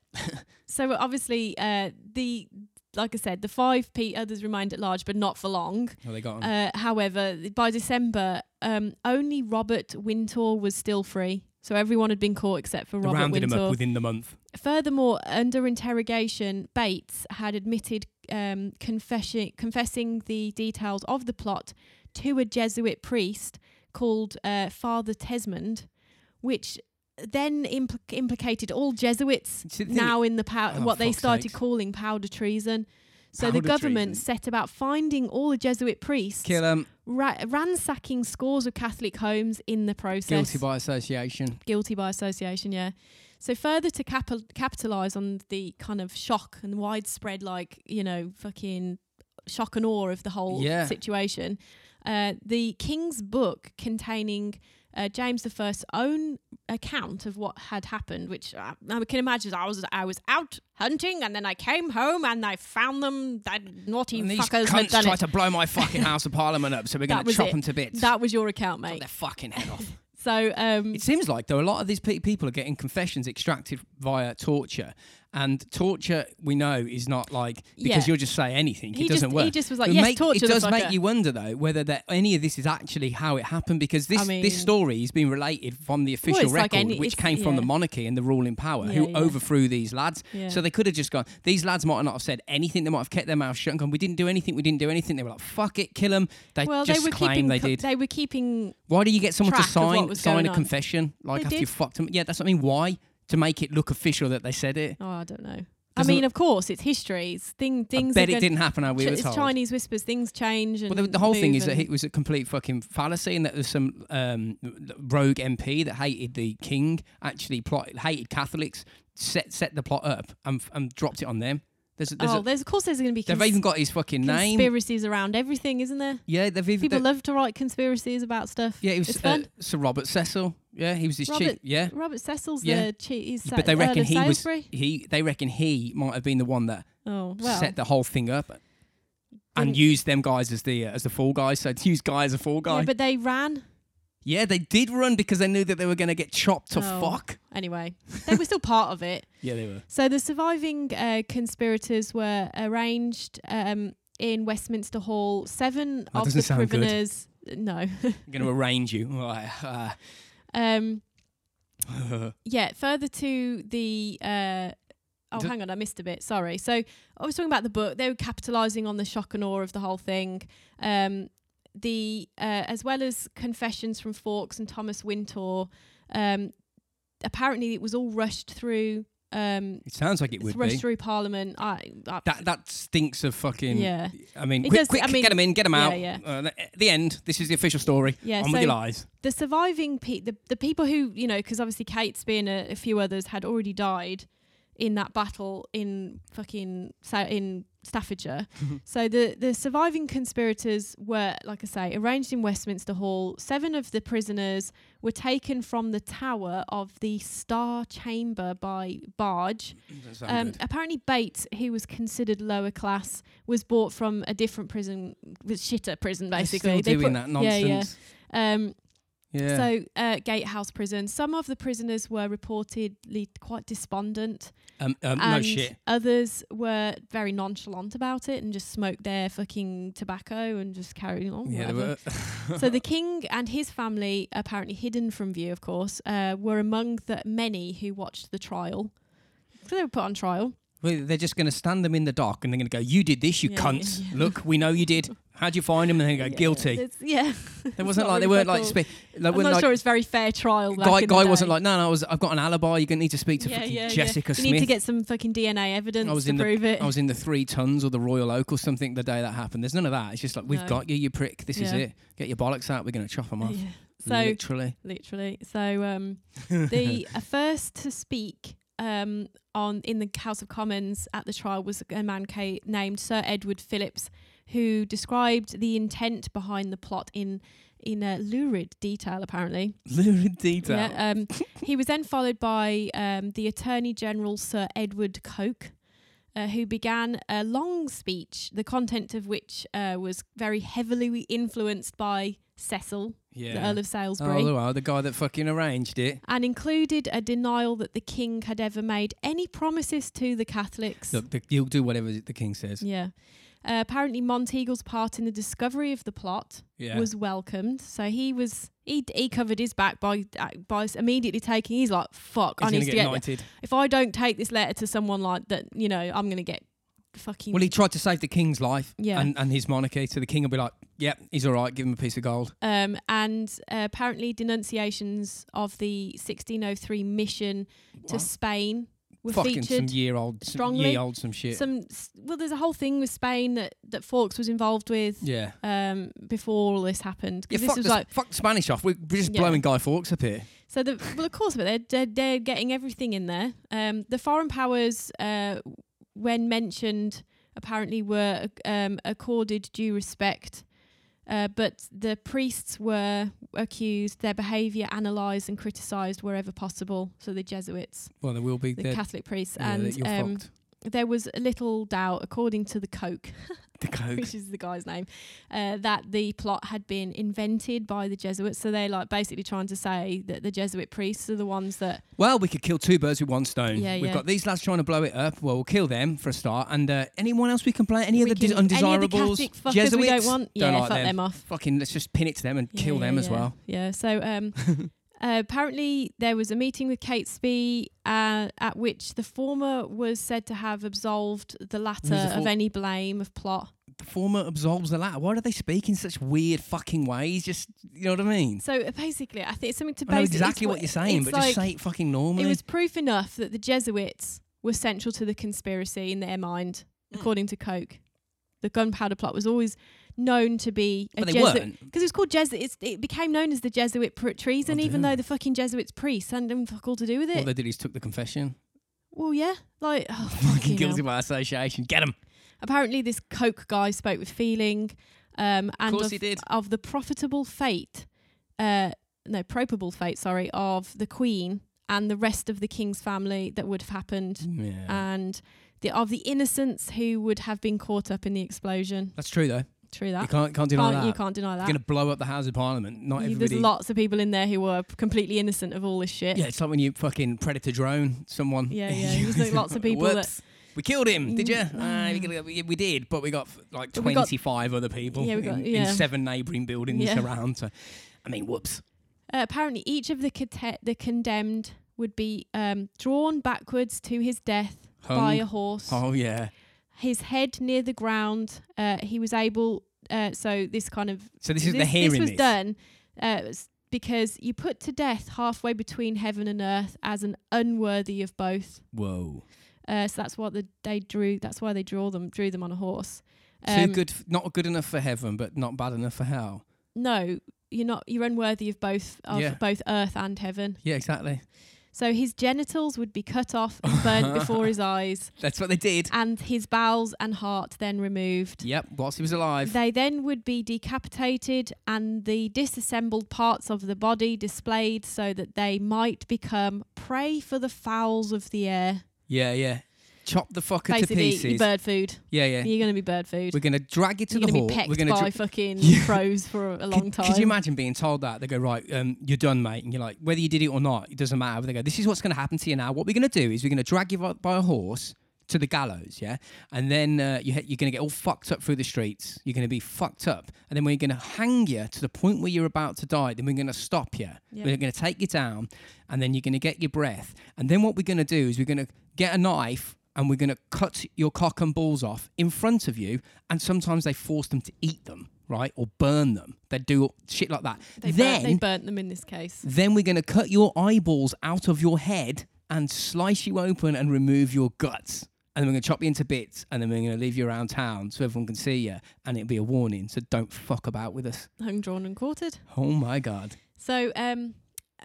[SPEAKER 2] so obviously uh, the like I said, the five P others remained at large, but not for long.
[SPEAKER 1] oh, they got 'em.
[SPEAKER 2] Uh, however, by December, um, only Robert Wintour was still free. So everyone had been caught except for
[SPEAKER 1] They
[SPEAKER 2] Robert
[SPEAKER 1] rounded them
[SPEAKER 2] Wintour.
[SPEAKER 1] up within the month.
[SPEAKER 2] Furthermore, under interrogation, Bates had admitted um, confessing, confessing the details of the plot to a Jesuit priest called uh, Father Tesmond, which then impl- implicated all Jesuits
[SPEAKER 1] See, the thing-
[SPEAKER 2] now in the pow-
[SPEAKER 1] Oh,
[SPEAKER 2] what they
[SPEAKER 1] fuck's
[SPEAKER 2] started
[SPEAKER 1] sakes.
[SPEAKER 2] calling powder treason. So the
[SPEAKER 1] Powder
[SPEAKER 2] government
[SPEAKER 1] treason.
[SPEAKER 2] set about finding all the Jesuit priests,
[SPEAKER 1] Kill 'em.
[SPEAKER 2] ra- ransacking scores of Catholic homes in the process
[SPEAKER 1] Guilty by association.
[SPEAKER 2] guilty by association yeah so further to capi- capitalize on the kind of shock and widespread like you know fucking shock and awe of the whole
[SPEAKER 1] Yeah.
[SPEAKER 2] situation uh, the king's book containing uh, james i's own account of what had happened which I, I can imagine i was i was out hunting and then i came home and i found them that naughty
[SPEAKER 1] And these
[SPEAKER 2] fuckers had
[SPEAKER 1] cunts
[SPEAKER 2] done
[SPEAKER 1] tried
[SPEAKER 2] it
[SPEAKER 1] to blow
[SPEAKER 2] *laughs*
[SPEAKER 1] my fucking House of Parliament up, so we're going
[SPEAKER 2] That
[SPEAKER 1] to
[SPEAKER 2] was
[SPEAKER 1] chop
[SPEAKER 2] it.
[SPEAKER 1] them to bits.
[SPEAKER 2] that was your account
[SPEAKER 1] Chop
[SPEAKER 2] mate
[SPEAKER 1] their fucking head
[SPEAKER 2] *laughs*
[SPEAKER 1] off.
[SPEAKER 2] so um
[SPEAKER 1] It seems like though a lot of these pe- people are getting confessions extracted via torture, and torture we know is not like because
[SPEAKER 2] Yeah.
[SPEAKER 1] you'll just say anything.
[SPEAKER 2] He
[SPEAKER 1] it doesn't
[SPEAKER 2] just-
[SPEAKER 1] work.
[SPEAKER 2] he just was like,
[SPEAKER 1] It
[SPEAKER 2] "Yes,
[SPEAKER 1] make-
[SPEAKER 2] torture
[SPEAKER 1] It
[SPEAKER 2] the
[SPEAKER 1] does make
[SPEAKER 2] fucker."
[SPEAKER 1] you wonder though whether that any of this is actually how it happened because this
[SPEAKER 2] I mean-
[SPEAKER 1] this story is being related from the
[SPEAKER 2] it's
[SPEAKER 1] official
[SPEAKER 2] like
[SPEAKER 1] record,
[SPEAKER 2] any-
[SPEAKER 1] which
[SPEAKER 2] it's-
[SPEAKER 1] came from the
[SPEAKER 2] yeah.
[SPEAKER 1] monarchy and the ruling power
[SPEAKER 2] Yeah,
[SPEAKER 1] who
[SPEAKER 2] yeah.
[SPEAKER 1] overthrew these lads.
[SPEAKER 2] Yeah.
[SPEAKER 1] So they could have just gone. These lads might not have said anything. They might have kept their mouth shut and gone, "We didn't do anything. We didn't do anything." They were like, "Fuck it, kill them." They
[SPEAKER 2] well
[SPEAKER 1] just
[SPEAKER 2] they were
[SPEAKER 1] claim
[SPEAKER 2] keeping
[SPEAKER 1] they
[SPEAKER 2] co-
[SPEAKER 1] did.
[SPEAKER 2] they were keeping
[SPEAKER 1] Why do you get someone to
[SPEAKER 2] track of what
[SPEAKER 1] sign
[SPEAKER 2] was
[SPEAKER 1] sign
[SPEAKER 2] going
[SPEAKER 1] a
[SPEAKER 2] on.
[SPEAKER 1] confession like
[SPEAKER 2] They
[SPEAKER 1] after
[SPEAKER 2] did.
[SPEAKER 1] you fucked them? Yeah, that's what I mean. Why to make it look official that they said it?
[SPEAKER 2] Oh, I don't know. I
[SPEAKER 1] Doesn't-
[SPEAKER 2] mean, of course, it's history. It's thing,
[SPEAKER 1] I
[SPEAKER 2] things.
[SPEAKER 1] bet
[SPEAKER 2] are
[SPEAKER 1] it
[SPEAKER 2] gonna-
[SPEAKER 1] didn't happen how we
[SPEAKER 2] Ch-
[SPEAKER 1] were
[SPEAKER 2] it's
[SPEAKER 1] told.
[SPEAKER 2] Chinese whispers. Things change. And
[SPEAKER 1] well, the, the whole thing
[SPEAKER 2] move
[SPEAKER 1] is that
[SPEAKER 2] and-
[SPEAKER 1] it was a complete fucking fallacy, and that there's some um, rogue MP that hated the king, actually plot, hated Catholics, set set the plot up and, and dropped it on them. There's, a- there's
[SPEAKER 2] oh,
[SPEAKER 1] a,
[SPEAKER 2] there's of course there's going to be
[SPEAKER 1] they've
[SPEAKER 2] cons-
[SPEAKER 1] even got his fucking name.
[SPEAKER 2] conspiracies around everything, isn't there?
[SPEAKER 1] Yeah, they've even
[SPEAKER 2] People
[SPEAKER 1] they-
[SPEAKER 2] love to write conspiracies about stuff.
[SPEAKER 1] yeah, it was
[SPEAKER 2] it's
[SPEAKER 1] uh,
[SPEAKER 2] fun.
[SPEAKER 1] Sir Robert Cecil. Yeah, he was his chief.
[SPEAKER 2] Robert-
[SPEAKER 1] Yeah,
[SPEAKER 2] Robert Cecil's
[SPEAKER 1] yeah.
[SPEAKER 2] the chief. He's uh,
[SPEAKER 1] but they
[SPEAKER 2] Earl
[SPEAKER 1] reckon
[SPEAKER 2] of
[SPEAKER 1] he was
[SPEAKER 2] Salisbury.
[SPEAKER 1] he. They reckon he might have been the one that
[SPEAKER 2] Oh well,
[SPEAKER 1] set the whole thing up and
[SPEAKER 2] didn't-
[SPEAKER 1] use them guys as the uh, as the fall guys. So *laughs* to use guy as a fall guy.
[SPEAKER 2] yeah,
[SPEAKER 1] Yeah,
[SPEAKER 2] but they ran
[SPEAKER 1] they did run because they knew that they were going to get chopped to
[SPEAKER 2] Oh.
[SPEAKER 1] fuck.
[SPEAKER 2] anyway. They were still part of it.
[SPEAKER 1] Yeah, they were.
[SPEAKER 2] So the surviving uh, conspirators were arranged um, in Westminster Hall. Seven
[SPEAKER 1] That
[SPEAKER 2] of
[SPEAKER 1] doesn't
[SPEAKER 2] the
[SPEAKER 1] sound good.
[SPEAKER 2] prisoners. No.
[SPEAKER 1] I'm
[SPEAKER 2] *laughs*
[SPEAKER 1] "Uh, going to arrange you. All right,
[SPEAKER 2] um,
[SPEAKER 1] uh,
[SPEAKER 2] yeah, further to the. Uh, oh,
[SPEAKER 1] D-
[SPEAKER 2] hang on, I missed a bit. Sorry. So I was talking about the book. They were capitalising on the shock and awe of the whole thing. Um, the uh, as well as confessions from Fawkes and Thomas Wintour. Um, apparently, it was all rushed through. Um,
[SPEAKER 1] it sounds like it would
[SPEAKER 2] rushed
[SPEAKER 1] be.
[SPEAKER 2] through Parliament. I, I
[SPEAKER 1] That that stinks of fucking.
[SPEAKER 2] yeah,
[SPEAKER 1] I mean,
[SPEAKER 2] It
[SPEAKER 1] quick,
[SPEAKER 2] does-
[SPEAKER 1] quick,
[SPEAKER 2] I mean-
[SPEAKER 1] get them in, get them out.
[SPEAKER 2] Yeah,
[SPEAKER 1] Uh, the, the end. This is the official story.
[SPEAKER 2] yeah.
[SPEAKER 1] On
[SPEAKER 2] so
[SPEAKER 1] with your lies.
[SPEAKER 2] the surviving pe- the, the people who you know because obviously kate's been a, a few others had already died in that battle in fucking so in
[SPEAKER 1] *laughs*
[SPEAKER 2] staffordshire so the the surviving conspirators were like i say arranged in westminster hall seven of the prisoners were taken from the tower of the star chamber by barge
[SPEAKER 1] Doesn't sound
[SPEAKER 2] um,
[SPEAKER 1] good.
[SPEAKER 2] apparently bates who was considered lower class was bought from a different prison was shitter prison
[SPEAKER 1] They're
[SPEAKER 2] basically
[SPEAKER 1] still
[SPEAKER 2] put-
[SPEAKER 1] doing that
[SPEAKER 2] yeah, yeah.
[SPEAKER 1] nonsense.
[SPEAKER 2] um
[SPEAKER 1] Yeah.
[SPEAKER 2] so, uh, Gatehouse Prison. Some of the prisoners were reportedly quite despondent,
[SPEAKER 1] um, um,
[SPEAKER 2] and
[SPEAKER 1] no shit.
[SPEAKER 2] others were very nonchalant about it and just smoked their fucking tobacco and just carried on.
[SPEAKER 1] Yeah, they
[SPEAKER 2] Oh, whatever.
[SPEAKER 1] were.
[SPEAKER 2] *laughs* so, the king and his family, apparently hidden from view, of course, uh, were among the many who watched the trial. So, they were put on trial.
[SPEAKER 1] Well, They're just going to stand them in the dock and they're going to go, You did this, you
[SPEAKER 2] Yeah,
[SPEAKER 1] cunts.
[SPEAKER 2] yeah, yeah.
[SPEAKER 1] Look, we know you did. How'd you find them? And they go, Guilty.
[SPEAKER 2] It's- yeah.
[SPEAKER 1] There wasn't
[SPEAKER 2] not
[SPEAKER 1] like, they
[SPEAKER 2] really
[SPEAKER 1] weren't like,
[SPEAKER 2] football.
[SPEAKER 1] spe- like,
[SPEAKER 2] I'm
[SPEAKER 1] weren't
[SPEAKER 2] not
[SPEAKER 1] like
[SPEAKER 2] sure it's very fair trial. back
[SPEAKER 1] guy,
[SPEAKER 2] in the
[SPEAKER 1] guy wasn't
[SPEAKER 2] day.
[SPEAKER 1] like, No, no, I was, I've got an alibi. You're going to need to speak to
[SPEAKER 2] Yeah,
[SPEAKER 1] fucking
[SPEAKER 2] yeah, yeah.
[SPEAKER 1] Jessica
[SPEAKER 2] You need to
[SPEAKER 1] Smith.
[SPEAKER 2] get some fucking DNA evidence
[SPEAKER 1] I was
[SPEAKER 2] to
[SPEAKER 1] in the-
[SPEAKER 2] prove it.
[SPEAKER 1] I was in the three tons or the Royal Oak or something the day that happened. There's none of that. It's just like, We've
[SPEAKER 2] No.
[SPEAKER 1] got you, you prick. This is
[SPEAKER 2] Yeah.
[SPEAKER 1] it. Get your bollocks out. We're going to chop them off.
[SPEAKER 2] Yeah. So
[SPEAKER 1] Literally. *laughs*
[SPEAKER 2] literally, so um, the uh, first to speak um on in the House of Commons at the trial was a man ca- named Sir Edward Phillips, who described the intent behind the plot in in uh, lurid detail. Apparently,
[SPEAKER 1] Lurid detail.
[SPEAKER 2] Yeah,
[SPEAKER 1] *laughs*
[SPEAKER 2] um, he was then followed by um, the Attorney General Sir Edward Coke, uh, who began a long speech, the content of which uh, was very heavily influenced by Cecil, the
[SPEAKER 1] Yeah.
[SPEAKER 2] Earl of Salisbury.
[SPEAKER 1] Oh, well, the guy that fucking arranged it.
[SPEAKER 2] and included a denial that the king had ever made any promises to the Catholics.
[SPEAKER 1] Look, the, you'll do whatever the king says.
[SPEAKER 2] Yeah. Uh, apparently, Monteagle's part in the discovery of the plot
[SPEAKER 1] Yeah.
[SPEAKER 2] was welcomed. So he was he he covered his back by uh, by immediately taking. He's like, "Fuck,
[SPEAKER 1] He's
[SPEAKER 2] I
[SPEAKER 1] going
[SPEAKER 2] need
[SPEAKER 1] to
[SPEAKER 2] to
[SPEAKER 1] get,
[SPEAKER 2] get.
[SPEAKER 1] knighted.
[SPEAKER 2] if I don't take this letter to someone like that, you know, I'm gonna get fucking."
[SPEAKER 1] Well, he tried to save the king's life
[SPEAKER 2] Yeah.
[SPEAKER 1] and, and his monarchy. So the king will be like, yep, he's all right. Give him a piece of gold.
[SPEAKER 2] um, and uh, apparently, denunciations of the 1603 mission to
[SPEAKER 1] What?
[SPEAKER 2] Spain were
[SPEAKER 1] Fucking some
[SPEAKER 2] featured.
[SPEAKER 1] year old, some
[SPEAKER 2] strongly.
[SPEAKER 1] year old, some shit.
[SPEAKER 2] Some s- well, there's a whole thing with Spain that that Fawkes was involved with
[SPEAKER 1] yeah.
[SPEAKER 2] um, before all this happened. 'Cause
[SPEAKER 1] Yeah,
[SPEAKER 2] this
[SPEAKER 1] fuck
[SPEAKER 2] was
[SPEAKER 1] the,
[SPEAKER 2] like
[SPEAKER 1] fuck the Spanish off. We're we're just
[SPEAKER 2] Yeah.
[SPEAKER 1] blowing Guy Fawkes up here.
[SPEAKER 2] So the well, of course, but they're they're, they're getting everything in there. Um, the foreign powers, uh, when mentioned, apparently were um, accorded due respect, uh, but the priests were accused, their behaviour analysed and criticised wherever possible. So the Jesuits,
[SPEAKER 1] Well, there will be.
[SPEAKER 2] the
[SPEAKER 1] there-
[SPEAKER 2] Catholic priests,
[SPEAKER 1] yeah, that
[SPEAKER 2] and
[SPEAKER 1] you're
[SPEAKER 2] um,
[SPEAKER 1] fucked.
[SPEAKER 2] there was little doubt, according to the Coke, *laughs*
[SPEAKER 1] The coke.
[SPEAKER 2] which is the guy's name, uh, that the plot had been invented by the Jesuits. So they're like basically trying to say that the Jesuit priests are the ones that
[SPEAKER 1] Well, we could kill two birds with one stone.
[SPEAKER 2] Yeah,
[SPEAKER 1] We've
[SPEAKER 2] yeah.
[SPEAKER 1] got these lads trying to blow it up. Well, we'll kill them for a start. And uh, anyone else we can play? Any
[SPEAKER 2] We
[SPEAKER 1] other dis-
[SPEAKER 2] can-
[SPEAKER 1] undesirables?
[SPEAKER 2] Any of the Catholic fuckers
[SPEAKER 1] Jesuits?
[SPEAKER 2] we don't want. Yeah,
[SPEAKER 1] like
[SPEAKER 2] fuck
[SPEAKER 1] them.
[SPEAKER 2] them, off.
[SPEAKER 1] Fucking, let's just pin it to them and
[SPEAKER 2] Yeah,
[SPEAKER 1] kill
[SPEAKER 2] yeah,
[SPEAKER 1] them as
[SPEAKER 2] yeah.
[SPEAKER 1] well.
[SPEAKER 2] Yeah. So um,
[SPEAKER 1] *laughs*
[SPEAKER 2] uh, apparently there was a meeting with Catesby uh, at which the former was said to have absolved the latter
[SPEAKER 1] the
[SPEAKER 2] of
[SPEAKER 1] for-
[SPEAKER 2] any blame of plot.
[SPEAKER 1] the former absolves the latter. Why do they speak in such weird fucking ways? Just you know what I mean?
[SPEAKER 2] So uh, basically, I think it's something to base
[SPEAKER 1] I know
[SPEAKER 2] it's
[SPEAKER 1] exactly what you're saying,
[SPEAKER 2] it's
[SPEAKER 1] but
[SPEAKER 2] like
[SPEAKER 1] just say it fucking normally.
[SPEAKER 2] It was proof enough that the Jesuits were central to the conspiracy in their mind,
[SPEAKER 1] Mm.
[SPEAKER 2] according to Coke. The gunpowder plot was always known to be a
[SPEAKER 1] But they
[SPEAKER 2] Jesuit
[SPEAKER 1] weren't.
[SPEAKER 2] because it was called Jesuit. It's, it became known as the Jesuit pr- treason,
[SPEAKER 1] Oh,
[SPEAKER 2] even
[SPEAKER 1] dear.
[SPEAKER 2] though the fucking Jesuits priests had them fuck all to do with
[SPEAKER 1] All
[SPEAKER 2] it.
[SPEAKER 1] they did is took the confession.
[SPEAKER 2] well, yeah, like oh,
[SPEAKER 1] *laughs* Fucking
[SPEAKER 2] *laughs* fucking hell.
[SPEAKER 1] guilty by association. Get him.
[SPEAKER 2] Apparently, this Coke guy spoke with feeling, um, and
[SPEAKER 1] course
[SPEAKER 2] of,
[SPEAKER 1] he did.
[SPEAKER 2] of the profitable fate, uh, no, probable fate, sorry, of the Queen and the rest of the King's family that would have happened
[SPEAKER 1] Yeah.
[SPEAKER 2] and the of the innocents who would have been caught up in the explosion.
[SPEAKER 1] That's true though.
[SPEAKER 2] True
[SPEAKER 1] You
[SPEAKER 2] that.
[SPEAKER 1] can't can't deny
[SPEAKER 2] Can't-
[SPEAKER 1] that.
[SPEAKER 2] you can't deny
[SPEAKER 1] You're
[SPEAKER 2] that.
[SPEAKER 1] gonna blow up the House of Parliament. Not
[SPEAKER 2] You- there's
[SPEAKER 1] everybody.
[SPEAKER 2] lots of people in there who were completely innocent of all this shit.
[SPEAKER 1] Yeah, it's like when you fucking predator drone someone. *laughs*
[SPEAKER 2] Yeah, yeah, there's like lots of people that-
[SPEAKER 1] Whoops. We killed him, did you?
[SPEAKER 2] Mm,
[SPEAKER 1] Ah, we, gotta- we- we did, but we got like
[SPEAKER 2] But we got-
[SPEAKER 1] 25 other people
[SPEAKER 2] Yeah, we got-
[SPEAKER 1] in,
[SPEAKER 2] yeah.
[SPEAKER 1] in seven neighbouring buildings
[SPEAKER 2] Yeah.
[SPEAKER 1] around. So, I mean, whoops.
[SPEAKER 2] Uh, apparently, each of the conte- the condemned would be um, drawn backwards to his death by
[SPEAKER 1] Hung.
[SPEAKER 2] a horse.
[SPEAKER 1] *laughs* Oh, yeah.
[SPEAKER 2] His head near the ground. Uh, he was able. Uh, so this kind of
[SPEAKER 1] So, this is the hearing
[SPEAKER 2] this was
[SPEAKER 1] this.
[SPEAKER 2] done uh, s- because you put to death halfway between heaven and earth as an unworthy of both.
[SPEAKER 1] Whoa.
[SPEAKER 2] Uh, so that's what the, they drew. That's why they draw them drew them on a horse.
[SPEAKER 1] Too
[SPEAKER 2] Um,
[SPEAKER 1] good, f- not good enough for heaven, but not bad enough for hell.
[SPEAKER 2] No, you're not. You're unworthy of both of
[SPEAKER 1] Yeah.
[SPEAKER 2] both earth and heaven.
[SPEAKER 1] Yeah, exactly.
[SPEAKER 2] So his genitals would be cut off
[SPEAKER 1] *laughs*
[SPEAKER 2] and burnt before his eyes,
[SPEAKER 1] That's what they did.
[SPEAKER 2] and his bowels and heart then removed.
[SPEAKER 1] Yep, whilst he was alive.
[SPEAKER 2] They then would be decapitated and the disassembled parts of the body displayed so that they might become prey for the fowls of the air.
[SPEAKER 1] yeah, yeah. Chop the fucker to
[SPEAKER 2] Basically,
[SPEAKER 1] pieces.
[SPEAKER 2] you're bird food.
[SPEAKER 1] yeah, yeah.
[SPEAKER 2] You're going to be bird food.
[SPEAKER 1] We're gonna drag it to
[SPEAKER 2] you're
[SPEAKER 1] the
[SPEAKER 2] going to
[SPEAKER 1] hall.
[SPEAKER 2] be pecked
[SPEAKER 1] We're gonna
[SPEAKER 2] by
[SPEAKER 1] dra-
[SPEAKER 2] fucking
[SPEAKER 1] *laughs* Yeah.
[SPEAKER 2] crows for a, a long time.
[SPEAKER 1] Could you imagine being told that? They go, right, um, you're done, mate. And you're like, whether you did it or not, it doesn't matter. But they go, this is what's going to happen to you now. What we're going to do is we're going to drag you up by a horse to the gallows, yeah? And then uh, you he- you're going to get all fucked up through the streets. You're going to be fucked up. And then we're going to hang you to the point where you're about to die. Then we're going to stop you.
[SPEAKER 2] Yeah.
[SPEAKER 1] We're going to take you down. And then you're going to get your breath. And then what we're going to do is we're going to get a knife and we're going to cut your cock and balls off in front of you. And sometimes they force them to eat them, right? Or burn them. They do shit like that.
[SPEAKER 2] They,
[SPEAKER 1] then,
[SPEAKER 2] burnt, they burnt them in this case.
[SPEAKER 1] then we're going to cut your eyeballs out of your head and slice you open and remove your guts. And then we're going to chop you into bits and then we're going to leave you around town so everyone can see you. And it'll be a warning. So don't fuck about with us.
[SPEAKER 2] Hung, drawn, and quartered.
[SPEAKER 1] Oh my God.
[SPEAKER 2] So um,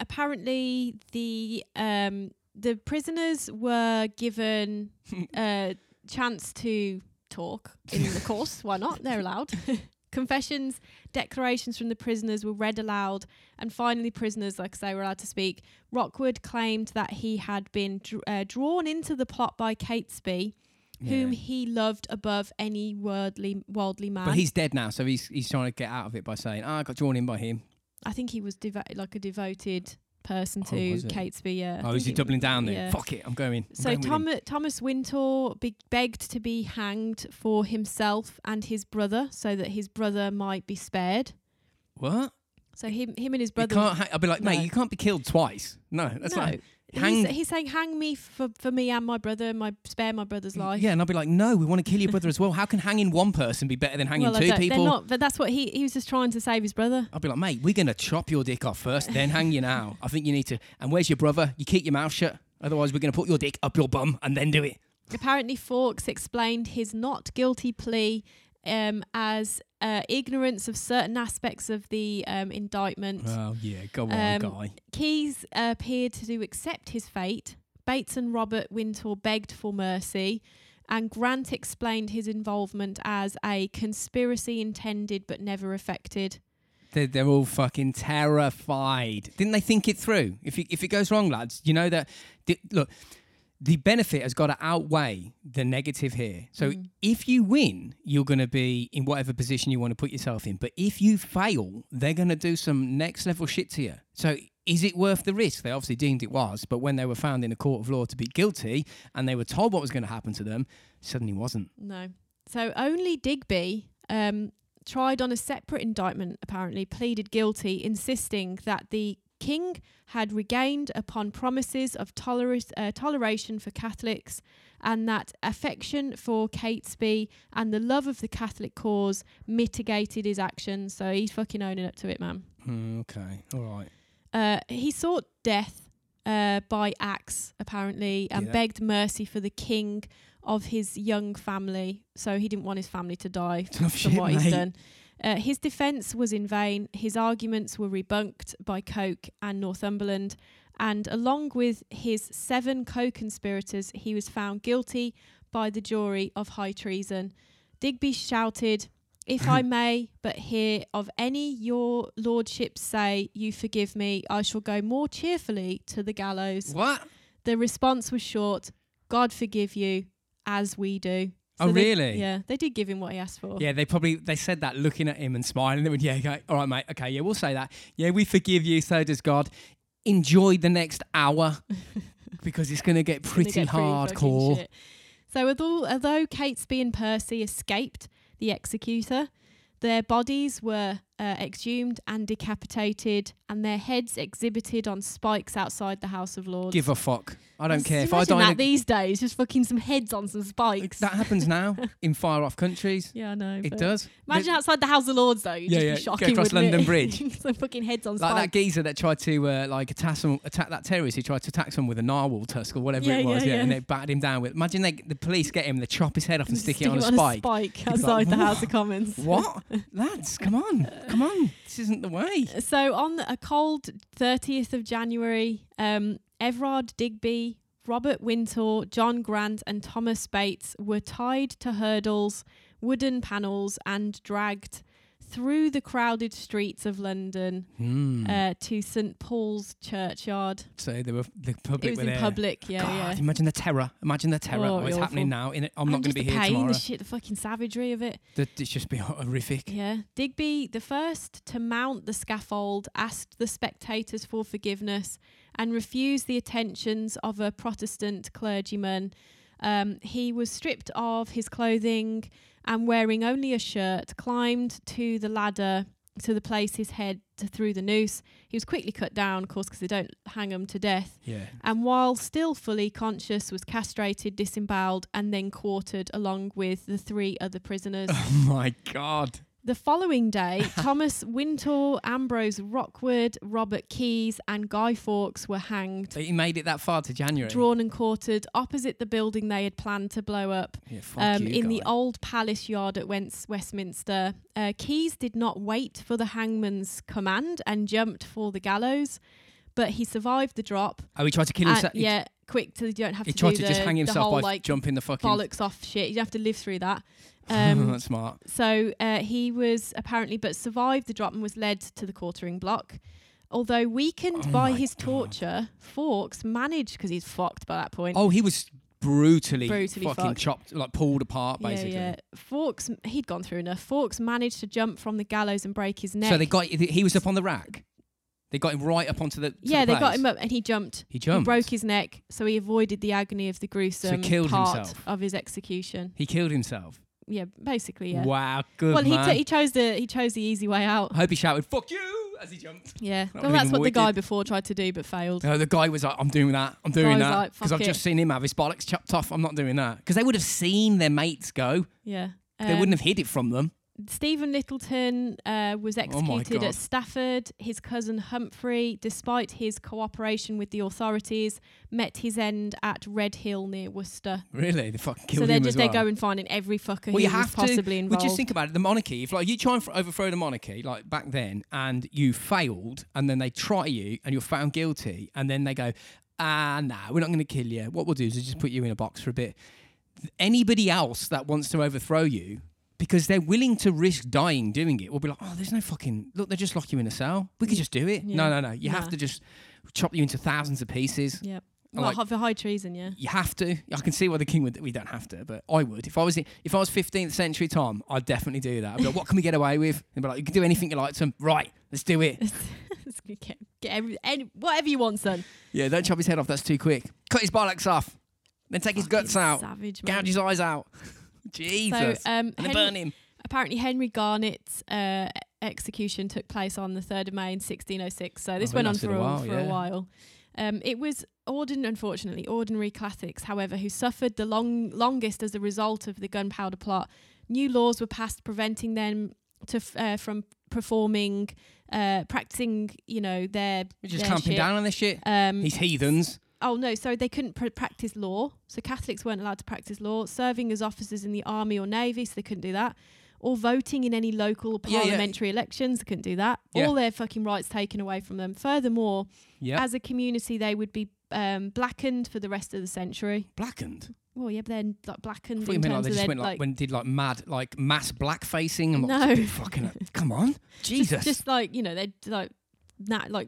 [SPEAKER 2] apparently the um, the prisoners were
[SPEAKER 1] *laughs*
[SPEAKER 2] given a chance to talk in the course. Why not? They're
[SPEAKER 1] *laughs*
[SPEAKER 2] allowed. Confessions, declarations from the prisoners were read aloud, and finally, prisoners, like I say, were allowed to speak. Rockwood claimed that he had been dr- uh, drawn into the plot by Catesby, whom
[SPEAKER 1] Yeah.
[SPEAKER 2] he loved above any worldly worldly man.
[SPEAKER 1] But he's dead now. So he's, he's trying to get out of it by saying, "Ah, I got drawn in by him.
[SPEAKER 2] I think he was devo- like a devoted person
[SPEAKER 1] Oh,
[SPEAKER 2] to
[SPEAKER 1] was he?
[SPEAKER 2] Catesby. Yeah. I
[SPEAKER 1] oh,
[SPEAKER 2] think
[SPEAKER 1] is he
[SPEAKER 2] was-
[SPEAKER 1] doubling down then?
[SPEAKER 2] yeah.
[SPEAKER 1] Fuck it. I'm going. I'm
[SPEAKER 2] So
[SPEAKER 1] going with him.
[SPEAKER 2] Tom- Thomas Wintour be- begged to be hanged for himself and his brother, so that his brother might be spared.
[SPEAKER 1] What?
[SPEAKER 2] So him, him and his
[SPEAKER 1] You
[SPEAKER 2] brother.
[SPEAKER 1] can't ha- I'll be like, mate,
[SPEAKER 2] No.
[SPEAKER 1] you can't be killed twice. No, that's
[SPEAKER 2] no,
[SPEAKER 1] not.
[SPEAKER 2] He's-
[SPEAKER 1] hang-
[SPEAKER 2] He's, saying, "Hang me for, for me and my brother. My spare my brother's life."
[SPEAKER 1] Yeah, and I'll be like, no, we want to kill your brother as well. How can hanging one person be better than hanging
[SPEAKER 2] well, I
[SPEAKER 1] two
[SPEAKER 2] don't-
[SPEAKER 1] people?
[SPEAKER 2] They're not, but that's what he he was just trying to save his brother.
[SPEAKER 1] I'll be like, mate, we're going to chop your dick off first, then hang you now. I think you need to. And where's your brother? You keep your mouth shut. Otherwise, we're going to put your dick up your bum and then do it.
[SPEAKER 2] Apparently, Fawkes explained his not guilty plea um, as uh, ignorance of certain aspects of the um, indictment.
[SPEAKER 1] Oh, yeah, go on,
[SPEAKER 2] Um,
[SPEAKER 1] guy.
[SPEAKER 2] Keyes appeared to accept his fate. Bates and Robert Wintour begged for mercy, and Grant explained his involvement as a conspiracy intended but never effected.
[SPEAKER 1] They're, they're all fucking terrified. Didn't they think it through? If it, if it goes wrong, lads, you know that. The, look, the benefit has got to outweigh the negative here. So
[SPEAKER 2] Mm.
[SPEAKER 1] if you win, you're going to be in whatever position you want to put yourself in. But if you fail, they're going to do some next level shit to you. So is it worth the risk? They obviously deemed it was, but when they were found in a court of law to be guilty and they were told what was going to happen to them, suddenly wasn't.
[SPEAKER 2] No. So only Digby, um, tried on a separate indictment, apparently, pleaded guilty, insisting that the king had regained upon promises of toleris- uh, toleration for Catholics and that affection for Catesby and the love of the Catholic cause mitigated his actions. So he's fucking owning up to it, man.
[SPEAKER 1] Mm, okay, all right.
[SPEAKER 2] Uh, he sought death uh, by axe, apparently, and
[SPEAKER 1] Yeah.
[SPEAKER 2] begged mercy for the king of his young family. So he didn't want his family to die
[SPEAKER 1] Tough
[SPEAKER 2] from
[SPEAKER 1] shit,
[SPEAKER 2] what
[SPEAKER 1] mate.
[SPEAKER 2] he's done. Uh, his defence was in vain. His arguments were rebunked by Coke and Northumberland. And along with his seven co conspirators, he was found guilty by the jury of high treason. Digby shouted,
[SPEAKER 1] *laughs*
[SPEAKER 2] If I may but hear of any your lordships say you forgive me, I shall go more cheerfully to the gallows.
[SPEAKER 1] What?
[SPEAKER 2] The response was short God forgive you, as we do.
[SPEAKER 1] Oh,
[SPEAKER 2] they-
[SPEAKER 1] really?
[SPEAKER 2] yeah, they did give him what he asked for.
[SPEAKER 1] Yeah, they probably they said that looking at him and smiling. They went, yeah, okay, all right, mate, okay, yeah, we'll say that. Yeah, we forgive you. So does God. Enjoy the next hour
[SPEAKER 2] *laughs*
[SPEAKER 1] because it's going to get
[SPEAKER 2] gonna
[SPEAKER 1] pretty
[SPEAKER 2] get free fucking
[SPEAKER 1] hardcore.
[SPEAKER 2] shit. So, although, although Catesby and Percy escaped the executor, their bodies were uh, exhumed and decapitated, and their heads exhibited on spikes outside the House of Lords.
[SPEAKER 1] Give a fuck. I don't
[SPEAKER 2] Just
[SPEAKER 1] care if I
[SPEAKER 2] imagine
[SPEAKER 1] die.
[SPEAKER 2] that
[SPEAKER 1] in
[SPEAKER 2] these days, just fucking some heads on some
[SPEAKER 1] a-
[SPEAKER 2] spikes.
[SPEAKER 1] that happens
[SPEAKER 2] *laughs*
[SPEAKER 1] now in far off countries.
[SPEAKER 2] yeah, I know.
[SPEAKER 1] It
[SPEAKER 2] but-
[SPEAKER 1] does.
[SPEAKER 2] Imagine outside the House of Lords, though. You'd
[SPEAKER 1] Yeah,
[SPEAKER 2] just
[SPEAKER 1] yeah,
[SPEAKER 2] be
[SPEAKER 1] go
[SPEAKER 2] shocking.
[SPEAKER 1] across
[SPEAKER 2] wouldn't
[SPEAKER 1] London
[SPEAKER 2] it?
[SPEAKER 1] Bridge.
[SPEAKER 2] *laughs* some fucking heads on
[SPEAKER 1] like
[SPEAKER 2] spikes.
[SPEAKER 1] that geezer that tried to uh, like attack some, attack that terrorist who tried to attack someone with a narwhal tusk or whatever
[SPEAKER 2] Yeah,
[SPEAKER 1] it was, yeah,
[SPEAKER 2] yeah,
[SPEAKER 1] and
[SPEAKER 2] yeah.
[SPEAKER 1] they battered him down with. Imagine they, the police get him, they chop his head off and,
[SPEAKER 2] Just
[SPEAKER 1] stick, it on a spike. like,
[SPEAKER 2] outside the House of Commons.
[SPEAKER 1] What, lads? Come on, come on! This isn't the way.
[SPEAKER 2] So on a cold 30th of January, um, Everard Digby, Robert Wintour, John Grant, and Thomas Bates were tied to hurdles, wooden panels, and dragged through the crowded streets of London
[SPEAKER 1] Hmm.
[SPEAKER 2] uh, to St Paul's churchyard.
[SPEAKER 1] So they were the public
[SPEAKER 2] it was
[SPEAKER 1] were
[SPEAKER 2] in
[SPEAKER 1] there.
[SPEAKER 2] public, yeah,
[SPEAKER 1] God,
[SPEAKER 2] yeah.
[SPEAKER 1] imagine the terror! Imagine the terror!
[SPEAKER 2] Oh,
[SPEAKER 1] What's
[SPEAKER 2] it'd be
[SPEAKER 1] happening
[SPEAKER 2] awful.
[SPEAKER 1] now? In it, I'm not
[SPEAKER 2] And
[SPEAKER 1] going to
[SPEAKER 2] just
[SPEAKER 1] be
[SPEAKER 2] the
[SPEAKER 1] here
[SPEAKER 2] pain,
[SPEAKER 1] tomorrow.
[SPEAKER 2] The shit, the fucking savagery of it.
[SPEAKER 1] That it's just be *laughs* horrific.
[SPEAKER 2] Yeah. Digby, the first to mount the scaffold, asked the spectators for forgiveness and refused the attentions of a Protestant clergyman. Um, he was stripped of his clothing and wearing only a shirt, climbed to the ladder to the place, his head to through the noose. He was quickly cut down, of course, because they don't hang him to death.
[SPEAKER 1] Yeah. *laughs*
[SPEAKER 2] And while still fully conscious, was castrated, disemboweled, and then quartered along with the three other prisoners.
[SPEAKER 1] Oh my god.
[SPEAKER 2] The
[SPEAKER 1] *laughs*
[SPEAKER 2] following day, Thomas Wintour, Ambrose Rockwood, Robert Keys, and Guy Fawkes were hanged,
[SPEAKER 1] He made it that far to January.
[SPEAKER 2] drawn and quartered opposite the building they had planned to blow up
[SPEAKER 1] Yeah, fuck
[SPEAKER 2] um,
[SPEAKER 1] you,
[SPEAKER 2] in the
[SPEAKER 1] guy.
[SPEAKER 2] old palace yard at Wents- Westminster. Uh, Keys did not wait for the hangman's command and jumped for the gallows, but he survived the drop.
[SPEAKER 1] Oh, he tried to kill
[SPEAKER 2] Uh,
[SPEAKER 1] himself. He-
[SPEAKER 2] yeah, quick so you don't have
[SPEAKER 1] He
[SPEAKER 2] to
[SPEAKER 1] tried
[SPEAKER 2] do
[SPEAKER 1] to
[SPEAKER 2] the,
[SPEAKER 1] just hang
[SPEAKER 2] the
[SPEAKER 1] himself by
[SPEAKER 2] whole, like
[SPEAKER 1] jumping the fucking.
[SPEAKER 2] bollocks off shit. You don't have to live through that.
[SPEAKER 1] *laughs*
[SPEAKER 2] Um,
[SPEAKER 1] That's
[SPEAKER 2] *laughs*
[SPEAKER 1] smart.
[SPEAKER 2] so uh, he was apparently, but survived the drop and was led to the quartering block. Although weakened
[SPEAKER 1] Oh
[SPEAKER 2] by
[SPEAKER 1] my
[SPEAKER 2] his
[SPEAKER 1] God.
[SPEAKER 2] torture, Fawkes managed because he's fucked by that point.
[SPEAKER 1] Oh, he was brutally,
[SPEAKER 2] Brutally
[SPEAKER 1] fucking
[SPEAKER 2] fucked.
[SPEAKER 1] chopped, like pulled apart, basically.
[SPEAKER 2] Yeah, yeah. Fawkes, he'd gone through enough. Fawkes managed to jump from the gallows and break his neck.
[SPEAKER 1] So they got he was up on the rack. They got him right up onto the. to
[SPEAKER 2] yeah,
[SPEAKER 1] the
[SPEAKER 2] they got
[SPEAKER 1] place.
[SPEAKER 2] him up and he jumped.
[SPEAKER 1] He
[SPEAKER 2] He
[SPEAKER 1] jumped.
[SPEAKER 2] broke his neck, so he avoided the agony of the gruesome
[SPEAKER 1] killed
[SPEAKER 2] part
[SPEAKER 1] himself.
[SPEAKER 2] of his execution.
[SPEAKER 1] He killed himself.
[SPEAKER 2] Yeah, basically, yeah.
[SPEAKER 1] Wow, good
[SPEAKER 2] well, he,
[SPEAKER 1] man.
[SPEAKER 2] t- he chose the he chose the easy way out.
[SPEAKER 1] I hope he shouted "fuck you" as he
[SPEAKER 2] *laughs*
[SPEAKER 1] jumped.
[SPEAKER 2] Yeah,
[SPEAKER 1] That
[SPEAKER 2] well,
[SPEAKER 1] would've
[SPEAKER 2] that's
[SPEAKER 1] been
[SPEAKER 2] what the guy
[SPEAKER 1] wicked.
[SPEAKER 2] before tried to do but failed.
[SPEAKER 1] No, the guy was like, "I'm doing that. I'm doing
[SPEAKER 2] Guy was
[SPEAKER 1] that,"
[SPEAKER 2] like,
[SPEAKER 1] because
[SPEAKER 2] "Fuck
[SPEAKER 1] I've
[SPEAKER 2] it."
[SPEAKER 1] just seen him have his bollocks chopped off. I'm not doing that because they would have seen their mates go.
[SPEAKER 2] Yeah.
[SPEAKER 1] They
[SPEAKER 2] Um,
[SPEAKER 1] wouldn't have hid it from them.
[SPEAKER 2] Stephen Littleton uh, was executed
[SPEAKER 1] Oh God.
[SPEAKER 2] at Stafford. His cousin Humphrey, despite his cooperation with the authorities, met his end at Red Hill near Worcester.
[SPEAKER 1] Really, they fucking killed
[SPEAKER 2] so they're
[SPEAKER 1] him
[SPEAKER 2] just
[SPEAKER 1] as well.
[SPEAKER 2] they're going finding every fucker
[SPEAKER 1] well,
[SPEAKER 2] who
[SPEAKER 1] you
[SPEAKER 2] was
[SPEAKER 1] have
[SPEAKER 2] possibly
[SPEAKER 1] to.
[SPEAKER 2] involved.
[SPEAKER 1] Well, just think about it. The monarchy. If like you try and f- overthrow the monarchy, like back then, and you failed, and then they try you, and you're found guilty, and then they go, "Ah, nah, we're not going to kill you. What we'll do is we'll just put you in a box for a bit." Anybody else that wants to overthrow you, because they're willing to risk dying doing it, will be like, "Oh, there's no fucking look. They just lock you in a cell. We could just do it." No, no,
[SPEAKER 2] Mm. Yeah.
[SPEAKER 1] no. You have
[SPEAKER 2] Nah.
[SPEAKER 1] to just chop you into thousands of pieces.
[SPEAKER 2] yeah.
[SPEAKER 1] I
[SPEAKER 2] Well,
[SPEAKER 1] like-
[SPEAKER 2] hi- for high treason,
[SPEAKER 1] *laughs*
[SPEAKER 2] yeah.
[SPEAKER 1] You have to. I can see why the king would. We don't have to, but I would. If I was if I was 15th century Tom, I'd definitely do that. I'd be like, what can we get away with? And be like, you can do anything you like to him. Right, let's do it.
[SPEAKER 2] It's gonna get, get every, any, whatever you want, son.
[SPEAKER 1] yeah, don't chop his head off. That's too quick. Cut his bollocks off. Then take his
[SPEAKER 2] Fucking
[SPEAKER 1] guts out.
[SPEAKER 2] Savage, man.
[SPEAKER 1] Gouge his eyes
[SPEAKER 2] *laughs*
[SPEAKER 1] out.
[SPEAKER 2] So,
[SPEAKER 1] Jesus.
[SPEAKER 2] um,
[SPEAKER 1] and then
[SPEAKER 2] Henry-
[SPEAKER 1] burn him.
[SPEAKER 2] apparently Henry Garnet's uh, execution took place on the 3rd of May in 1606. So this
[SPEAKER 1] Oh, it
[SPEAKER 2] went on
[SPEAKER 1] lasted
[SPEAKER 2] for
[SPEAKER 1] a
[SPEAKER 2] a
[SPEAKER 1] while,
[SPEAKER 2] for
[SPEAKER 1] yeah.
[SPEAKER 2] a while. Um, it was ordinary, unfortunately, ordinary Catholics, however, who suffered the long longest as a result of the gunpowder plot. New laws were passed preventing them to f- uh, from performing, uh, practicing, you know, their
[SPEAKER 1] We're just
[SPEAKER 2] their
[SPEAKER 1] clamping
[SPEAKER 2] shit.
[SPEAKER 1] down on this shit.
[SPEAKER 2] Um,
[SPEAKER 1] These heathens.
[SPEAKER 2] oh no, so they couldn't pr- practice law. So Catholics weren't allowed to practice law, serving as officers in the army or navy, so they couldn't do that. Or voting in any local or
[SPEAKER 1] Yeah, yeah.
[SPEAKER 2] parliamentary elections, they couldn't do that.
[SPEAKER 1] Yeah.
[SPEAKER 2] All their fucking rights taken away from them. Furthermore,
[SPEAKER 1] Yeah.
[SPEAKER 2] as a community, they would be um, blackened for the rest of the century.
[SPEAKER 1] Blackened.
[SPEAKER 2] Well, yeah, but then like blackened
[SPEAKER 1] What do you
[SPEAKER 2] in
[SPEAKER 1] mean? Like
[SPEAKER 2] terms
[SPEAKER 1] they
[SPEAKER 2] of
[SPEAKER 1] just
[SPEAKER 2] their
[SPEAKER 1] went like,
[SPEAKER 2] like,
[SPEAKER 1] when did like mad like mass blackfacing and like
[SPEAKER 2] No.
[SPEAKER 1] just be fucking. Come on, Jesus.
[SPEAKER 2] *laughs* just, just like you know, they would like not like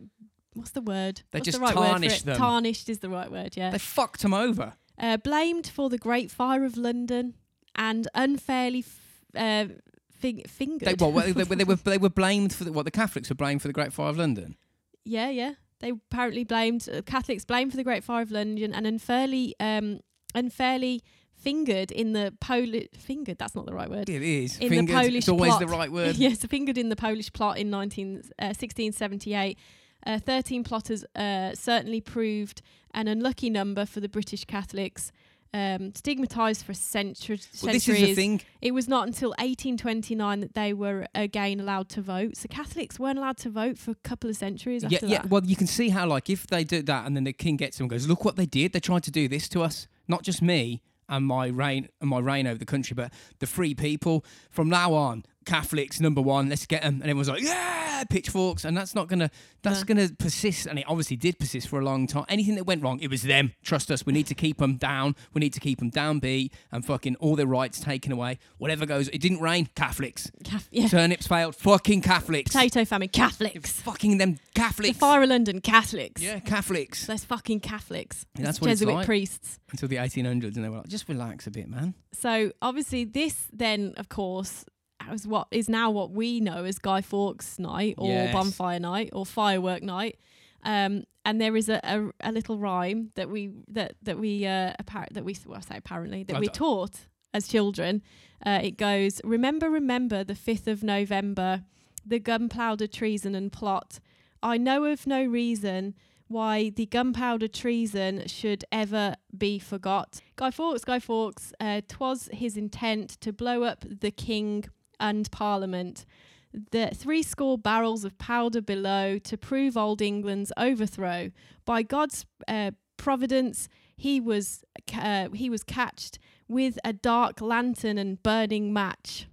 [SPEAKER 2] what's the word?
[SPEAKER 1] They
[SPEAKER 2] what's
[SPEAKER 1] just
[SPEAKER 2] the right word for
[SPEAKER 1] tarnished
[SPEAKER 2] it?
[SPEAKER 1] them.
[SPEAKER 2] Tarnished is the right word. Yeah,
[SPEAKER 1] they fucked him over.
[SPEAKER 2] uh, blamed for the Great Fire of London and unfairly f- uh, fing- fingered.
[SPEAKER 1] They, well, well, they, they were they were blamed for the, what the Catholics were blamed for the Great Fire of London.
[SPEAKER 2] *laughs* yeah, yeah. They apparently blamed uh, Catholics blamed for the Great Fire of London and unfairly um, unfairly fingered in the Polish fingered. That's not the right word.
[SPEAKER 1] It is
[SPEAKER 2] In the
[SPEAKER 1] fingered.
[SPEAKER 2] Polish
[SPEAKER 1] it's always the
[SPEAKER 2] plot.
[SPEAKER 1] right word.
[SPEAKER 2] *laughs* yes, fingered in the Polish plot in 19, uh, 1678. Uh, 13 plotters uh, certainly proved an unlucky number for the British Catholics, um, stigmatized for centru-
[SPEAKER 1] well,
[SPEAKER 2] centuries.
[SPEAKER 1] this is the thing.
[SPEAKER 2] It was not until 1829 that they were again allowed to vote. So Catholics weren't allowed to vote for a couple of centuries
[SPEAKER 1] Yeah,
[SPEAKER 2] after
[SPEAKER 1] yeah.
[SPEAKER 2] that.
[SPEAKER 1] Well, you can see how like if they do that, and then the king gets them and goes, "Look what they did! They tried to do this to us. Not just me and my reign and my reign over the country, but the free people. From now on, Catholics number one. Let's get them." And everyone's like, "Yeah, pitchforks!" And that's not gonna that's
[SPEAKER 2] No.
[SPEAKER 1] gonna persist. And it obviously did persist for a long time. Anything that went wrong, it was them. Trust us. We need to keep them down. We need to keep them downbeat and fucking all their rights taken away. Whatever goes, it didn't rain. Catholics.
[SPEAKER 2] Cath- yeah.
[SPEAKER 1] Turnips failed. Fucking Catholics.
[SPEAKER 2] Potato famine, Catholics.
[SPEAKER 1] Fucking them
[SPEAKER 2] The
[SPEAKER 1] Catholics.
[SPEAKER 2] Fire of London, Catholics.
[SPEAKER 1] Yeah, Catholics.
[SPEAKER 2] Those fucking Catholics.
[SPEAKER 1] Yeah, that's
[SPEAKER 2] Those
[SPEAKER 1] what it's
[SPEAKER 2] Jesuit
[SPEAKER 1] like.
[SPEAKER 2] priests.
[SPEAKER 1] Until the 1800s, and they were like, just relax a bit, man.
[SPEAKER 2] So obviously, this then, of course, was what is now what we know as Guy Fawkes Night or
[SPEAKER 1] Yes.
[SPEAKER 2] Bonfire Night or Firework Night. Um, and there is a, a, a little rhyme that we that that we uh, appar- that we well, I say apparently that
[SPEAKER 1] I
[SPEAKER 2] we're
[SPEAKER 1] don't-
[SPEAKER 2] taught as children. Uh, it goes, remember, remember the fifth of November the gunpowder treason and plot. I know of no reason why the gunpowder treason should ever be forgot. Guy Fawkes, Guy Fawkes, uh, 'twas his intent to blow up the king and parliament. The three score barrels of powder below to prove old England's overthrow. By God's uh, providence, he was uh, he was catched with a dark lantern and burning match.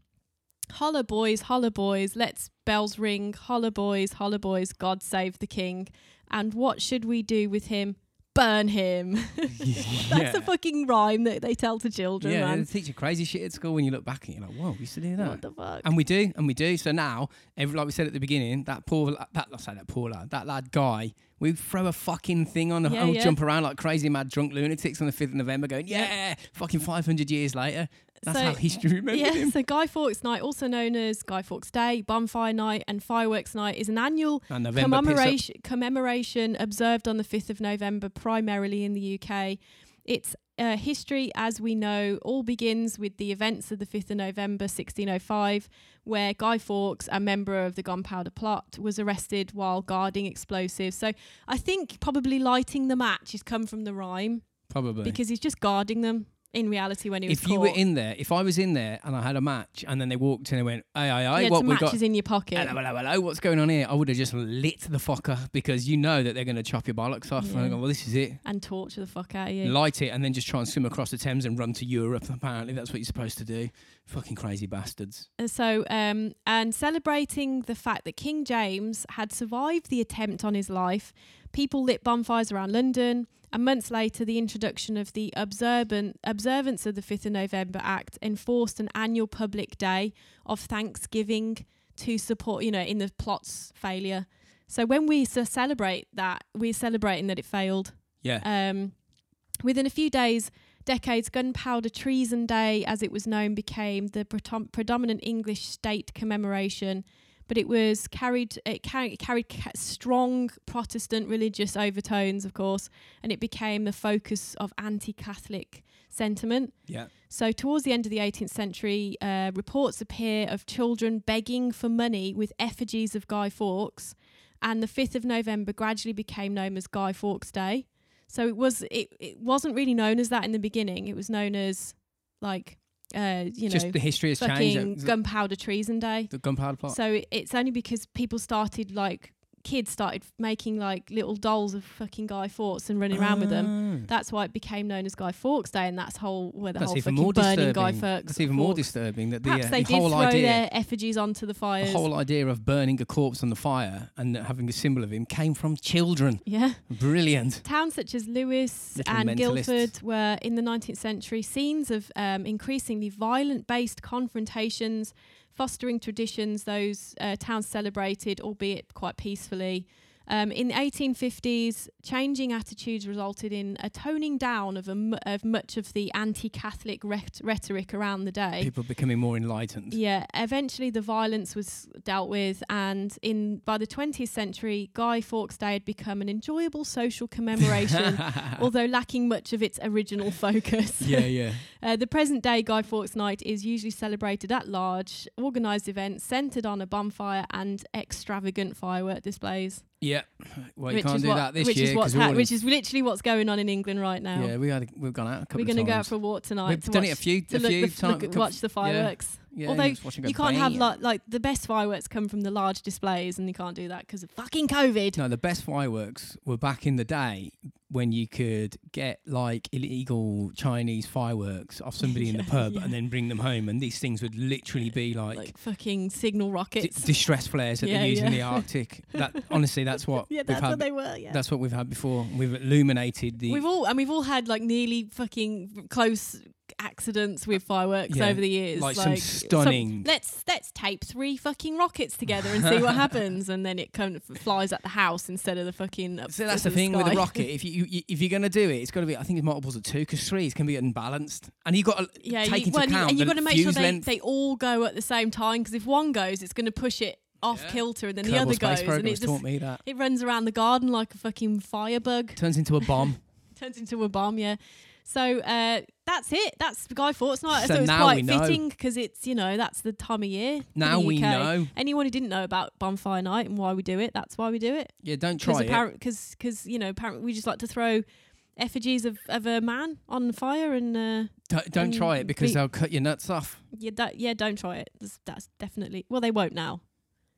[SPEAKER 2] Holla boys, holla boys, let's bells ring. Holla boys, holla boys, God save the king. And what should we do with him? Burn him. *laughs* That's a fucking rhyme that they tell to children,
[SPEAKER 1] Yeah,
[SPEAKER 2] man.
[SPEAKER 1] they teach you crazy shit at school when you look back and you're like, whoa, we used to do that.
[SPEAKER 2] What the fuck?
[SPEAKER 1] And we do, and we do. So now, every, like we said at the beginning, that poor, la- that I say that poor lad, that lad guy, we throw a fucking thing on the
[SPEAKER 2] Yeah,
[SPEAKER 1] and we'll
[SPEAKER 2] yeah.
[SPEAKER 1] jump around like crazy mad drunk lunatics on the fifth of November, going, yeah, fucking five hundred years later. That's
[SPEAKER 2] So-
[SPEAKER 1] how history remembers *laughs*
[SPEAKER 2] yeah,
[SPEAKER 1] him.
[SPEAKER 2] so Guy Fawkes Night, also known as Guy Fawkes Day, Bonfire Night, and Fireworks Night, is an annual
[SPEAKER 1] And November commemoration.
[SPEAKER 2] commemoration, commemoration observed on the 5th of November, primarily in the UK. Its uh, history, as we know, all begins with the events of the 5th of November 1605, where Guy Fawkes, a member of the gunpowder plot, was arrested while guarding explosives. So I think probably lighting the match has come from the rhyme
[SPEAKER 1] probably.
[SPEAKER 2] because he's just guarding them in reality when he was
[SPEAKER 1] if you were
[SPEAKER 2] caught.
[SPEAKER 1] in there, if I was in there and I had a match and then they walked in and went, hey, hey, hey, what
[SPEAKER 2] yeah, to
[SPEAKER 1] Oh, we
[SPEAKER 2] match
[SPEAKER 1] got?
[SPEAKER 2] is in your pocket.
[SPEAKER 1] Hello, hello, hello, what's going on here? I would have just lit the fucker because you know that they're going to chop your bollocks off. And I
[SPEAKER 2] Yeah.
[SPEAKER 1] go, well, this is it.
[SPEAKER 2] and torture the fuck out of you.
[SPEAKER 1] light it and then just try and swim across the Thames and run to Europe. Apparently, that's what you're supposed to do. Fucking crazy bastards.
[SPEAKER 2] And so, um, and celebrating the fact that King James had survived the attempt on his life, people lit bonfires around London. And months later, the introduction of the observant, observance of the 5th of November Act enforced an annual public day of thanksgiving to support, you know, in the plot's failure. So when we so celebrate that, we're celebrating that it failed.
[SPEAKER 1] Yeah.
[SPEAKER 2] Um, within a few days, decades, Gunpowder Treason Day, as it was known, became the pretom- predominant English state commemoration. But it was carried it carried, carried ca- strong Protestant religious overtones, of course, and it became the focus of anti-Catholic sentiment.
[SPEAKER 1] yeah.
[SPEAKER 2] So, towards the end of the 18th century, uh, reports appear of children begging for money with effigies of Guy Fawkes, and the 5th of November gradually became known as Guy Fawkes Day. So it was it, it wasn't really known as that in the beginning. It was known as like uh, you
[SPEAKER 1] just
[SPEAKER 2] know
[SPEAKER 1] the history has
[SPEAKER 2] fucking
[SPEAKER 1] changed.
[SPEAKER 2] gunpowder treason day.
[SPEAKER 1] the gunpowder plot.
[SPEAKER 2] So it, it's only because people started like kids started making like little dolls of fucking Guy Fawkes and running around with them.
[SPEAKER 1] Ah.
[SPEAKER 2] That's why it became known as Guy Fawkes Day, and that's whole where the
[SPEAKER 1] that's
[SPEAKER 2] whole
[SPEAKER 1] even
[SPEAKER 2] fucking
[SPEAKER 1] more
[SPEAKER 2] burning
[SPEAKER 1] disturbing.
[SPEAKER 2] Guy Fawkes.
[SPEAKER 1] that's even more
[SPEAKER 2] Fawkes.
[SPEAKER 1] disturbing that the,
[SPEAKER 2] Perhaps
[SPEAKER 1] uh,
[SPEAKER 2] they
[SPEAKER 1] the
[SPEAKER 2] did
[SPEAKER 1] whole
[SPEAKER 2] throw
[SPEAKER 1] idea,
[SPEAKER 2] their effigies onto the
[SPEAKER 1] the
[SPEAKER 2] fires.
[SPEAKER 1] whole idea of burning a corpse on the fire and having a symbol of him came from children.
[SPEAKER 2] yeah.
[SPEAKER 1] Brilliant.
[SPEAKER 2] Towns such as Lewis
[SPEAKER 1] Little
[SPEAKER 2] and
[SPEAKER 1] mentalists.
[SPEAKER 2] Guildford were in the 19th century scenes of um, increasingly violent-based confrontations, fostering traditions those uh, towns celebrated, albeit quite peacefully. Um, in the 1850s, changing attitudes resulted in a toning down of, a mu- of much of the anti-Catholic ret- rhetoric around the day.
[SPEAKER 1] People becoming more enlightened.
[SPEAKER 2] Yeah, eventually the violence was dealt with, and in by the 20th century, Guy Fawkes Day had become an enjoyable social
[SPEAKER 1] *laughs*
[SPEAKER 2] commemoration, although lacking much of its original *laughs* focus.
[SPEAKER 1] yeah, yeah.
[SPEAKER 2] Uh, the present day Guy Fawkes Night is usually celebrated at large, organised events centred on a bonfire and extravagant firework displays.
[SPEAKER 1] Yeah. Well, you can't do
[SPEAKER 2] what-
[SPEAKER 1] that this
[SPEAKER 2] which
[SPEAKER 1] year
[SPEAKER 2] is what's
[SPEAKER 1] because we're
[SPEAKER 2] hap-
[SPEAKER 1] all in-
[SPEAKER 2] which is literally what's going on in England right now.
[SPEAKER 1] yeah, we had, a- we've gone out a couple
[SPEAKER 2] We're
[SPEAKER 1] of
[SPEAKER 2] going to go out
[SPEAKER 1] times.
[SPEAKER 2] for a walk tonight.
[SPEAKER 1] We've
[SPEAKER 2] to
[SPEAKER 1] done
[SPEAKER 2] watch,
[SPEAKER 1] it a few,
[SPEAKER 2] to
[SPEAKER 1] a
[SPEAKER 2] look,
[SPEAKER 1] few
[SPEAKER 2] look-
[SPEAKER 1] times.
[SPEAKER 2] look- watch the fireworks.
[SPEAKER 1] Yeah,
[SPEAKER 2] Although
[SPEAKER 1] just watch 'em go
[SPEAKER 2] you can't have
[SPEAKER 1] bang.
[SPEAKER 2] like like the best fireworks come from the large displays, and you can't do that because of fucking COVID.
[SPEAKER 1] No, the best fireworks were back in the day when you could get like illegal Chinese fireworks off somebody in the
[SPEAKER 2] *laughs* Yeah,
[SPEAKER 1] pub
[SPEAKER 2] yeah.
[SPEAKER 1] and then bring them home, and these things would literally be like,
[SPEAKER 2] Like, fucking signal
[SPEAKER 1] di-
[SPEAKER 2] rockets.
[SPEAKER 1] distress flares that
[SPEAKER 2] Yeah,
[SPEAKER 1] they use in
[SPEAKER 2] yeah.
[SPEAKER 1] the Arctic. That honestly, that's what
[SPEAKER 2] *laughs* yeah,
[SPEAKER 1] we've
[SPEAKER 2] that's
[SPEAKER 1] had.
[SPEAKER 2] what they were. Yeah,
[SPEAKER 1] That's what we've had before. We've illuminated the.
[SPEAKER 2] we've all and we've all had like nearly fucking close accidents with fireworks
[SPEAKER 1] Yeah,
[SPEAKER 2] over the years.
[SPEAKER 1] like some stunning-
[SPEAKER 2] let's let's tape three fucking rockets together
[SPEAKER 1] *laughs*
[SPEAKER 2] and see what happens, and then it kind of flies at the house instead of the fucking. Up
[SPEAKER 1] so that's
[SPEAKER 2] to
[SPEAKER 1] the thing with a
[SPEAKER 2] sky.
[SPEAKER 1] rocket. If you, you if you're gonna do it, it's got to be. I think it's multiples of two because three is gonna be unbalanced, and you got to
[SPEAKER 2] yeah,
[SPEAKER 1] take
[SPEAKER 2] you,
[SPEAKER 1] into
[SPEAKER 2] well, and you-
[SPEAKER 1] account
[SPEAKER 2] and you've
[SPEAKER 1] the
[SPEAKER 2] got to make sure
[SPEAKER 1] fuse
[SPEAKER 2] they,
[SPEAKER 1] length.
[SPEAKER 2] they all go at the same time because if one goes, it's going to push it off
[SPEAKER 1] Yeah.
[SPEAKER 2] kilter, and then
[SPEAKER 1] Kerbal
[SPEAKER 2] the other
[SPEAKER 1] Space
[SPEAKER 2] goes,
[SPEAKER 1] Program
[SPEAKER 2] and it
[SPEAKER 1] has taught
[SPEAKER 2] just
[SPEAKER 1] me that
[SPEAKER 2] it runs around the garden like a fucking firebug, *laughs*
[SPEAKER 1] turns into a bomb.
[SPEAKER 2] turns into a bomb. Yeah. So uh, that's it. That's Guy Fawkes night.
[SPEAKER 1] So
[SPEAKER 2] So, it's
[SPEAKER 1] now we
[SPEAKER 2] quite
[SPEAKER 1] know.
[SPEAKER 2] fitting because it's you know that's the time of year. for the
[SPEAKER 1] Now we
[SPEAKER 2] UK.
[SPEAKER 1] know.
[SPEAKER 2] Anyone who didn't know about bonfire night and why we do it, that's why we do it.
[SPEAKER 1] Yeah, don't try
[SPEAKER 2] Because
[SPEAKER 1] it.
[SPEAKER 2] because because you know apparently we just like to throw effigies of, of a man on the fire and uh,
[SPEAKER 1] Don't, don't try it
[SPEAKER 2] um,
[SPEAKER 1] because
[SPEAKER 2] we-
[SPEAKER 1] they'll cut your nuts off.
[SPEAKER 2] yeah that, yeah don't try it. That's, that's definitely well they won't now.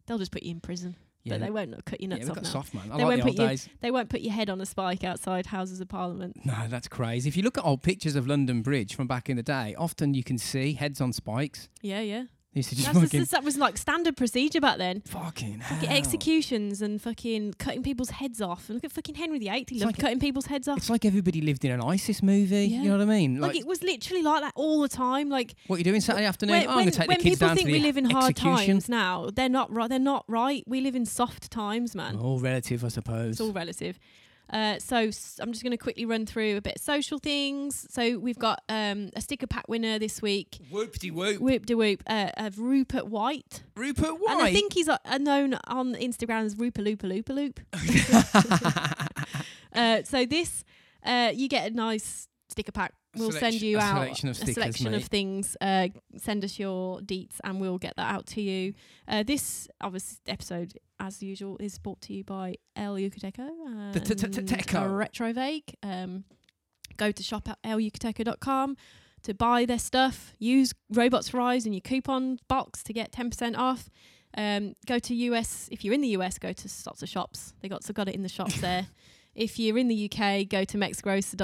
[SPEAKER 2] They'll just put you in prison,
[SPEAKER 1] Yeah,
[SPEAKER 2] but they won't cut your
[SPEAKER 1] yeah,
[SPEAKER 2] nuts
[SPEAKER 1] we've
[SPEAKER 2] off
[SPEAKER 1] got
[SPEAKER 2] now.
[SPEAKER 1] soft man. I
[SPEAKER 2] They
[SPEAKER 1] like the
[SPEAKER 2] won't
[SPEAKER 1] old
[SPEAKER 2] put you-
[SPEAKER 1] days.
[SPEAKER 2] They won't put your head on a spike outside Houses of Parliament.
[SPEAKER 1] No, that's crazy. If you look at old pictures of London Bridge from back in the day, often you can see heads on spikes.
[SPEAKER 2] Yeah, yeah.
[SPEAKER 1] They used to just
[SPEAKER 2] *laughs* That's
[SPEAKER 1] fucking
[SPEAKER 2] just- that was like standard procedure back then.
[SPEAKER 1] fucking
[SPEAKER 2] Fucking
[SPEAKER 1] hell.
[SPEAKER 2] executions and fucking cutting people's heads off. And look at fucking Henry VIII. He
[SPEAKER 1] It's
[SPEAKER 2] loved
[SPEAKER 1] like-
[SPEAKER 2] cutting people's heads off.
[SPEAKER 1] It's like everybody lived in an ISIS movie.
[SPEAKER 2] Yeah.
[SPEAKER 1] You know what I mean?
[SPEAKER 2] Like,
[SPEAKER 1] Like,
[SPEAKER 2] it was literally like that all the time. Like
[SPEAKER 1] what you doing Saturday afternoon?
[SPEAKER 2] when,
[SPEAKER 1] Oh, I'm gonna
[SPEAKER 2] when,
[SPEAKER 1] take
[SPEAKER 2] when
[SPEAKER 1] the kids
[SPEAKER 2] people
[SPEAKER 1] down
[SPEAKER 2] think
[SPEAKER 1] to
[SPEAKER 2] we
[SPEAKER 1] the
[SPEAKER 2] live in hard
[SPEAKER 1] execution.
[SPEAKER 2] times now, they're not right. They're not right. We live in soft times, man.
[SPEAKER 1] All relative, I suppose.
[SPEAKER 2] It's all relative. Uh, so s- I'm just going to quickly run through a bit of social things. So we've got um, a sticker pack winner this week.
[SPEAKER 1] Whoop de whoop.
[SPEAKER 2] Whoop de whoop uh, of Rupert White.
[SPEAKER 1] Rupert White.
[SPEAKER 2] And
[SPEAKER 1] *laughs*
[SPEAKER 2] I think he's uh, known on Instagram as Roopa Loopa Loopa Loop. uh, so this, uh, you get a nice sticker pack. We'll send
[SPEAKER 1] Selection-
[SPEAKER 2] you
[SPEAKER 1] a
[SPEAKER 2] out
[SPEAKER 1] selection of
[SPEAKER 2] a
[SPEAKER 1] stickers,
[SPEAKER 2] selection
[SPEAKER 1] mate.
[SPEAKER 2] of things. Uh, send us your deets, and we'll get that out to you. Uh, this obvious episode, as usual, is brought to you by El Yucateco and
[SPEAKER 1] The t- t- t- teco.
[SPEAKER 2] Retrovague. Um, go to shop at elyucateco.com to buy their stuff. Use Robots for Eyes in your coupon box to get 10% off. Um, go to US if you're in the US. Go to lots of shops. They got so got it in the shops
[SPEAKER 1] *laughs*
[SPEAKER 2] there. If you're in the UK, go to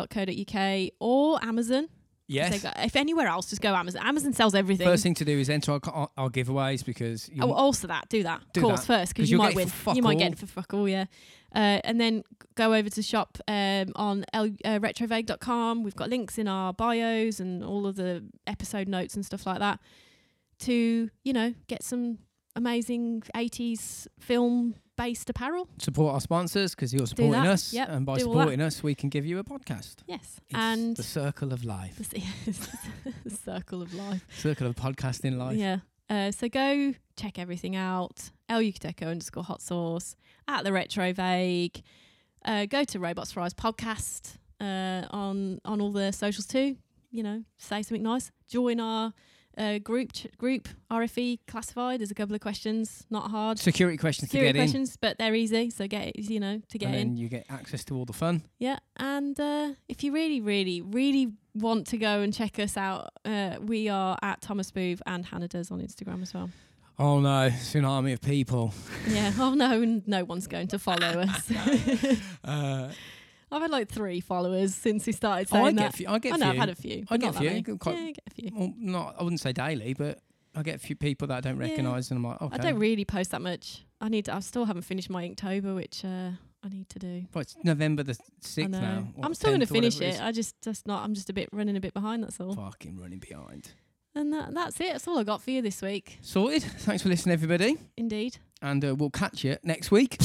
[SPEAKER 2] mexgrocer.co.uk or Amazon. They
[SPEAKER 1] yes.
[SPEAKER 2] got- if anywhere else, just go Amazon. Amazon sells everything.
[SPEAKER 1] First thing to do is enter our, co- our, our giveaways because you
[SPEAKER 2] Oh, also that. Do that.
[SPEAKER 1] Do
[SPEAKER 2] of course,
[SPEAKER 1] that.
[SPEAKER 2] first,
[SPEAKER 1] 'Cause
[SPEAKER 2] because you
[SPEAKER 1] you'll
[SPEAKER 2] might
[SPEAKER 1] get it
[SPEAKER 2] win.
[SPEAKER 1] for fuck
[SPEAKER 2] you might
[SPEAKER 1] all.
[SPEAKER 2] get it for fuck all, yeah. Uh, and then go over to shop um, on L- uh, retrovague.com. We've got links in our bios and all of the episode notes and stuff like that to, you know, get some amazing 80s film based apparel.
[SPEAKER 1] support our sponsors because you're supporting
[SPEAKER 2] that.
[SPEAKER 1] us,
[SPEAKER 2] Yep,
[SPEAKER 1] and by
[SPEAKER 2] do all that.
[SPEAKER 1] supporting us, we can give you a podcast.
[SPEAKER 2] Yes.
[SPEAKER 1] It's
[SPEAKER 2] and
[SPEAKER 1] the circle of life,
[SPEAKER 2] *laughs* the circle of life.
[SPEAKER 1] circle of podcasting life.
[SPEAKER 2] Yeah. Uh, so go check everything out. El Yucateco underscore hot sauce at the retro vague. Uh, go to Robots for Eyes podcast uh, on on all the socials too. You know, say something nice. Join our uh, group ch- group RFE classified. There's a couple of questions, not hard.
[SPEAKER 1] Security questions
[SPEAKER 2] Security
[SPEAKER 1] to get
[SPEAKER 2] questions, but they're easy, so get you know to
[SPEAKER 1] in,
[SPEAKER 2] get
[SPEAKER 1] and
[SPEAKER 2] in.
[SPEAKER 1] then you get access to all the fun.
[SPEAKER 2] Yeah, and uh, if you really, really, really want to go and check us out, uh, we are at Thomas Booth and Hannah Does on Instagram as well.
[SPEAKER 1] Oh no, tsunami of people.
[SPEAKER 2] Yeah. Oh no, n- no one's going to follow us. *laughs*
[SPEAKER 1] Uh,
[SPEAKER 2] I've had like three followers since we started
[SPEAKER 1] oh,
[SPEAKER 2] saying
[SPEAKER 1] I get,
[SPEAKER 2] that.
[SPEAKER 1] few, I get
[SPEAKER 2] I know
[SPEAKER 1] few.
[SPEAKER 2] I've had a few.
[SPEAKER 1] I
[SPEAKER 2] but
[SPEAKER 1] get
[SPEAKER 2] not that
[SPEAKER 1] few,
[SPEAKER 2] many.
[SPEAKER 1] good quite-
[SPEAKER 2] yeah, I get a few.
[SPEAKER 1] well, not I wouldn't say daily, but I get a few people that I don't
[SPEAKER 2] Yeah.
[SPEAKER 1] recognise, and I'm like, okay,
[SPEAKER 2] I don't really post that much. I need. To, I still haven't finished my Inktober, which uh, I need to do.
[SPEAKER 1] But it's November the
[SPEAKER 2] I
[SPEAKER 1] sixth
[SPEAKER 2] know.
[SPEAKER 1] now. or
[SPEAKER 2] I'm still going to
[SPEAKER 1] 10th or whatever
[SPEAKER 2] finish
[SPEAKER 1] it
[SPEAKER 2] it.
[SPEAKER 1] is.
[SPEAKER 2] I just, just not. I'm just a bit running a bit behind. That's all.
[SPEAKER 1] Fucking running behind.
[SPEAKER 2] And that, that's it. That's all I got for you this week.
[SPEAKER 1] *laughs* Sorted. Thanks for listening, everybody,
[SPEAKER 2] Indeed.
[SPEAKER 1] and uh, we'll catch you next week.